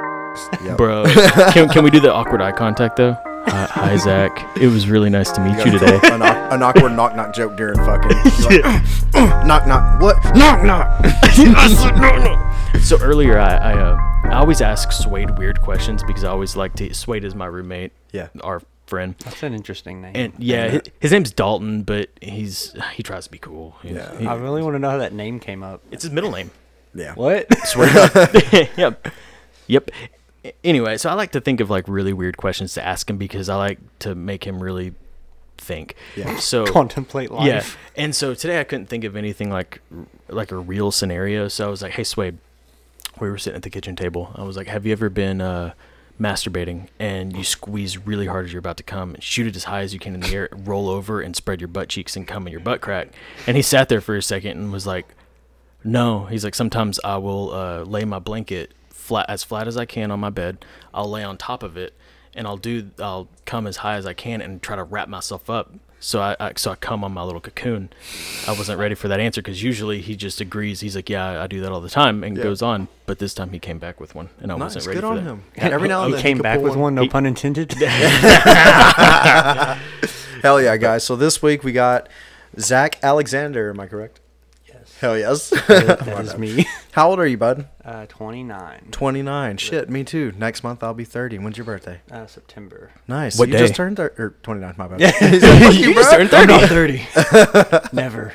Phelps. Yep. Bro, can, can we do the awkward eye contact though? Hi, hi, Zach. It was really nice to meet you gotta today. do An, awk- an awkward knock knock joke during fucking. You're like, knock knock. What? Knock knock. So earlier, I I, uh, I always ask Suede weird questions because I always like to. Suede is my roommate. Yeah. our friend. That's an interesting name. And uh, yeah, his, his name's Dalton, but he's he tries to be cool. He's- Yeah. he- I really want to know how that name came up. it's his middle name. Yeah. What? Swear to God. yep. Yep. Anyway, so I like to think of like really weird questions to ask him because I like to make him really think. Yeah. So Contemplate life. yeah. And so today I couldn't think of anything like like a real scenario. So I was like, "Hey, Swade, we were sitting at the kitchen table. I was like, "Have you ever been uh, masturbating and you squeeze really hard as you're about to come, and shoot it as high as you can in the air, roll over and spread your butt cheeks and come in your butt crack?" And he sat there for a second and was like, "No." He's like, "Sometimes I will uh, lay my blanket flat as flat as I can on my bed. I'll lay on top of it." And I'll do. I'll come as high as I can and try to wrap myself up. So I, I so I come on my little cocoon. I wasn't ready for that answer because usually he just agrees. He's like, "Yeah, I do that all the time," and Yeah. goes on. But this time he came back with one, and I Nice. wasn't ready Good for on that. him. Every now and He then came could back pull with one, no He- pun intended. Hell yeah, guys. So this week we got Zach Alexander. Am I correct? Yes. Hell yes. that is me. How old are you, bud? Uh, 29, 29. Shit, me too. Next month I'll be 30. When's your birthday? uh, September. Nice. What you just day? turned thir- or 29, my bad. you just turned I'm not thirty. 30. Never.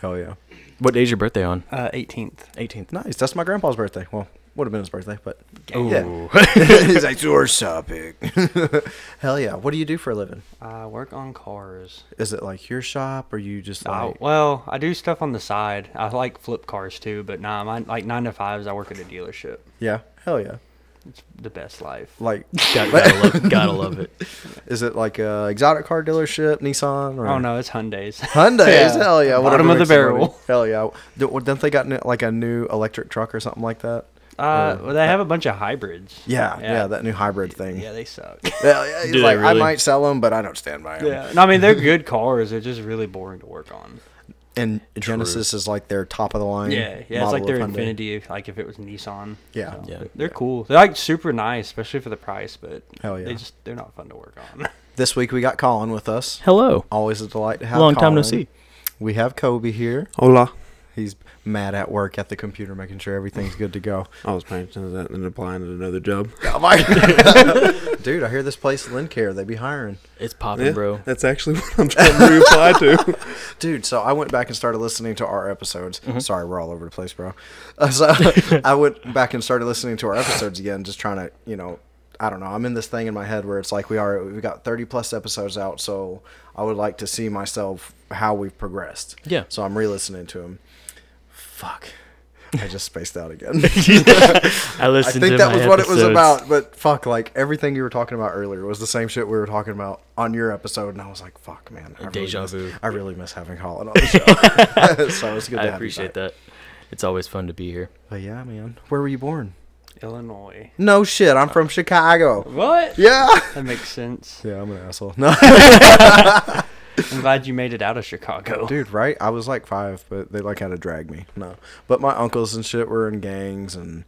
Hell yeah. What day's your birthday on? Uh, 18th. Eighteenth. Nice. That's my grandpa's birthday. Well, would have been his birthday, but Ooh. he's like, your topic. Hell yeah. What do you do for a living? Uh, work on cars. Is it like your shop or you just Uh, like. well, I do stuff on the side. I like flip cars too, but nah, my, like nine to fives, I work at a dealership. Yeah. Hell yeah. It's the best life. Like, Got, gotta, love, gotta love it. is it like a exotic car dealership, Nissan? Or Oh no, it's Hyundai's. Hyundai. Yeah. Hell yeah. whatever Bottom of the makes money. barrel. Hell yeah. Do- Don't they got n- like a new electric truck or something like that? Uh, well, they have a bunch of hybrids. Yeah. Yeah. Yeah. that new hybrid thing. Yeah, they suck. Yeah, yeah, he's Do they like, I really? might sell them, but I don't stand by them. yeah, no, I mean they're good cars. They're just really boring to work on. And Genesis is like their top of the line. Yeah, yeah, it's model like of their Hyundai. Infinity, if, like if it was Nissan. Yeah. So, Yeah. but they're cool. They're like super nice, especially for the price. But Hell yeah. they just they're not fun to work on. This week we got Colin with us. Hello. Always a delight to have. Long time no Colin. see. We have Kobe here. Hola. He's mad at work at the computer, making sure everything's good to go. I was paying attention to that and applying to another job. Dude, I hear this place, Lincare, they be hiring. It's popping, bro. That's actually what I'm trying to reapply to. Dude, so I went back and started listening to our episodes. Sorry, we're all over the place, bro. Uh, so I went back and started listening to our episodes again, just trying to, you know, I don't know. I'm in this thing in my head where it's like we are we got 30 plus episodes out, so I would like to see myself how we've progressed. Yeah. So I'm re-listening to them. Fuck. I just spaced out again. I I listened. think to that my was what it was episodes. about, but fuck, like everything you were talking about earlier was the same shit we were talking about on your episode, and I was like, fuck, man, I Deja really vu. Miss, I really miss having Colin on the show, so it's good. I to have appreciate you back. that. It's always fun to be here. But yeah, man, where were you born? Illinois. No shit, I'm from Chicago. What? Yeah. That makes sense. Yeah, I'm an asshole. No, I'm glad you made it out of Chicago. dude, right? I was like five, but they like had to drag me. No, but my uncles and shit were in gangs and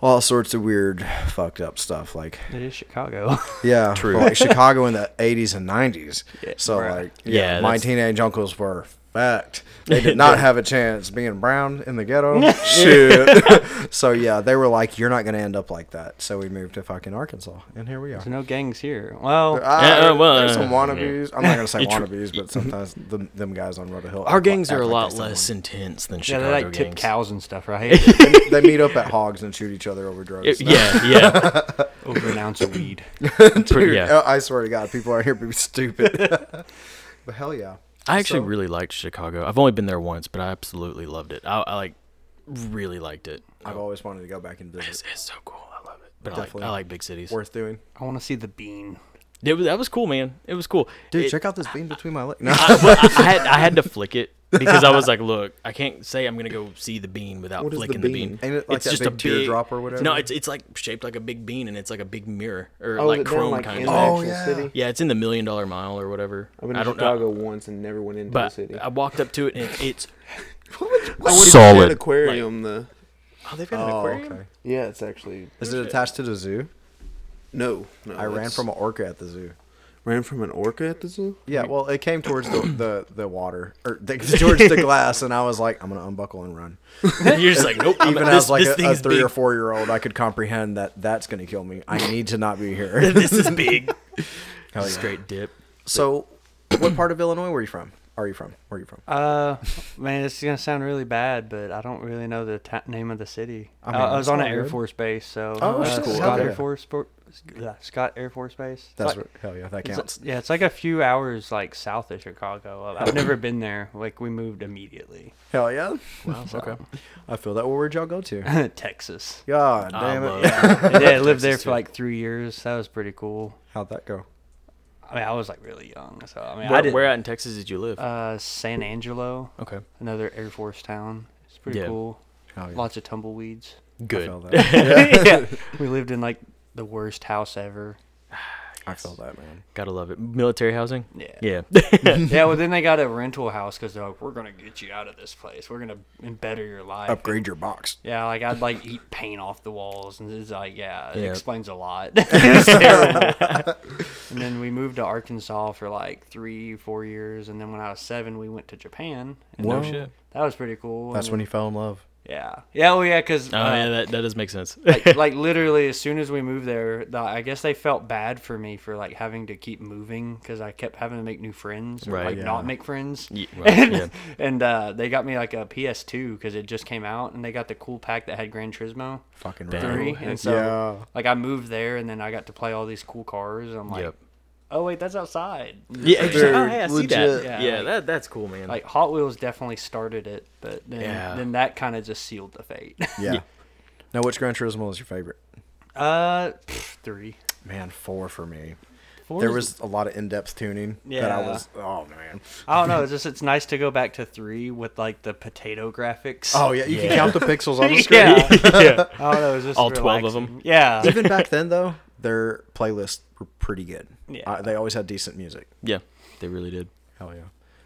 all sorts of weird, fucked up stuff. Like It is Chicago. Yeah, true. Like Chicago in the '80s and '90s. so bruh. like, yeah, Yeah, my that's- teenage uncles were fucked. They did not have a chance being brown in the ghetto. Shit. so yeah, they were like, "You're not gonna end up like that." So we moved to fucking Arkansas, and here we are. There's no gangs here. Well, Ah, uh, well, there's some uh, wannabes. I'm not gonna say You tr- wannabes, but sometimes them, them guys on Rudder Hill. Our act gangs like- are a act like lot they less sound- intense than yeah, Chicago they like tip gangs. cows and stuff, right? They meet up at Hogs and shoot each other over drugs. It- yeah, yeah. Over an ounce of weed. Pretty- Dude, uh, oh, yeah. I swear to God, people out here be stupid. but hell yeah. I actually So- really liked Chicago. I've only been there once, but I absolutely loved it. I, I like really liked it. I've always wanted to go back and visit. It's, it's so cool. I love it. But I like, Definitely. I like big cities. Worth doing. I want to see the bean. It was, that was cool, man. It was cool. Dude, It- check out this bean between my legs. No. I, well, I, I had, I had to flick it because I was like, look, I can't say I'm going to go see the bean without What is the flicking bean? the bean. Ain't it like that big teardrop or whatever? No, it's, it's like shaped like a big bean and it's like a big mirror or Oh, like is it down, chrome like, kind in of. the Oh, actual yeah. city? Yeah, it's in the million dollar mile or whatever. I've been I to don't Chicago know. once and never went into the But city. I walked up to it and it's I went to solid. an aquarium the Oh, they've got an Oh, aquarium. okay. Yeah, it's actually Is it attached to the zoo? no. no Oh, I ran it's- from an orca at the zoo. ran from an orca at the zoo. Yeah, well, it came towards the the, the water or the, towards the glass, and I was like, I'm gonna unbuckle and run. You're just like, nope. I'm, Even this, as like this a, a thing's three big. or four year old, I could comprehend that that's gonna kill me. I need to not be here. this is big. Hell yeah. Straight dip. So, what part of Illinois were you from? Are you from? Where are you from? Uh, man, it's gonna sound really bad, but I don't really know the ta- name of the city. I I, mean, I it's was on all an Air good. Force base, so Oh, uh, shit, hell Scott yeah. Air Force Bo- uh, Scott Air Force Base. It's That's like, what, hell yeah, that it's- counts. yeah, it's like a few hours like south of Chicago. I've never been there. Like we moved immediately. Hell yeah, Wow. Okay. I feel that. Well, where'd y'all go to? Texas. God I damn it! love- Yeah, I lived there Texas, for too. like three years. That was pretty cool. How'd that go? I mean, I was like really young, so I mean, I Where, did. where at in Texas did you live? Uh, San Angelo, okay. another Air Force town. It's pretty Yeah. cool. Hell Oh, yeah. Lots of tumbleweeds. I Good. feel that. yeah. We lived in like the worst house ever. I feel that, man. Gotta love it. Military housing. Yeah. Yeah. Yeah, well, then they got a rental house because they're like, we're going to get you out of this place. We're going to better your life. Upgrade your box. Yeah, like I'd like eat paint off the walls. And it's like, yeah, it Yeah. explains a lot. It's terrible. and then we moved to Arkansas for like three, four years. And then when I was seven, we went to Japan. And Whoa. that- shit. That was pretty cool. That's when and he fell in love. then- Yeah. Yeah, oh, yeah, because. Oh yeah, that, that does make sense. like, like literally as soon as we moved there the, i guess they felt bad for me for like having to keep moving because i kept having to make new friends or Right, like yeah. not make friends Ye- and, right, and, uh, they got me like a ps2 because it just came out and they got the cool pack that had gran turismo Fucking Damn. right. three heck and so yeah. like i moved there and then i got to play all these cool cars and i'm like Yep. oh wait that's outside Yeah. They're Oh, hey, I see legit. that. Yeah, Yeah. like- that that's cool, man. like hot wheels definitely started it but then, Yeah. then that kind of just sealed the fate Yeah. Now, which Gran Turismo is your favorite? uh pff, three Man, four for me. Four there is- was a lot of in-depth tuning that I Yeah. was. Oh man. I don't know. It's just it's nice to go back to three with like the potato graphics. Oh yeah, you can count the pixels on the screen. yeah. yeah. I don't know. It's Oh, just All 12 of 'em? relaxing. Yeah. Even back then, though, their playlists were pretty good. Yeah. Uh, they always had decent music. Yeah. They really did. Hell yeah.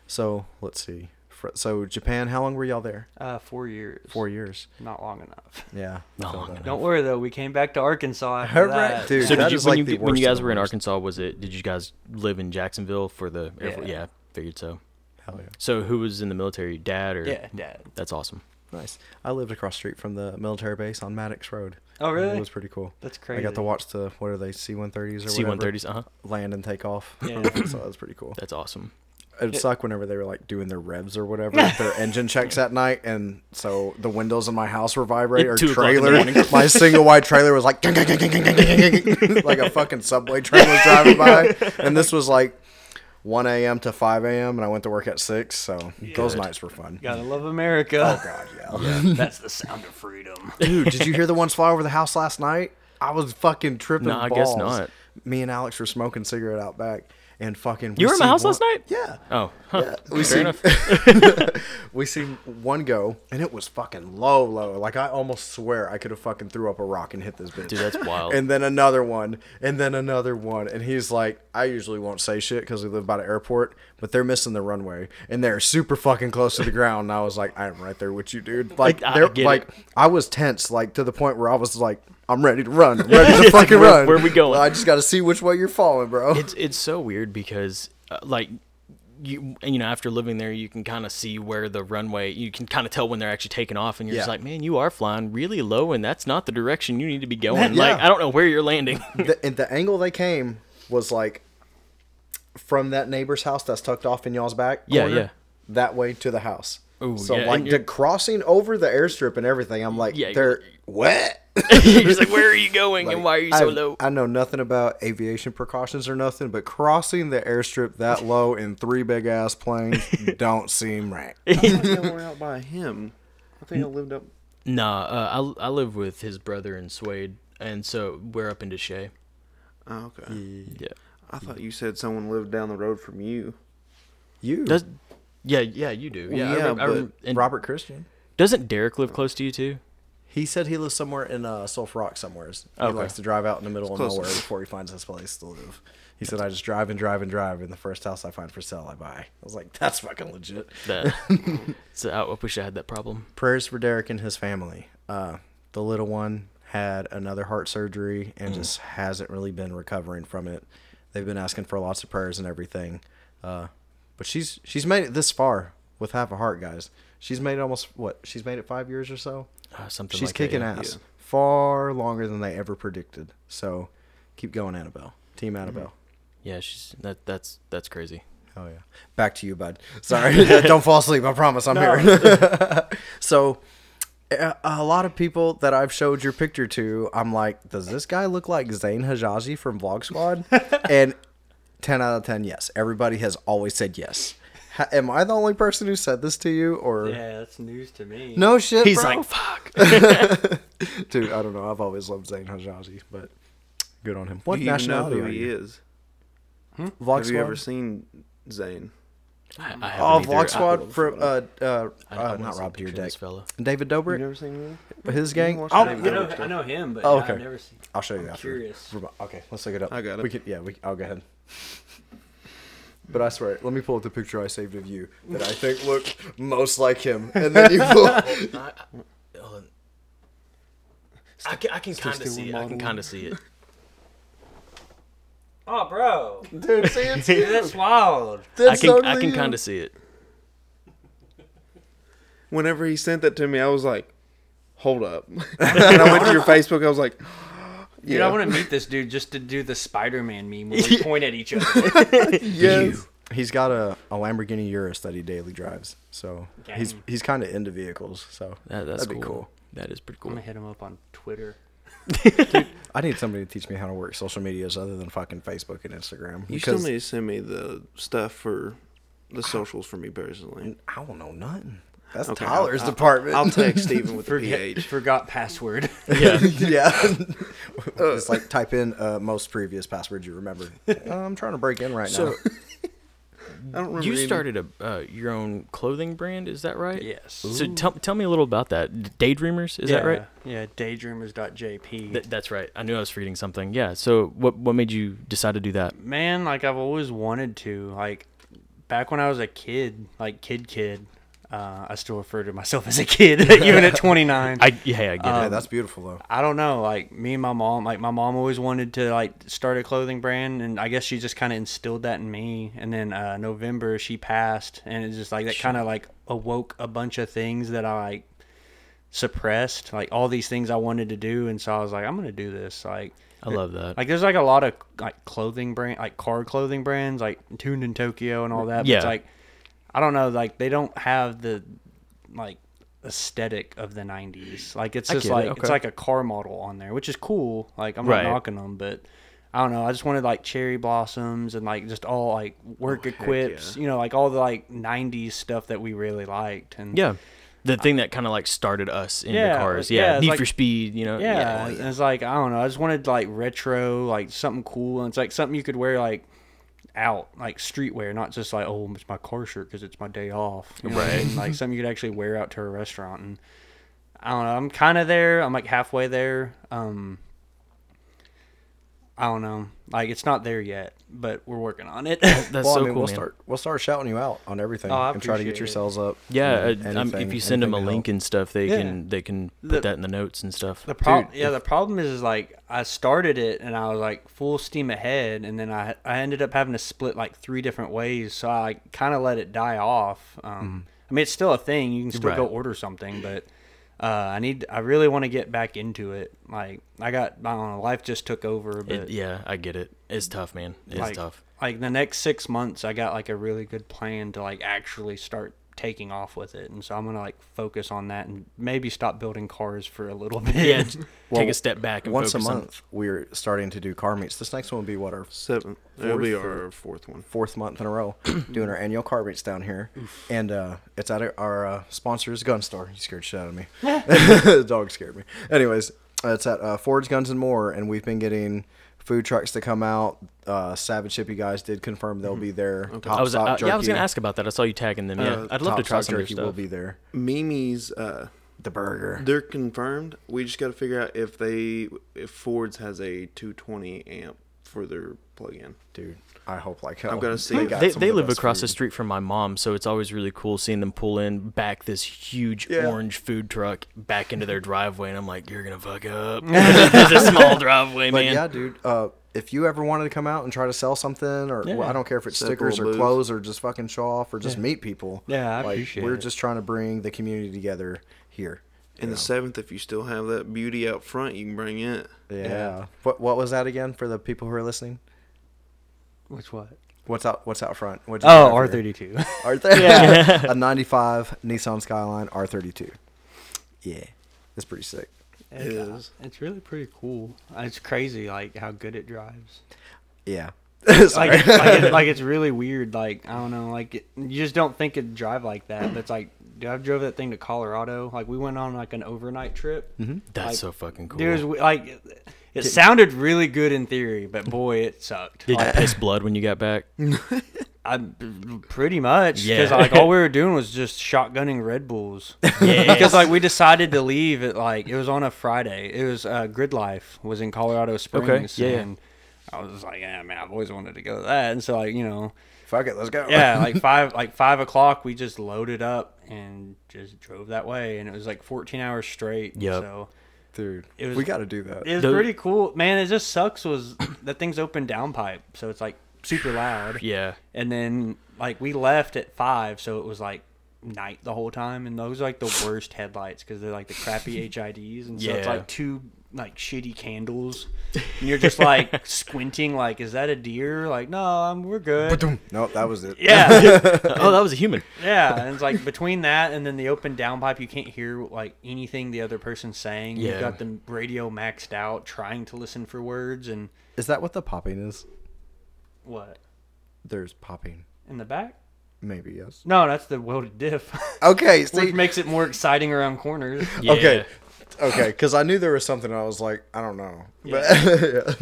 So let's see. Fr- So Japan, how long were y'all there? Uh, four years. Four years. Not long enough. Yeah. Not Feel long that. enough. Don't worry though. We came back to Arkansas after All right, that. dude. so that did you, is, when, like, you the when you worst of guys the were in worst. Arkansas, was it? Did you guys live in Jacksonville for the? Air Force? Yeah. yeah. Figured so. Hell yeah. So who was in the military? Dad or? Yeah, Dad. That's awesome. Nice. I lived across the street from the military base on Maddox Road. Oh, And It really? was pretty cool. That's I got to crazy. watch the what are they C one thirties or C one whatever, thirties. Uh huh. land and take off. Yeah. so that was pretty cool. That's awesome. It'd suck whenever they were like doing their revs or whatever, their engine checks at night, and so the windows in my house were vibrating. At Or two o'clock in the trailer, morning. my single wide trailer was like "Gang, gang, gang, gang, gang, gang, gang, gang, gang," like a fucking subway train was driving by, and this was like 1 a.m. to 5 a.m. and I went to work at six, so those nights were fun. Gotta love America. Oh, God, yeah. That's the sound of freedom. Dude, did you hear the ones fly over the house last night? I was fucking tripping. No, I guess balls. not. Me and Alex were smoking cigarette out back, and fucking. You were in my see house one- last night? Yeah. Oh. Huh. Yeah, we Fair seen enough. we seen one go, and it was fucking low, low. Like I almost swear I could have fucking threw up a rock and hit this bitch. Dude, that's wild. and then another one, and then another one, and he's like, I usually won't say shit because we live by the airport, but they're missing the runway, and they're super fucking close to the ground. And I was like, I am right there with you, dude. Like, I they're, get like it. I was tense, like to the point where I was like, I'm ready to run, I'm ready to fucking Where- run. where we going? I just got to see which way you're falling, bro. it's it's so weird because uh, like you and, you know after living there you can kind of see where the runway you can kind of tell when they're actually taking off and you're just Yeah. like man you are flying really low and that's not the direction you need to be going Yeah. like i don't know where you're landing the, and the angle they came was like from that neighbor's house that's tucked off in y'all's back. Yeah, corner, yeah. That way to the house. Ooh, so yeah, like and the you're- crossing over the airstrip and everything. I'm like, Yeah, they're what? you're just like where are you going and why are you so I, low I know nothing about aviation precautions or nothing, but crossing the airstrip that low in three big ass planes don't seem right. I think I went out by him. I think I lived up. nah uh, I, I live with his brother in Swade, and so we're up in Deshay. Oh, okay. yeah I thought you said someone lived down the road from you. You, does yeah yeah you do yeah, I yeah, rem- I rem- but and Robert Christian. doesn't derek live close to you too He said he lives somewhere in uh, Sulphur Rock somewhere. He Okay. likes to drive out in the middle of close. nowhere before he finds his place to live. He said, I just drive and drive and drive, and the first house I find for sale, I buy. I was like, that's fucking legit. that so I, I wish i had that problem Prayers for Derek and his family. Uh, The little one had another heart surgery and just hasn't really been recovering from it. They've been asking for lots of prayers and everything, uh, but she's she's made it this far with half a heart, guys. She's made almost what? She's made it five years or so. Uh, something She's like that, kicking yeah. ass far longer than they ever predicted. So keep going, Annabelle. Team Mm-hmm. Annabelle. Yeah, she's that. That's that's crazy. Oh yeah. Back to you, bud. Sorry. Don't fall asleep. I promise I'm here. so a a lot of people that I've showed your picture to, I'm like, does this guy look like Zane Hajazi from Vlog Squad? and 10 out of 10, yes. Everybody has always said yes. Ha- am I the only person who said this to you or Yeah, that's news to me. No shit, He's bro. like, fuck. Dude, I don't know. I've always loved Zane Hajazi, but good on him. What Do you even know nationality who are he you? is? Vlog Have you ever seen Zane? I, Oh, I haven't either. I- Vlog Squad from uh, uh, I- I uh, wanna not say Rob picture Deerdeck. This fella. David You Dobrik, never seen him? his gang. watched I'll, I David know, Dobrik I know him, but Oh, I've okay. never seen. I'll show you I'm after. curious. Remo- Okay, let's look it up. I got it. We could, yeah, we, I'll go ahead. But I swear, let me pull up the picture I saved of you that I think looked most like him, and then you pull. I can, I can kind of Christy see it. I can remodeling. kind of see it. Oh, bro, Dude, see, it's you. that's wild. I That's can I totally can you. kind of see it. Whenever he sent that to me, I was like, "Hold up!" and I went to your Facebook. I was like, Dude, I want to meet this dude just to do the Spider-Man meme where we point at each other. Yes. He's got a, a Lamborghini Urus that he daily drives, so he's Dang. he's kind of into vehicles. So That, that's that'd cool. be cool. That is pretty I'm cool. gonna hit him up on Twitter. I need somebody to teach me how to work social medias other than fucking Facebook and Instagram. You still need to send me the stuff for the socials for me personally. I don't know nothing. That's Okay, Tyler's I'll- I'll- department. I'll text Steven with the Forget, PH. forgot password. yeah. it's like type in uh, most previous password you remember. I'm trying to break in right So I don't remember. you any- started a uh, your own clothing brand, is that right? Yes. So tell tell me a little about that. Daydreamers, is that right? Yeah, daydreamers.jp. Th- that's right. I knew I was reading something. Yeah. So what what made you decide to do that? Man, like I've always wanted to. Like back when I was a kid, like kid kid, uh, I still refer to myself as a kid, even at 29. I yeah I now. get Yeah, it. that's beautiful though. I don't know. Like me and my mom, like my mom always wanted to like start a clothing brand, and I guess she just kind of instilled that in me. And then uh, November she passed, and it's just like that kind of like awoke a bunch of things that I like suppressed, like all these things I wanted to do. And so I was like, I'm gonna do this. Like I love that. like there's like a lot of like clothing brand like car clothing brands like Tuned in Tokyo and all that. But It's Yeah. like I don't know, like they don't have the like aesthetic of the 90s. Like it's I just get it, like okay. it's like a car model on there, which is cool. Like I'm Right. not knocking them, but I don't know. I just wanted like cherry blossoms and like just all like work equips, you know, like all the like 90s stuff that we really liked. And yeah. The thing that kind of like started us in Yeah, the cars. like- yeah, Yeah. it's Need like- for Speed. You know. yeah. Yeah, and it's like I don't know. I just wanted like retro, like something cool, and it's like something you could wear like out, like streetwear, not just like oh, it's my car shirt because it's my day off, you know what I Right. mean? like something you could actually wear out to a restaurant. And I don't know. I'm kind of there. I'm like halfway there. Um, I don't know. Like it's not there yet, but we're working on it. That's well, so I mean, cool, we'll man. start we'll start shouting you out on everything Oh, I and try to get appreciate it. yourselves up. Yeah, and uh, um, if anything- you send them a anything to link help. and stuff, they Yeah. can they can put The- that in the notes and stuff. The problem, Dude, yeah, the problem is, is like I started it and I was like full steam ahead, and then I I ended up having to split like three different ways, so I kind of let it die off. Um, I mean, it's still a thing; you can still go Mm-hmm. Right. order something, but uh, I need, I really want to get back into it. Like I got, I don't know, life just took over, but it- yeah, I get it. It's tough, man. It's like, tough. Like the next six months, I got like a really good plan to like actually start taking off with it, and so I'm gonna like focus on that and maybe stop building cars for a little bit. Yeah. t- Well, take a step back and Once a focus on- month, we're starting to do car meets. This next one will be what our seven. It'll be Fourth our fourth one. fourth month in a row doing our annual car meets down here, and uh, it's at our uh, sponsor's gun store. You scared shit out of me. the dog scared me. Anyways, uh, it's at uh, Ford's Guns and More, and we've been getting food trucks to come out. Uh, Savage Hippie guys did confirm Mm-hmm. they'll be there. Top I was Stop uh, yeah, I was Jerky- gonna ask about that. I saw you tagging them. Yeah, uh, I'd love Top to try Stop some of your Jerky will stuff. be there. Mimi's. Uh, The burger. they're confirmed. We just got to figure out if they if Ford's has a 220 amp for their plug-in. dude. I hope like hell. I'm gonna see They, it. got they, some of they the live best across the food. street from my mom, so it's always really cool seeing them pull in back this huge Yeah. orange food truck back into their driveway, and I'm like, "You're gonna fuck up." There's a small driveway, But man. yeah, dude. Uh, if you ever wanted to come out and try to sell something, or well, I don't care if it's Set up a stickers or little booth. clothes or just fucking show off or just meet people. Yeah, I like, appreciate We're it. just trying to bring the community together here. In the seventh, if you still have that beauty out front, you can bring it. Yeah. What What was that again for the people who are listening? Which what? What's out What's out front? What'd you Oh, drive R here? thirty two. R30. a 95 Nissan Skyline R32. Yeah. It's pretty sick. It is. It's really pretty cool. It's crazy, like how good it drives. Yeah. Like, like, it, like it's really weird. Like I don't know. Like it, you just don't think it'd drive like that. But it's like, dude, I drove that thing to Colorado. Like we went on like an overnight trip. Mm-hmm. That's Like, so fucking cool. Dude, it was, like it sounded really good in theory, but boy, it sucked. Did Like, you piss blood when you got back? I pretty much because Yeah. like all we were doing was just shotgunning Red Bulls. because like we decided to leave at like it was on a Friday. It was uh, Grid Life was in Colorado Springs. yeah, yeah. and I was just like, yeah, man, I've always wanted to go to that. And so like you know, Fuck it, let's go. yeah, like five like five o'clock, we just loaded up and just drove that way, and it was like fourteen hours straight. Yep. So Dude, It was- we got to do that. it was Those- pretty cool, man. It just sucks was that thing's open downpipe, so it's like super loud. Yeah. And then like we left at five, so it was like night the whole time, and those are like the worst headlights because they're like the crappy HIDs, and so it's Yeah. like two like shitty candles, and you're just like squinting, like is that a deer? Like no, I'm, we're good. nope, that was it. Yeah, oh, that was a human. yeah, and it's like between that and then the open downpipe, you can't hear like anything the other person's saying. Yeah. You've got the radio maxed out, trying to listen for words and Is that what the popping is? what There's popping. in the back. Maybe, yes. No, that's the welded diff, Okay, which see, makes it more exciting around corners. Okay. Yeah. okay, because I knew there was something. I was like, I don't know. But,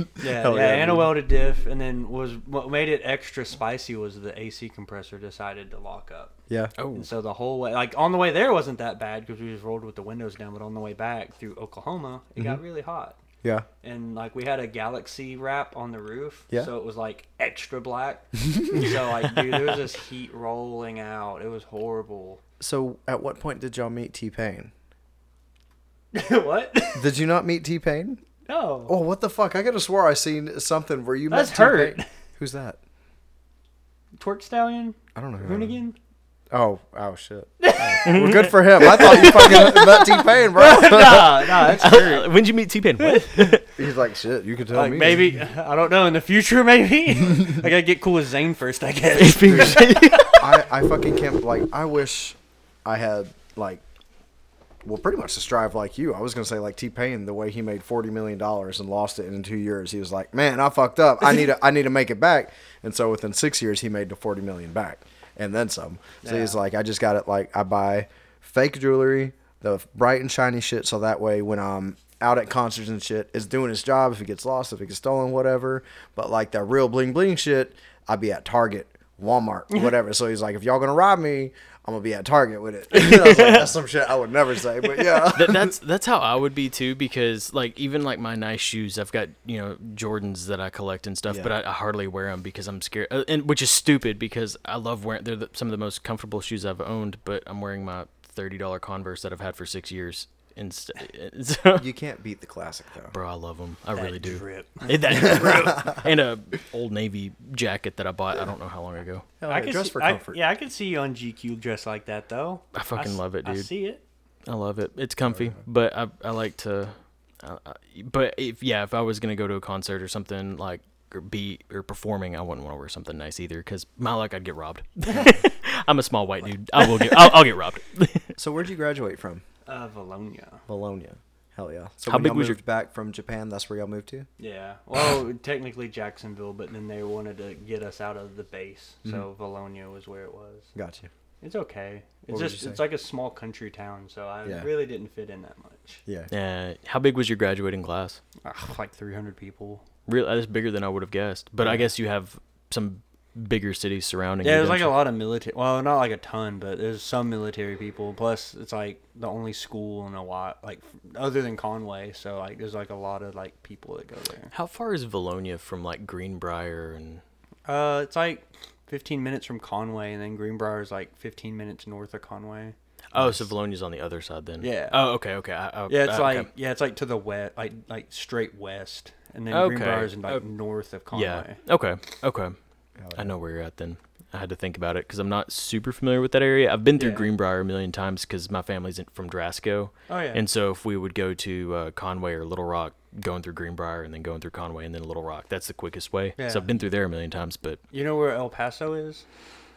Yeah, Hell yeah, yeah, and a dude. welded diff, and then was what made it extra spicy was the AC compressor decided to lock up, yeah. Oh, and so the whole way, like on the way there wasn't that bad because we just rolled with the windows down, but on the way back through Oklahoma, it Mm-hmm. got really hot, Yeah. and like we had a galaxy wrap on the roof, Yeah. so it was like extra black, And so like dude, there was this heat rolling out, it was horrible. So, at what point did y'all meet T Pain? what? Did you not meet T Pain? no, Oh, what the fuck? I could have swore I seen something where you That's met T-Pain. Hurt. Who's that? twerk stallion, I don't know. who that is. hoonigan. Oh, oh shit. well, good for him. I thought you fucking met T Pain, bro. nah, nah, that's Hurt. when'd you meet T Pain? He's like, shit. You could tell Like me. maybe I don't know in the future maybe I gotta get cool with Zayn first I guess. I, I fucking can't. Like, I wish I had like, well, pretty much to strive like you. I was gonna say like T Pain, the way he made forty million dollars and lost it in two years. He was like, man, I fucked up. I need to, I need to make it back. And so within six years, he made the forty million back and then some. So he's Yeah. like, I just got it. Like, I buy fake jewelry, the bright and shiny shit, so that way when I'm out at concerts and shit, it's doing its job. If it gets lost, if it gets stolen, whatever. But like that real bling bling shit, I'd be at Target, Walmart, whatever. so he's like, if y'all gonna rob me, I'm gonna be at Target with it. And I was like, That's some shit I would never say, but yeah. Th- that's that's how I would be too because like even like my nice shoes I've got you know Jordans that I collect and stuff but I, I hardly wear them because I'm scared uh, and which is stupid because I love wearing they're the, some of the most comfortable shoes I've owned but I'm wearing my thirty dollar Converse that I've had for six years and st- so, You can't beat the classic though. bro I love them I really do Drip. Eh, that drip. and a old navy jacket that I bought I don't know how long ago I could dress see, for I- comfort. yeah, I could see you on GQ dressed like that though. I fucking s- love it, I dude. see it. I love it. It's comfy, but I I like to, I I- but if yeah, if I was gonna go to a concert or something like or be or performing, I wouldn't want to wear something nice either because my luck I'd get robbed. I'm a small white dude. I will get I'll, I'll get robbed. So where'd you graduate from? Uh, Valonia. Bologna. Hell yeah. So How when big y'all was your- moved back from Japan, that's where y'all moved to? Yeah. Well, technically Jacksonville, but then they wanted to get us out of the base, so Mm-hmm. Valonia was where it was. Gotcha. It's okay. It's What would just you it's say? like a small country town, so I Yeah. really didn't fit in that much. Yeah. Uh, how big was your graduating class? Ugh, like 300 people. Real that is bigger than I would have guessed. But I guess you have some bigger cities surrounding. Yeah, there's like a Redemption. lot of military. Well, not like a ton, but there's some military people. Plus, it's like the only school in a lot, like f- other than Conway. So like, there's like a lot of like people that go there. How far is Valonia from like Greenbrier and? Uh, it's like 15 minutes from Conway, and then Greenbrier is like 15 minutes north of Conway. Oh, so Valonia's on the other side then. Yeah. Oh, okay, okay. I, I, Yeah, it's okay. like yeah, it's like to the west, like like straight west, and then Okay. Greenbrier is in like Oh. north of Conway. Yeah. Okay. Okay. I know where you're at then. I had to think about it because I'm not super familiar with that area. I've been through Yeah. Greenbrier a million times because my family's in, from Drasco. Oh, yeah. And so if we would go to uh, Conway or Little Rock, going through Greenbrier and then going through Conway and then Little Rock, that's the quickest way. Yeah. So I've been through there a million times, but You know where El Paso is?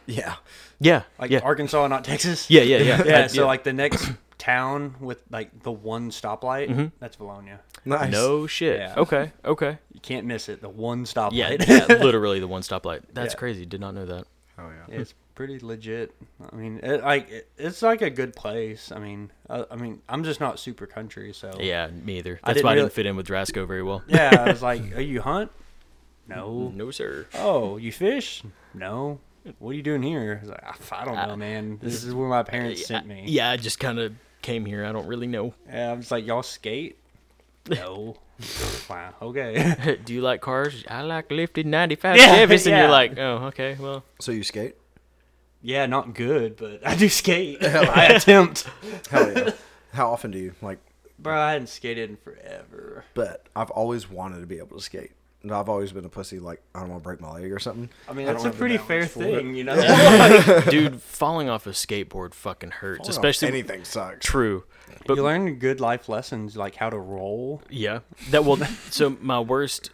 Yeah. yeah, Like yeah, Arkansas, not Texas. yeah, yeah, yeah, Yeah, I- so like the next town with like the one stoplight, that's Valonia. Nice. no shit. Yeah. Okay, okay. You can't miss it. The one stoplight. Yeah, yeah, literally the one stoplight. That's Yeah. crazy. Did not know that. Oh yeah. it's pretty legit. I mean, it, like it, it's like a good place. I mean, uh, I mean, I'm just not super country, so Yeah, me either. I That's didn't why I really- didn't fit in with Drasco very well. Yeah, I was like, "Are you hunt? No. No sir. Oh, you fish? No. What are you doing here?" I was like, "Ah, "I don't know, man. This is where my parents sent me." Yeah, I just kind of came here. I don't really know. And I'm just like, "Y'all skate?" No. wow. Okay. Do you like cars? I like lifted 95 Yeah, Chevys. And yeah. you're like, oh, okay, well. So you skate? Yeah, not good, but I do skate. I attempt. Hell yeah. How often do you like? Bro, I hadn't skated in forever. But I've always wanted to be able to skate. And I've always been a pussy. Like I don't want to break my leg or something. I mean, don't that's a have the pretty fair balance for it. thing, you know? Dude, falling off a skateboard fucking hurts. Falling off especially. anything sucks. True. but you learn good life lessons, like how to roll. Yeah. That well so my worst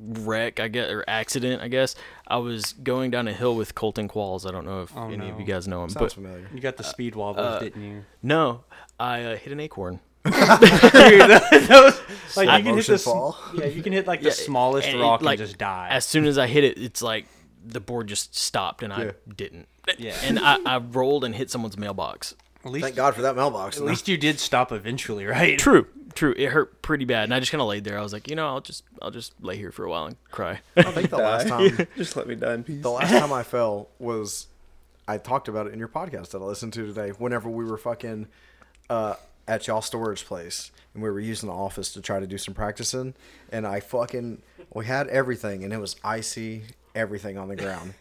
wreck, I guess or accident, I guess, I was going down a hill with Colton Qualls. I don't know if any of no. you guys know him. Oh, Sounds but familiar. You got the speed wobbles, didn't you? no, I uh, hit an acorn. Like Slow you can hit motion the sm- fall. yeah, you can hit like the Yeah, smallest and it, rock like, and just die. As soon as I hit it, it's like the board just stopped and I Yeah. didn't. Yeah. And I, I rolled and hit someone's mailbox. at least, Thank God for that mailbox. at least you did stop eventually, right? True, true. It hurt pretty bad, and I just kind of laid there. I was like, you know, I'll just, I'll just lay here for a while and cry. I think the last time Just let me die in peace. The last time I fell was I talked about it in your podcast that I listened to today. Whenever we were fucking uh, at y'all storage place and we were using the office to try to do some practicing, and I fucking we had everything and it was icy, everything on the ground.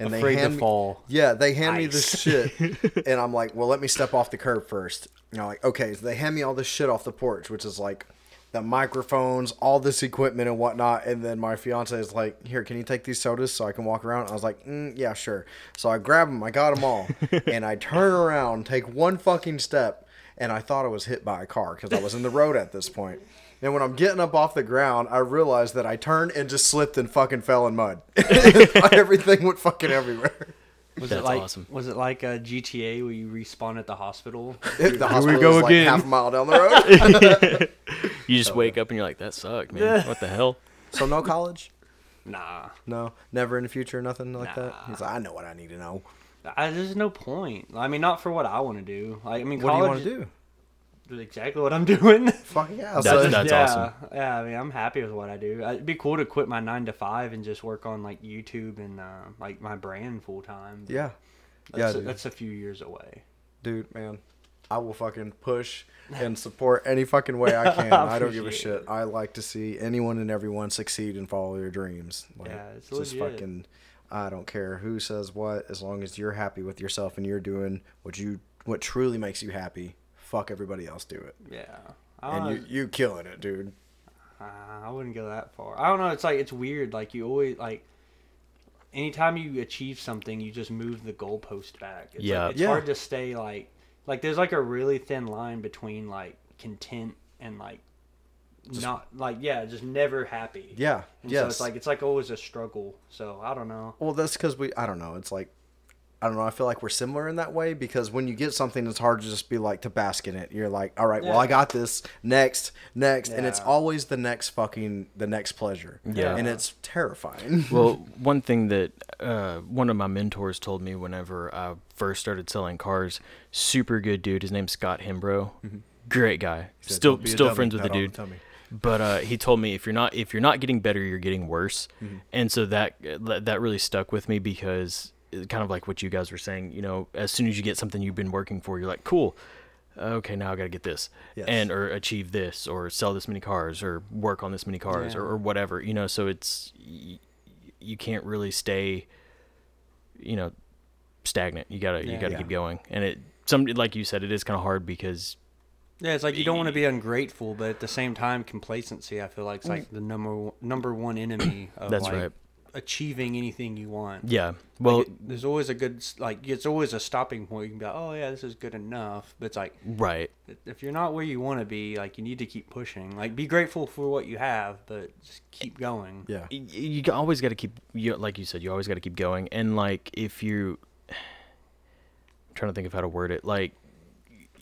And Afraid to hand me- fall. yeah, they hand me this shit, and I'm like, "Well, let me step off the curb first. And I'm like, "Okay." So they hand me all this shit off the porch, which is like the microphones, all this equipment and whatnot. And then my fiance is like, "Here, can you take these sodas so I can walk around?" I was like, mm, "Yeah, sure." So I grab them, I got them all, and I turn around, take one fucking step, and I thought I was hit by a car because I was in the road at this point. And when I'm getting up off the ground, I realized that I turned and just slipped and fucking fell in mud. Everything went fucking everywhere. Was it That's like awesome. was it like a GTA where you respawn at the hospital? If the hospital go is again. like half a mile down the road. You Oh, just wake up and you're like, that sucked, man. What the hell? so no college? nah, No. Never in the future, nothing like that. Nah. He's like, I know what I need to know. I, there's no point. I mean, not for what I want to do. Like, I mean, What do you college want to do? is exactly what I'm doing. Fuck yeah. That's- so- that's yeah, awesome. Yeah, I mean, I'm happy with what I do. I- It'd be cool to quit my nine to five and just work on like YouTube and uh, like my brand full time. but yeah. Yeah, that's, a, dude. that's a few years away. dude, man. I will fucking push and support any fucking way I can. I, don't give a Appreciate shit. I like to see anyone and everyone succeed and follow their dreams. Like, Yeah, it's just legit. fucking. I don't care who says what, as long as you're happy with yourself and you're doing what you what truly makes you happy. Fuck everybody else, do it. Yeah, And I, you you killing it, dude. uh, I wouldn't go that far. I don't know. It's like it's weird. Like you always like. Anytime you achieve something, you just move the goalpost back. It's Yeah. like, it's Yeah. hard to stay like like there's like a really thin line between like content and like not like yeah, just never happy. Yeah. And yes. so it's like it's like always a struggle. So I don't know. Well, that's because we. I don't know. It's like, I don't know. I feel like we're similar in that way because when you get something, it's hard to just be like to bask in it. You're like, all right, well, Yeah. I got this. Next, next, and it's Yeah. always the next fucking the next pleasure. Yeah. and it's terrifying. Well, one thing that uh, one of my mentors told me whenever I first started selling cars, super good dude. His name's Scott Hembro, great guy. Mm-hmm. still, Don't be a still dummy. friends with the Not on dude. tummy. But uh, he told me if you're not if you're not getting better, you're getting worse, Mm-hmm. and so that that really stuck with me because it- kind of like what you guys were saying, you know, as soon as you get something you've been working for, you're like, cool, okay, now I got to get this Yes. and or achieve this or sell this many cars or work on this many cars Yeah. or, or whatever, you know. So it's y- you can't really stay, you know, stagnant. You gotta you Yeah. gotta Yeah. keep going, and it some like you said, it is kind of hard because Yeah, it's like you don't want to be ungrateful, but at the same time, complacency. I feel like it's like the number one- number one enemy of Mm. That's like right. achieving anything you want. yeah, well, Like, it- there's always a good s- like it's always a stopping point. You can be like, oh yeah, this is good enough. But it's like right. if you're not where you want to be, like you need to keep pushing. Like be grateful for what you have, but just keep going. Yeah. Y- y- you g- always got to keep you like you said you always got to keep going and like if you I'm trying to think of how to word it like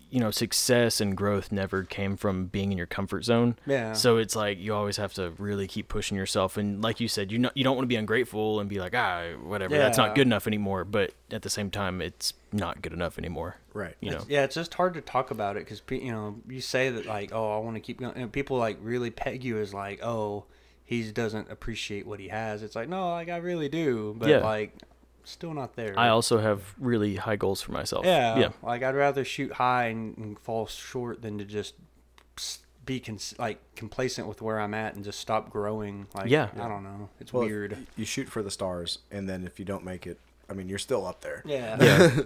you know success and growth never came from being in your comfort zone Yeah. so it's like you always have to really keep pushing yourself and like you said you know you don't want to be ungrateful and be like ah whatever that's Yeah. not good enough anymore but at the same time it's not good enough anymore Right. you know Yeah, it's just hard to talk about it because you know you say that like, oh, I want to keep going. And people like really peg you as like, oh, he doesn't appreciate what he has. It's like, no, like I really do, but Yeah. like, still not there. I also have really high goals for myself yeah, yeah Like I'd rather shoot high and, and fall short than to just s- be cons- like complacent with where I'm at and just stop growing. Like, Yeah. I don't know. It's Well, weird. You shoot for the stars, and then if you don't make it, I mean, you're still up there. Yeah. Yeah.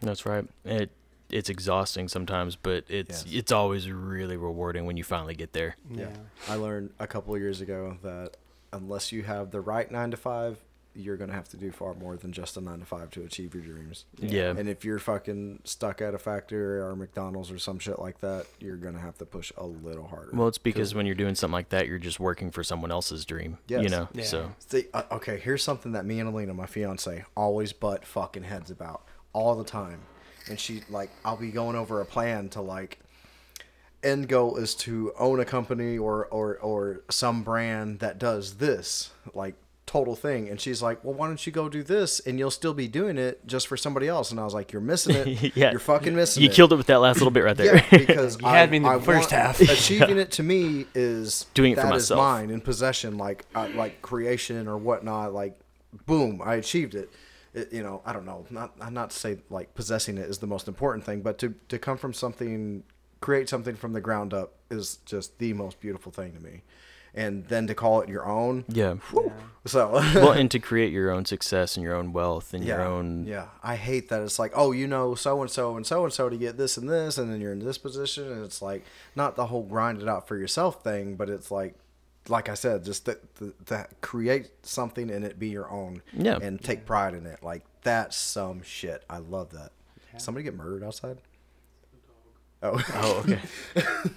That's right. It it's exhausting sometimes, but it's Yes. it's always really rewarding when you finally get there. yeah. I learned a couple of years ago that unless you have the right nine to five, you're gonna have to do far more than just a nine to five to achieve your dreams. Yeah. And if you're fucking stuck at a factory or McDonald's or some shit like that, you're gonna have to push a little harder. Well, it's because when you're doing something like that, you're just working for someone else's dream. You Yes. know. Yeah. So See, uh, okay, here's something that me and Alina, my fiance, always butt fucking heads about all the time. And she like, I'll be going over a plan to like, end goal is to own a company or or or some brand that does this like total thing. And she's like, well, why don't you go do this and you'll still be doing it just for somebody else? And I was like, you're missing it. Yeah. you're fucking missing you it. killed it with that last little bit right there. Yeah, because You had me in the I first want- half. Achieving it to me is Doing it for that is myself. mine in possession, like uh, like creation or whatnot. Like, boom, I achieved it. It- you know, I don't know. Not I'm not to say like possessing it is the most important thing, but to to come from something, create something from the ground up is just the most beautiful thing to me. And then to call it your own, Yeah. whew, so well, and to create your own success and your own wealth and your yeah. own Yeah, I hate that. It's like, oh, you know, so and so and so and so to get this and this, and then you're in this position, and it's like not the whole grind it out for yourself thing, but it's like, like I said, just that that- that create something and it be your own. Yeah. and take pride in it. Like that's some shit. I love that. Somebody get murdered outside. Oh, Oh, okay.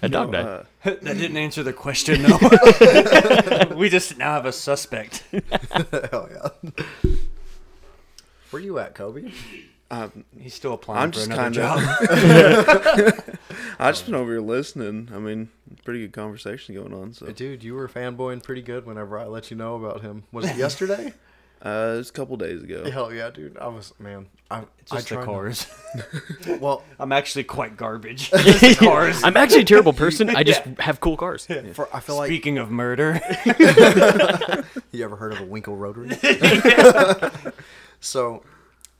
A dog died. Uh, that didn't answer the question though. we just now have a suspect. hell yeah. Where you at, Kobe? um, He's still applying I'm for just another kind job. of. I just been over here listening. I mean, pretty good conversation going on. So Dude, you were fanboying pretty good whenever I let you know about him. Was it yesterday? uh, it was a couple days ago. Hell yeah, dude! I was man. I It's just I the tried to- cars. Well, I'm actually quite garbage. Just the cars. I'm actually a terrible person. I just have cool cars. for, I feel like Speaking of murder, you ever heard of a Winkle rotary. so,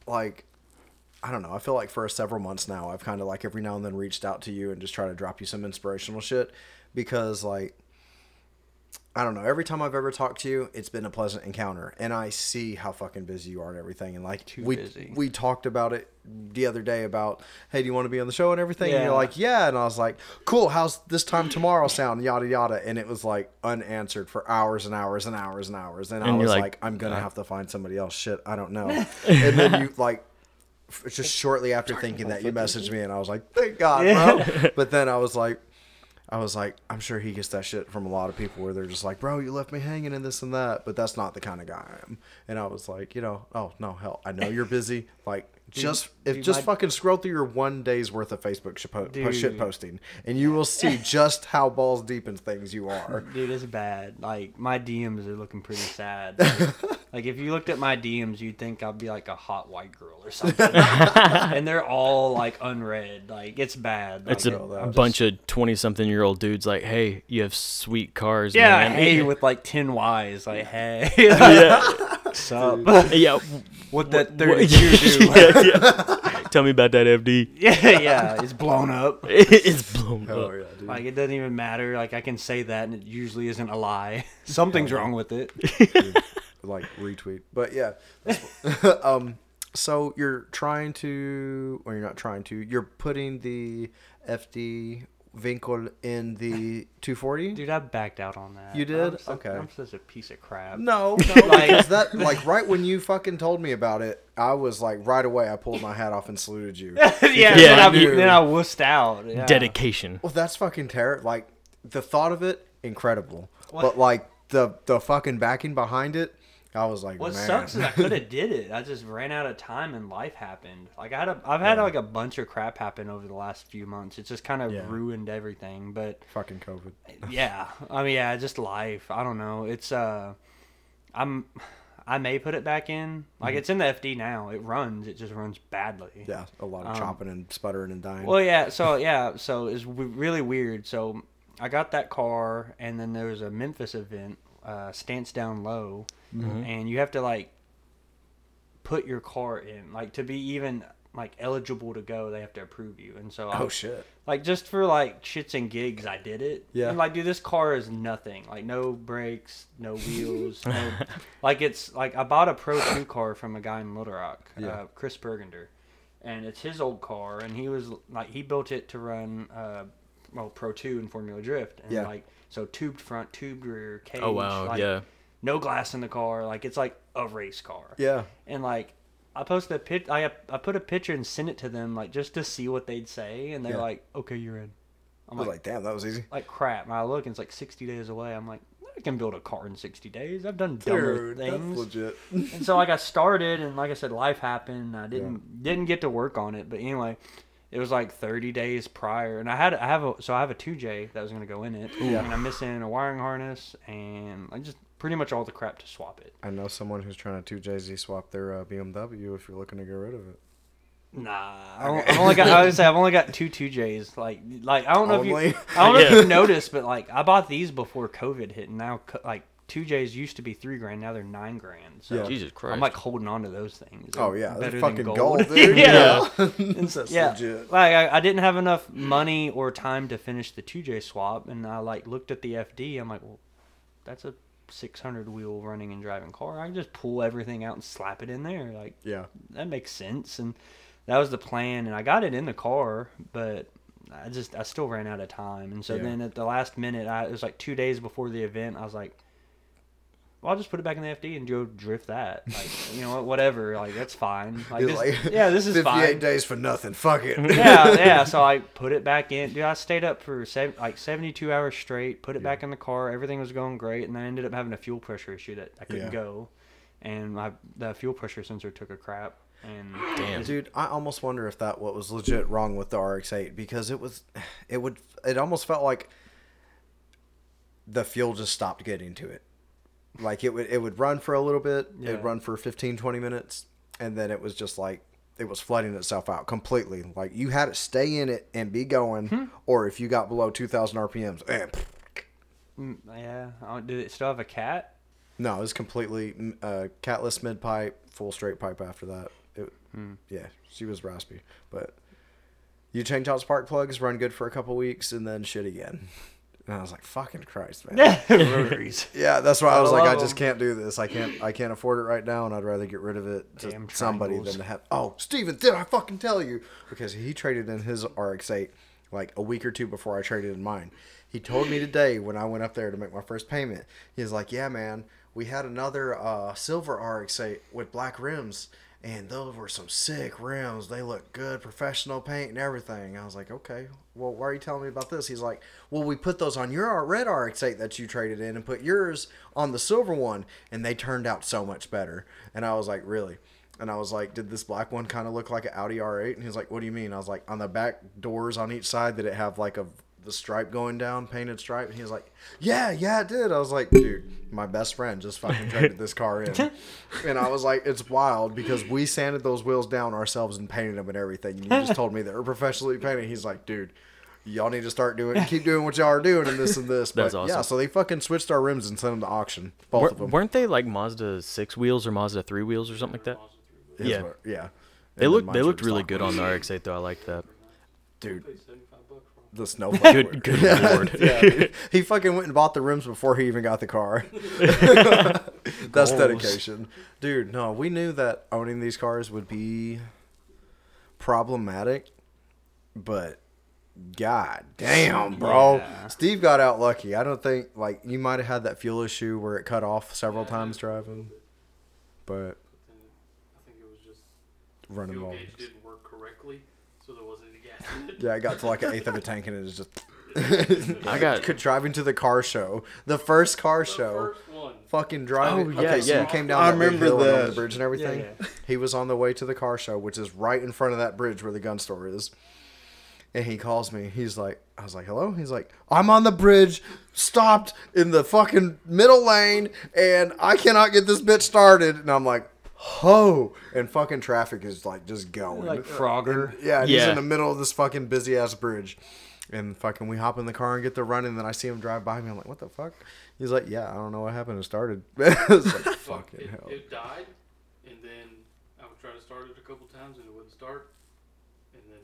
like, I don't know. I feel like for several months now, I've kind of like every now and then reached out to you and just try to drop you some inspirational shit because like I don't know. Every time I've ever talked to you, it's been a pleasant encounter, and I see how fucking busy you are and everything. And like we busy. we talked about it the other day about hey, do you want to be on the show and everything? And Yeah. you're like yeah, and I was like cool. How's this time tomorrow sound? Yada yada. And it was like unanswered for hours and hours and hours and hours. And, And I you're was like, like, I'm gonna have to find somebody else. Shit, I don't know. and then you like f- just shortly after thinking that you messaged me, and I was like, thank God, bro. But then I was like. I was like, I'm sure he gets that shit from a lot of people where they're just like, bro, you left me hanging and this and that. But that's not the kind of guy I am. And I was like, you know, oh no, hell, I know you're busy. Like, just if dude, just my- fucking scroll through your one day's worth of Facebook shit, po- po- shit Dude. posting, and you will see just how balls deep in things you are. dude, it's bad. Like my DMs are looking pretty sad. Like, Like if you looked at my DMs, you'd think I'd be like a hot white girl or something. and they're all like unread. Like it's bad. Like, It's a I'm just- bunch of twenty-something-year-old dudes like, "Hey, you have sweet cars, yeah, man." hey, with like ten Y's, like hey, yeah, sup? yeah, What that Wha- thirty two do? yeah, yeah. Tell me about that FD. yeah, yeah, it's blown up. it's blown up. yeah, dude. Like it doesn't even matter. Like I can say that, and it usually isn't a lie. Something's wrong with it. like retweet. But yeah, that's- um, so you're trying to, or you're not trying to, you're putting the FD Winkel in the 240. Dude, I backed out on that. You did? I'm such- Okay. I'm such a piece of crap. No, no, Like- because that like right when you fucking told me about it, I was like right away. I pulled my hat off and saluted you. yeah, Yeah, then, I, dude. then I wussed out. Yeah. Dedication. Well, that's fucking terror. Like the thought of it, incredible. What- But like the the fucking backing behind it, I was like, What man. sucks is I could have did it. I just ran out of time and life happened. Like I had a, I've had like a bunch of crap happen over the last few months. It's just kind of Yeah. ruined everything. But fucking COVID. yeah, I mean, yeah, just life. I don't know. It's uh, I'm, I may put it back in. Like it's in the FD now. It runs. It just runs badly. Yeah, a lot of Um, chopping and sputtering and dying. Well, yeah. So yeah. So it's w- really weird. So I got that car, and then there was a Memphis event, uh, stance down low, and you have to like put your car in, like to be even like eligible to go, they have to approve you. And so I oh was- shit. like just for like shits and gigs, I did it. Yeah. And like, dude, this car is nothing. Like no brakes, no wheels. no, like it's like I bought a Pro Two car from a guy in Little Rock, uh, Yeah. Chris Burgunder, and it's his old car, and he was like he built it to run, uh, well, Pro Two in Formula Drift, and Yeah. like so tubed front, tubed rear, cage. Oh wow, like, yeah. No glass in the car. Like it's like a race car Yeah. and like I posted a pic. I I put a picture and sent it to them like just to see what they'd say, and they're Yeah. like, "Okay, you're in." I'm I was like, like, damn, that was easy. like crap. And I look, and it's like 60 days away. I'm like, I can build a car in 60 days. I've done dumber things. legit. and so like I started, and like I said, life happened. and I didn't didn't get to work on it, but anyway. It was like 30 days prior, and I had I have a so I have a 2J that was gonna go in it, and I'm missing a wiring harness, and I just pretty much all the crap to swap it. I know someone who's trying to 2JZ swap their uh, BMW if you're looking to get rid of it. Nah, I don't- I've only got. I would say I've only got two two J's. Like, like I don't know if Only? you, I don't know Yeah. if you noticed, but like I bought these before COVID hit, and now co- like two J's used to be three grand, now they're nine grand. So Yeah. Jesus Christ. I'm like holding on to those things. Oh, yeah. That's better than fucking gold, dude. yeah, That's yeah. legit. Like I, I didn't have enough money or time to finish the two J swap, and I like looked at the FD. I'm like, well, that's a 600 wheel running and driving car. I can just pull everything out and slap it in there. Like, Yeah. that makes sense and that was the plan and i got it in the car but i just i still ran out of time and so Yeah. then at the last minute I, it was like two days before the event i was like well, I'll just put it back in the FD and go drift that. Like, you know what? Whatever. Like, that's fine. Like, You're this, like, yeah, this is 58 fine. days for nothing. Fuck it. yeah, yeah. So I put it back in. Dude, I stayed up for seven, like 72 hours straight, put it back in the car. Everything was going great. And I ended up having a fuel pressure issue that I couldn't Yeah. go. And my the fuel pressure sensor took a crap. And Damn. Dude, I almost wonder if that what was legit wrong with the RX-8 because it was, it would, it almost felt like the fuel just stopped getting to it. Like it would, it would run for a little bit. Yeah. It'd run for 15, 20 minutes, and then it was just like it was flooding itself out completely. Like you had to stay in it and be going, Hmm. or if you got below two thousand RPMs, eh, pff, Mm, Yeah. Oh, did it still have a cat? no, it was completely mm, uh, catless mid pipe, full straight pipe after that. It, Yeah, she was raspy, but you change out spark plugs, run good for a couple weeks, and then shit again. And I was like, "Fucking Christ, man!" Rotaries. yeah, that's why I was I like, "I love just 'em. can't do this. I can't. I can't afford it right now, and I'd rather get rid of it to Damn somebody triangles. than to have." Oh, Steven, did I fucking tell you? Because he traded in his RX-8 like a week or two before I traded in mine. He told me today when I went up there to make my first payment. He was like, "Yeah, man, we had another uh, silver RX-8 with black rims." And those were some sick rims. They look good, professional paint and everything. I was like, okay, well, why are you telling me about this? He's like, well, we put those on your red RX8 that you traded in and put yours on the silver one, and they turned out so much better. And I was like, really? And I was like, did this black one kind of look like an Audi R8? And he's like, what do you mean? I was like, on the back doors on each side, did it have like a the stripe going down, painted stripe, and he was like, "Yeah, yeah, it did." I was like, "Dude, my best friend just fucking traded this car in," and I was like, "It's wild because we sanded those wheels down ourselves and painted them and everything." And you just told me they were professionally painted. He's like, "Dude." Y'all need to start doing, keep doing what y'all are doing, and this and this. That's But, Yeah, awesome. so they fucking switched our rims and sent them to auction, both Wer- of them. weren't they like Mazda six wheels or Mazda three wheels or something like that? His yeah. were- yeah. They And then looked they mine's looked were really stock. good on the RX-8 though. I liked that. dude. The snowflake. Good, good lord. Yeah, dude. he fucking went and bought the rims before he even got the car. That's dedication, dude. No, we knew that owning these cars would be problematic, but god damn, bro, Steve got out lucky. I don't think like you might have had that fuel issue where it cut off several times driving, but I think it was just running fuel long. gauge didn't work correctly, so there wasn't any gas in it. Yeah, I got to like an eighth of a tank and it was just. I got Could driving to the car show, the first car The show, first one. fucking driving. Oh, yeah, okay, so yeah. you came down. I that big remember hill and over that. the bridge and everything. yeah. He was on the way to the car show, which is right in front of that bridge where the gun store is. And he calls me. He's like, I was like, hello. He's like, I'm on the bridge, stopped in the fucking middle lane, and I cannot get this bitch started. And I'm like, ho! And fucking traffic is like just going. Like uh, Frogger. Yeah, and he's Yeah. in the middle of this fucking busy ass bridge. And fucking, we hop in the car and get the run, and then I see him drive by me. I'm like, what the fuck? He's like, yeah, I don't know what happened. It started. it's like, fucking it, hell. It died, and then I would try to start it a couple times, and it wouldn't start. And then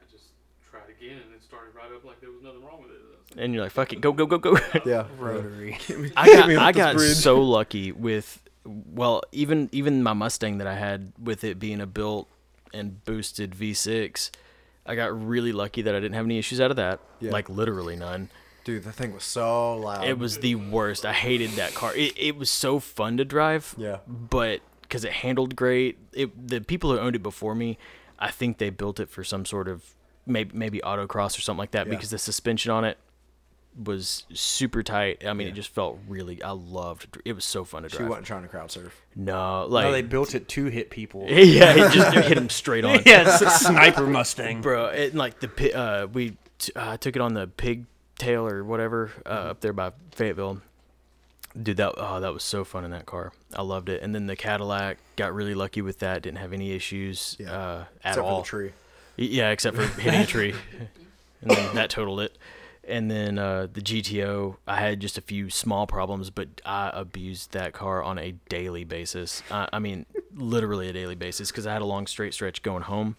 I just tried again, and it started right up like there was nothing wrong with it. I was and you're like fuck it, go go go go. Yeah. Rotary. I got me with I this got bridge. so lucky with well even even my Mustang that I had with it being a built and boosted V6. I got really lucky that I didn't have any issues out of that. Yeah. Like literally none. Dude, the thing was so loud. It was the worst. I hated that car. It, it was so fun to drive. Yeah. But because it handled great, it the people who owned it before me, I think they built it for some sort of maybe maybe autocross or something like that Yeah. because the suspension on it was super tight. I mean, it just felt really. I loved. It was so fun to She drive. wasn't trying to crowd surf. No, No, Oh, they like built it to hit people. yeah, it just it hit him straight on. yeah, it's a sniper Mustang. bro. It like the pi- uh we t- uh, took it on the pigtail or whatever uh, up there by Fayetteville. Dude, that oh that was so fun in that car. I loved it. And then the Cadillac got really lucky with that. Didn't have any issues Yeah. uh, at Except for all. the tree. Y- Yeah, except for hitting a tree, and then that totaled it. And then uh, the GTO, I had just a few small problems, but I abused that car on a daily basis. I, I mean, literally a daily basis, because I had a long straight stretch going home.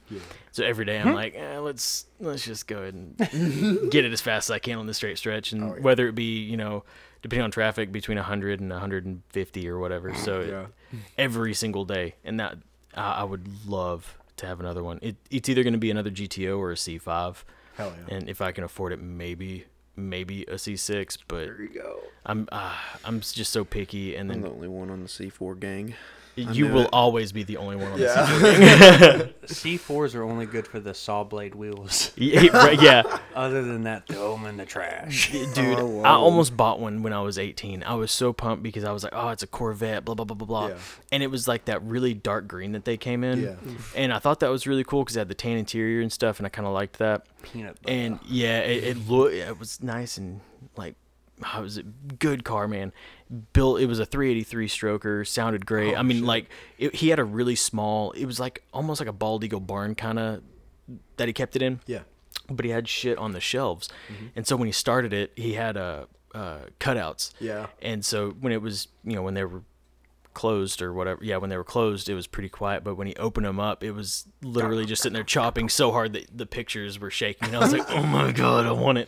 So every day I'm like, eh, let's let's just go ahead and get it as fast as I can on the straight stretch, and Oh, yeah. whether it be you know depending on traffic between 100 and 150 or whatever. So it- Oh, Yeah. every single day, and that I I would love to have another one. It, it's either going to be another GTO or a C5, Hell yeah. and if I can afford it, maybe maybe a C6. But there you go. I'm uh, I'm s- just so picky, and I'm the then only one on the C4 gang. you knew will it. always be the only one on the Yeah. C4s are only good for the saw blade wheels. Yeah, right, yeah, Other than that, throw them in the trash. dude. I almost bought one when I was 18. I was so pumped because I was like, "Oh, it's a Corvette, blah blah blah blah blah," Yeah. and it was like that really dark green that they came in, Yeah. and I thought that was really cool because it had the tan interior and stuff, and I kind of liked that. Peanut butter. and yeah, it, it looked it was nice and like it was a good car, man. Built it was a 383 stroker, sounded Oh, great. I mean, like it, he had a really small. It was like almost like a bald eagle barn kind of that he kept it in Yeah. but he had shit on the shelves. Mm-hmm. And so when he started it, he had uh, uh, cutouts. Yeah. And so when it was, you know, when they were closed or whatever, yeah, when they were closed, it was pretty quiet. But when he opened them up, it was literally just sitting there chopping so hard that the pictures were shaking. And I was like, oh my God, I want it.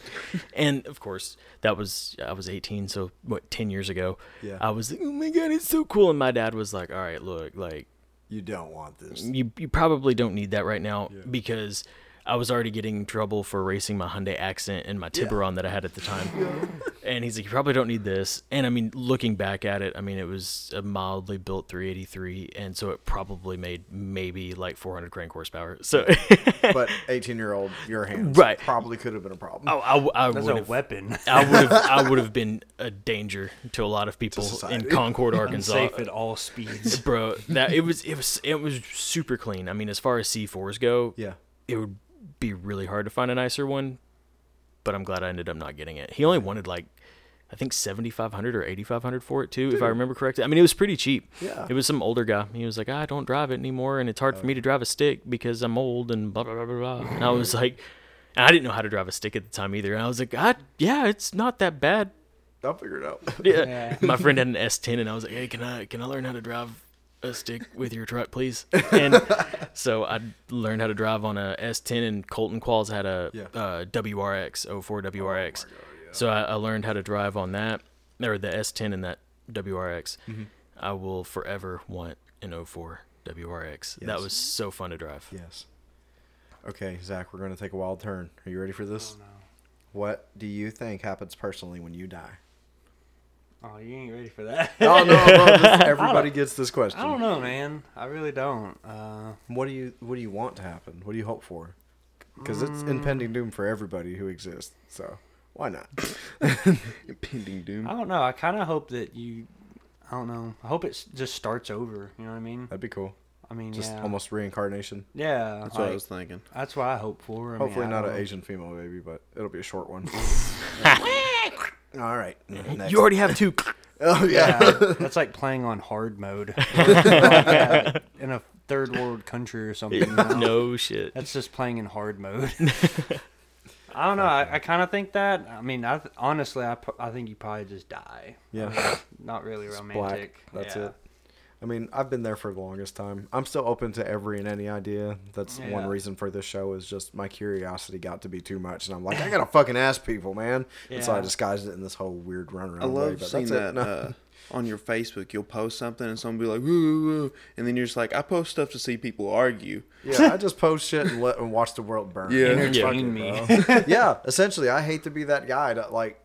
And of course, that was, I was 18, so what, 10 years ago? Yeah. I was like, oh my God, it's so cool. And my dad was like, all right, look, like, You don't want this. you you probably don't need that right now because I was already getting trouble for erasing my Hyundai Accent and my Tiburon that I had at the time. and he's like, you probably don't need this. And I mean, looking back at it, I mean, it was a mildly built 383, and so it probably made maybe like 400 crank horsepower. So But 18 year old, your hands Right. Oh. probably could have been a problem. I, I, I That's a would have. weapon. I would have I would have been a danger to a lot of people in society. Concord, Arkansas. Safe at all speeds. bro that it was it was it was super clean i mean as far as c4s go Yeah. it would be really hard to find a nicer one but I'm glad I ended up not getting it. He only wanted like I think 7500 or 8500 for it too, if I remember correctly. I mean, it was pretty cheap. Yeah. It was some older guy. He was like, "Ah, "I don't drive it anymore and it's hard for me to drive a stick because I'm old and blah blah blah blah." blah." And I was like, and I didn't know how to drive a stick at the time either. And I was like, "God, yeah, it's not that bad." I'll figure it out. Yeah. My friend had an S10, and I was like, "Hey, can I can I learn how to drive a stick with your truck, please?" And so I learned how to drive on a S10, and Colton Qualls had a Yeah. uh, WRX 04 WRX. So I, I learned how to drive on that, or the S10 and that WRX. Mm-hmm. I will forever want an 04 WRX. That Yes. was so fun to drive. Yes. Okay, Zach, we're going to take a wild turn. Are you ready for Um. this? What do you think happens personally when you die? Oh, you ain't ready for that. Oh no, bro, this- everybody gets this question. I don't know, man. I really don't. Uh, What do you What do you want to happen? What do you hope for? Because it's Mm. impending doom for everybody who exists. So why not? Impending doom. I don't know. I kind of hope that you. I don't know. I hope it just starts over. You know what I mean? That'd be cool. I mean, Just yeah. almost reincarnation. Yeah, That's that's, what I like, was thinking. that's what I hope for. I mean, Hopefully I not don't an know. Asian female baby, but it'll be a short one. All right. Next. You already have two. oh yeah. Yeah, that's like playing on hard mode Yeah, in a third world country or something. you know? no shit. That's just playing in hard mode. I don't know. I, I kind of think that. I mean, I th- honestly, I, pro- I think you probably just die. yeah. Not really Black. romantic. That's Yeah. it. I mean, I've been there for the longest time. I'm still open to every and any idea. That's one Yeah. reason for this show is just my curiosity got to be too much, and I'm like, I gotta fucking ask people, man. And so I Yeah. disguised it in this whole weird runaround. I way, love but seeing that's it. that No. uh, on your Facebook. You'll post something and someone will be like, woo, woo, woo. And then you're just like, I post stuff to see people argue. Yeah, I just post shit and let and watch the world burn. Yeah. Entertain Fuck it, me. bro. yeah, essentially, I hate to be that guy that like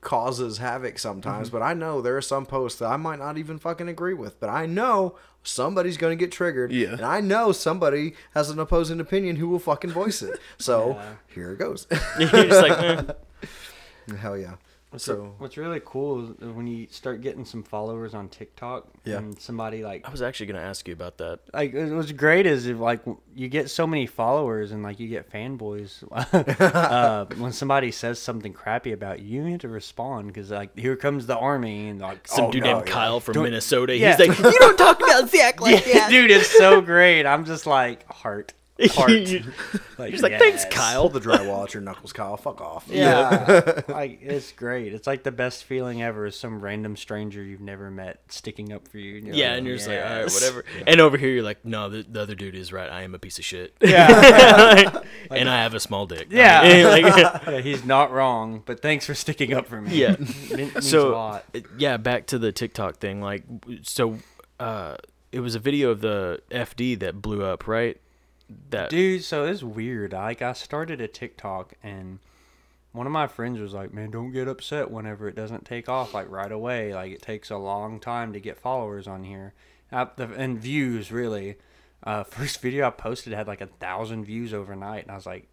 causes havoc sometimes, Mm-hmm. but I know there are some posts that I might not even fucking agree with, but I know somebody's going to get triggered. Yeah. and I know somebody has an opposing opinion who will fucking voice it. So here it goes. It's like, eh. Hell yeah. What's, So what's really cool is when you start getting some followers on TikTok Yeah. and somebody like I was actually gonna ask you about that. like it- what's great is if like w- you get so many followers and like you get fanboys uh, when somebody says something crappy about you, you have to respond because like here comes the army and like Some oh, dude no. named Kyle from Don't- Minnesota. Yeah. He's like, you don't talk about Zach like that. dude, it's so great. I'm just like heart, heart. You're He's like, thanks, yes." pull Kyle. the drywall at your knuckles, Kyle. Fuck off. Yeah, like it's great. It's like the best feeling ever. Is some random stranger you've never met sticking up for you. Yeah, and you're just like, all right, "Yes." whatever. And over here, you're like, no, the, the other dude is right. I am a piece of shit. Yeah, and I have a small dick. Yeah. And, like, yeah, he's not wrong, but thanks for sticking up for me. Yeah. It means a so, lot. yeah, back to the TikTok thing. Like, so uh, it was a video of the FD that blew up, right? That dude so it's weird like i started a tiktok and one of my friends was like man don't get upset whenever it doesn't take off like right away like it takes a long time to get followers on here Uh, the- and views really uh, first video i posted had like a thousand views overnight and i was like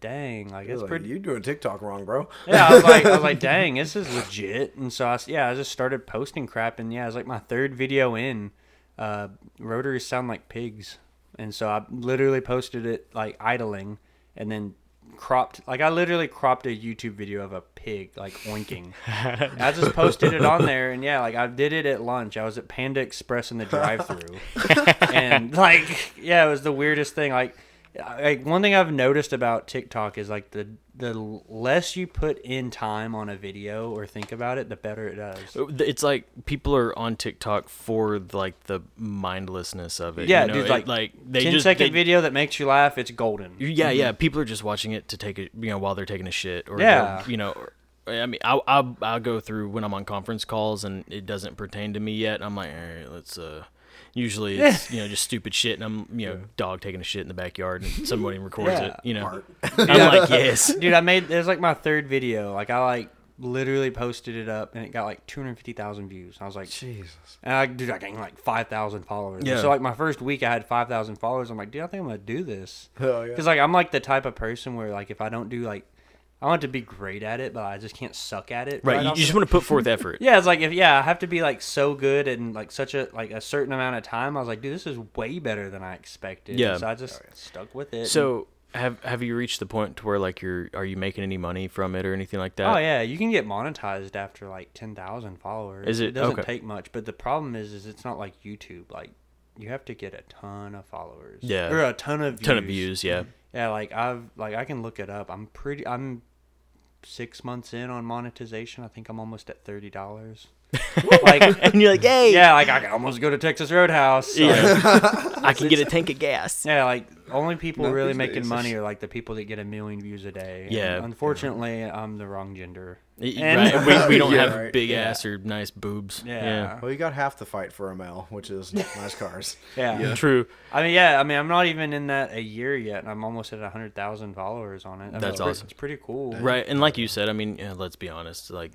dang like It's it's like, pretty you doing TikTok wrong, bro. yeah, I was like, I was like, dang, this is legit. And so I, s- yeah, I just started posting crap, and yeah, it was like my third video in. Uh, rotaries sound like pigs, and so I literally posted it like idling, and then cropped like I literally cropped a YouTube video of a pig like oinking. And I just posted it on there, and yeah, like I did it at lunch. I was at Panda Express in the drive-through, and like yeah, it was the weirdest thing. Like like one thing I've noticed about TikTok is like the the less you put in time on a video or think about it, the better it does. it's like people are on TikTok for like the mindlessness of it. Yeah, you know? dude, It- like, like they Ten just second they- video that makes you laugh, it's golden. Yeah, yeah. Mm-hmm. People are just watching it to take it, you know, while they're taking a shit or Yeah. they're, you know. Or, I mean, I I I go through when I'm on conference calls and it doesn't pertain to me yet. I'm like, all right, let's. uh Usually it's you know just stupid shit and I'm you know dog taking a shit in the backyard and somebody records Yeah. it. You know, I'm like, yes. Dude, I made it was like my third video. Like I like literally posted it up and it got like 250,000 views. I was like, Jesus. And I, dude, I gained like five thousand followers. Yeah. So like my first week, I had five thousand followers. I'm like, dude, I think I'm gonna do this. Hell yeah. Because like I'm like the type of person where like if I don't do like, I want to be great at it, but I just can't suck at it. Right, you, you off the- just want to put forth effort. yeah, it's like if yeah, I have to be like so good in like such a like a certain amount of time. I was like, dude, this is way better than I expected. Yeah. So I just stuck with it. So have have you reached the point to where like you're are you making any money from it or anything like that? Oh yeah, you can get monetized after like ten thousand followers. Is it- doesn't okay. take much, but the problem is, is it's not like YouTube. Like you have to get a ton of followers. Yeah. or a ton of views. Ton of views, yeah. Yeah, like I've like I can look it up. I'm pretty. I'm six months in on monetization. I think I'm almost at thirty dollars. like and you're like, hey, yeah, like I can almost go to Texas Roadhouse. So, yeah. I can get a tank of gas. like only people Not really these making days. money are like the people that get a million views a day. And Yeah. unfortunately, I'm the wrong gender. Right. And- and We, we don't Yeah, have right. big Yeah. ass or nice boobs. Yeah. Well, you got half the fight for a male, which is nice cars. Yeah. yeah. True. I mean, yeah. I mean, I'm not even in that a year yet, and I'm almost at hundred thousand followers on it. I mean, That's it's pre- awesome. It's pretty cool. Right, and like you said, I mean, yeah, let's be honest, like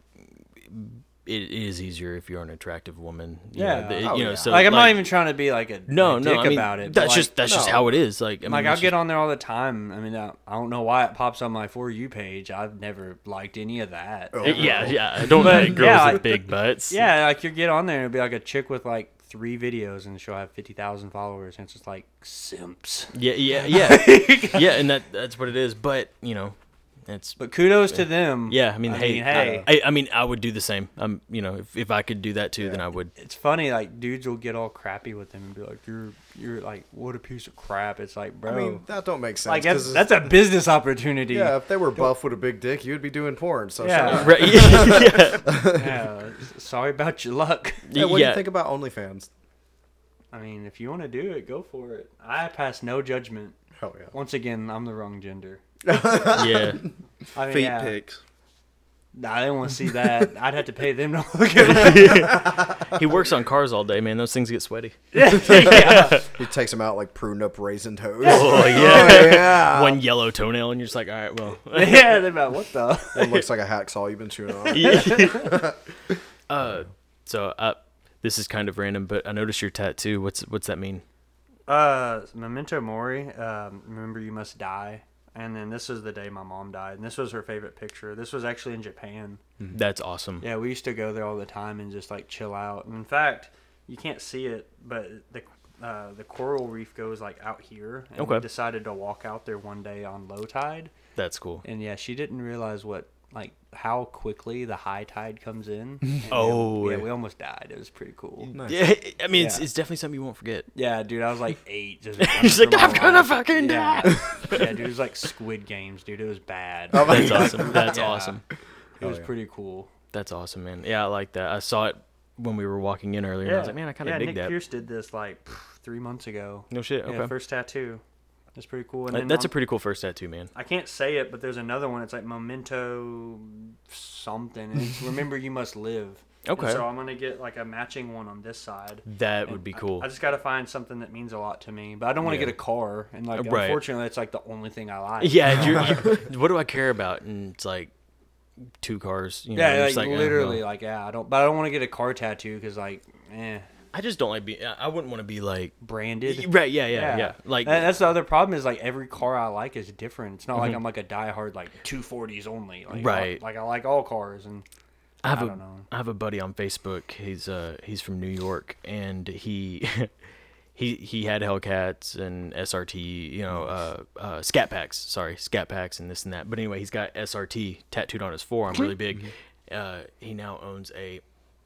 it is easier if you're an attractive woman. you know, Yeah. the- Oh, you know, yeah. so like, I'm not even trying to be like a no, a no. dick I mean, about it. but, that's like, just that's just no. how it is. Like, I mean, like it's I'll just- get on there all the time. I mean, I, I don't know why it pops on my for you page. I've never liked any of that. Oh. Yeah, yeah. I don't But, like girls yeah, with I- big butts. Yeah, like you get on there and it'll be like a chick with like three videos and she'll have fifty thousand followers and it's just like simps. yeah, yeah, yeah, yeah. And that that's what it is. But you know, it's But kudos to them. yeah. I mean, I hey, mean, hey. I, I mean, I would do the same. Um, you know, if, if I could do that too, then I would. It's funny, like dudes will get all crappy with them and be like, "You're, you're like, what a piece of crap." It's like, bro, I mean, Oh. that don't make sense. like 'cause that's, it's- that's a business opportunity. yeah. If they were buff with a big dick, you'd be doing porn. So Yeah. shut up. Right, yeah, Yeah, Sorry about your luck. Hey, what do yeah. you think about OnlyFans? I mean, if you want to do it, go for it. I pass no judgment. Hell yeah. Once again, I'm the wrong gender. yeah. I mean, Feet yeah. pics. Nah, I didn't want to see that. I'd have to pay them to look at it. He works on cars all day, man. Those things get sweaty. He takes them out like pruned up raisin toes. Oh yeah. Oh, Uh, yeah. One yellow toenail, and you're just like, all right, well. yeah, they're about what the. It looks like a hacksaw you've been chewing on. uh, so uh, this is kind of random, but I noticed your tattoo. What's what's that mean? Uh, Memento Mori. Um, remember you must die. And then this is the day my mom died, and this was her favorite picture. This was actually in Japan. That's awesome. Mm-hmm. Yeah, we used to go there all the time and just like chill out. And in fact, you can't see it, but the uh, the coral reef goes like out here. And Okay. we decided to walk out there one day on low tide, That's cool. and yeah, she didn't realize what like how quickly the high tide comes in. And Oh, yeah, yeah. we almost died. It was pretty cool. Yeah, I mean, it's, Yeah. it's definitely something you won't forget. Yeah, dude, I was like eight. Just He's like, I'm gonna fucking yeah. die. yeah, dude, it was like Squid Games, dude. It was bad. That's awesome. That's Yeah. awesome. It was pretty cool. That's awesome, man. Yeah, I like that. I saw it when we were walking in earlier. And I was like, man, I kind of yeah, dig Nick that. Pierce did this like pff, three months ago. No shit. Okay. Yeah, first tattoo. That's pretty cool. And That- then That's a on- pretty cool first tattoo, man. I can't say it, but there's another one. It's like memento something. and It's remember you must live. And Okay. so I'm gonna get like a matching one on this side. That would be cool. I just gotta find something that means a lot to me, but I don't want to Yeah. get a car, and like Right. unfortunately, it's like the only thing I like. yeah. You're, you what do I care about? And it's like two cars. You know, yeah, you're like, just eh, literally, well. like yeah, I don't, but I don't want to get a car tattoo because like, eh, I just don't like being. I I wouldn't want to be like. branded. Right. Yeah. Yeah. Yeah. Like. That- that's the other problem is like every car I like is different. It's not like I'm like a diehard like 240s only. Like, I- Mm-hmm. Right. like I like all cars and I have a I I don't know. have a buddy on Facebook. He's uh he's from New York and he he he had Hellcats and SRT, you know, uh, uh scat packs, sorry, scat packs and this and that. But anyway, he's got SRT tattooed on his forearm really big. Uh he now owns a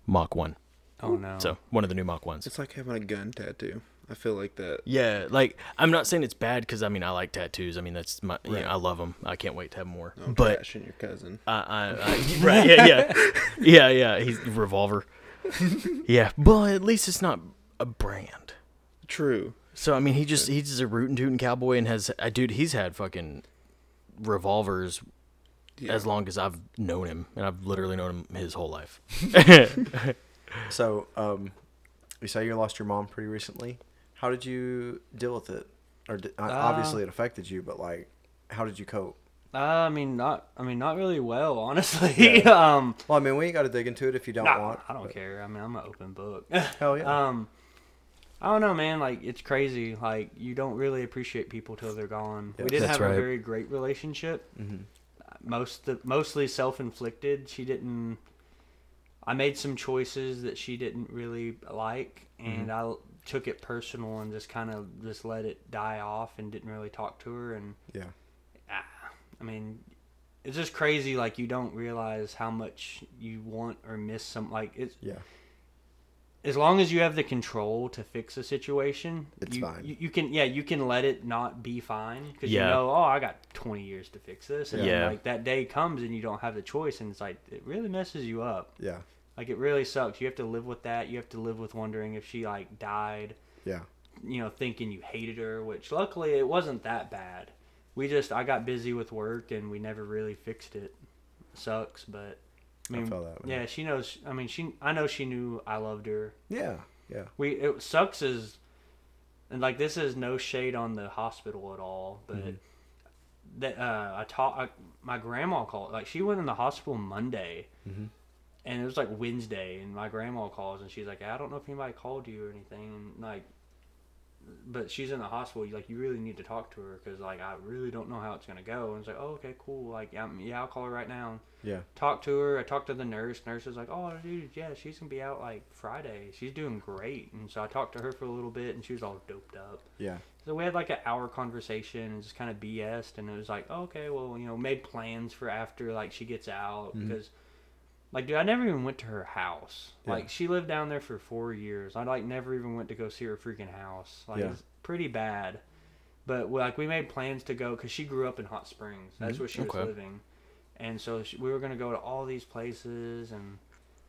Mach 1. oh no. So, one of the new Mach 1s. It's like having a gun tattoo. I feel like that. Yeah, like I'm not saying it's bad cuz I mean I like tattoos. I mean that's my you know, I love them. I can't wait to have more. Don't but trash in your cousin. I, I, I, right, yeah, yeah, yeah, yeah. He's revolver. Yeah, but at least it's not a brand. True. So I mean, he just he's just a rootin' tootin' cowboy and has uh, dude. He's had fucking revolvers as long as I've known him, and I've literally known him his whole life. So, um, you say you lost your mom pretty recently. How did you deal with it? Or di- uh, obviously it affected you, but like, how did you cope? Uh, I mean not I mean not really well honestly. um Well, I mean, we ain't got to dig into it if you don't nah, want. I don't care. I mean I'm an open book. Hell Oh, yeah. um I don't know man like it's crazy like you don't really appreciate people till they're gone. Yeah. We didn't That's have right. a very great relationship. Most mostly self-inflicted. She didn't I made some choices that she didn't really like, and I l- took it personal and just kind of just let it die off and didn't really talk to her. And yeah. I mean, it's just crazy. Like you don't realize how much you want or miss some. Like it's Yeah. as long as you have the control to fix a situation, It's you, fine. You, you can yeah, you can let it not be fine because Yeah. you know oh I got twenty years to fix this and then, Yeah. like that day comes and you don't have the choice and it's like it really messes you up. Yeah. Like it really sucks. You have to live with that. You have to live with wondering if she like died. Yeah. You know, thinking you hated her, which luckily it wasn't that bad. We just I got busy with work and we never really fixed it. Sucks, but I mean, feel that, man. yeah, she knows. I mean, she I know she knew I loved her. Yeah. Yeah. We it sucks is, and like this is no shade on the hospital at all, but that uh, I taught my grandma called like she went in the hospital Monday, and it was like Wednesday, and my grandma calls and she's like, I don't know if anybody called you or anything, and like, but she's in the hospital. you- Like you really need to talk to her because like I really don't know how it's gonna go. And it's like, oh okay, cool. Like i yeah, I'll call her right now Yeah. talked to her. I talked to the nurse. Nurse was like, "Oh, dude, yeah, she's gonna be out like Friday. She's doing great." And so I talked to her for a little bit, and she was all doped up. Yeah. So we had like an hour conversation and just kind of BS'd, and it was like, oh, "Okay, well, you know, made plans for after like she gets out Mm-hmm. because." Like, dude, I never even went to her house. Yeah. Like, she lived down there for four years. I, like, never even went to go see her freaking house. Like, Yeah. it's pretty bad. But, like, we made plans to go because she grew up in Hot Springs. That's where she Okay. was living and so sh we were gonna go to all these places and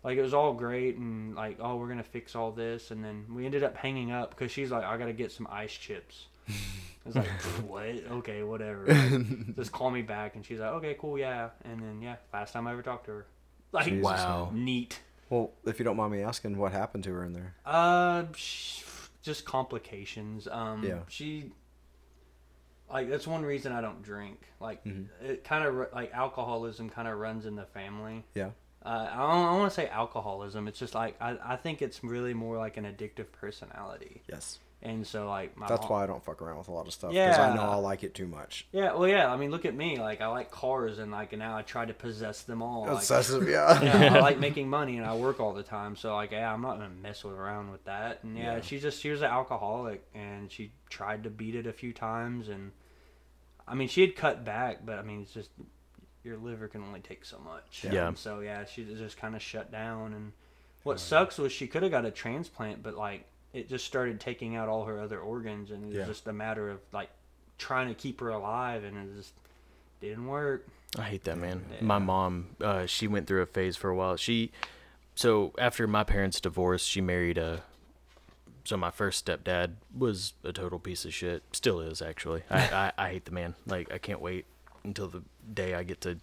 like it was all great and like oh we're gonna fix all this and then we ended up hanging up because she's like i gotta get some ice chips i was like what okay whatever Like, just call me back and she's like okay cool yeah and then yeah last time i ever talked to her like Jesus, Wow. man. neat Well, if you don't mind me asking, what happened to her in there? uh, sh- just complications. Um, Yeah. She, like, that's one reason I don't drink. Like, Mm-hmm. it kind of like alcoholism kind of runs in the family. Yeah. Uh, I don't, I want to say alcoholism. It's just like I, I think it's really more like an addictive personality, Yes. and so like my That's mom- why I don't fuck around with a lot of stuff because I know Uh, Yeah. I'll like it too much. Yeah, well, yeah. I mean, look at me. Like, I like cars, and like now I try to possess them all. like- Obsessive, yeah. yeah, I like making money and I work all the time, so like, yeah, I'm not gonna mess with around with that. And yeah, Yeah. she just she was an alcoholic and she tried to beat it a few times, and I mean, she had cut back, but I mean, it's just your liver can only take so much. Yeah. And so yeah, she just kind of shut down. And what sucks was she could have got a transplant, but like it just started taking out all her other organs, and it was Yeah. just a matter of like trying to keep her alive, and it just didn't work. I hate that man. My mom, uh, she went through a phase for a while. She, so after my parents' divorce, she married a. So my first stepdad was a total piece of shit. Still is actually. I, I, I hate the man. Like I can't wait until the day I get to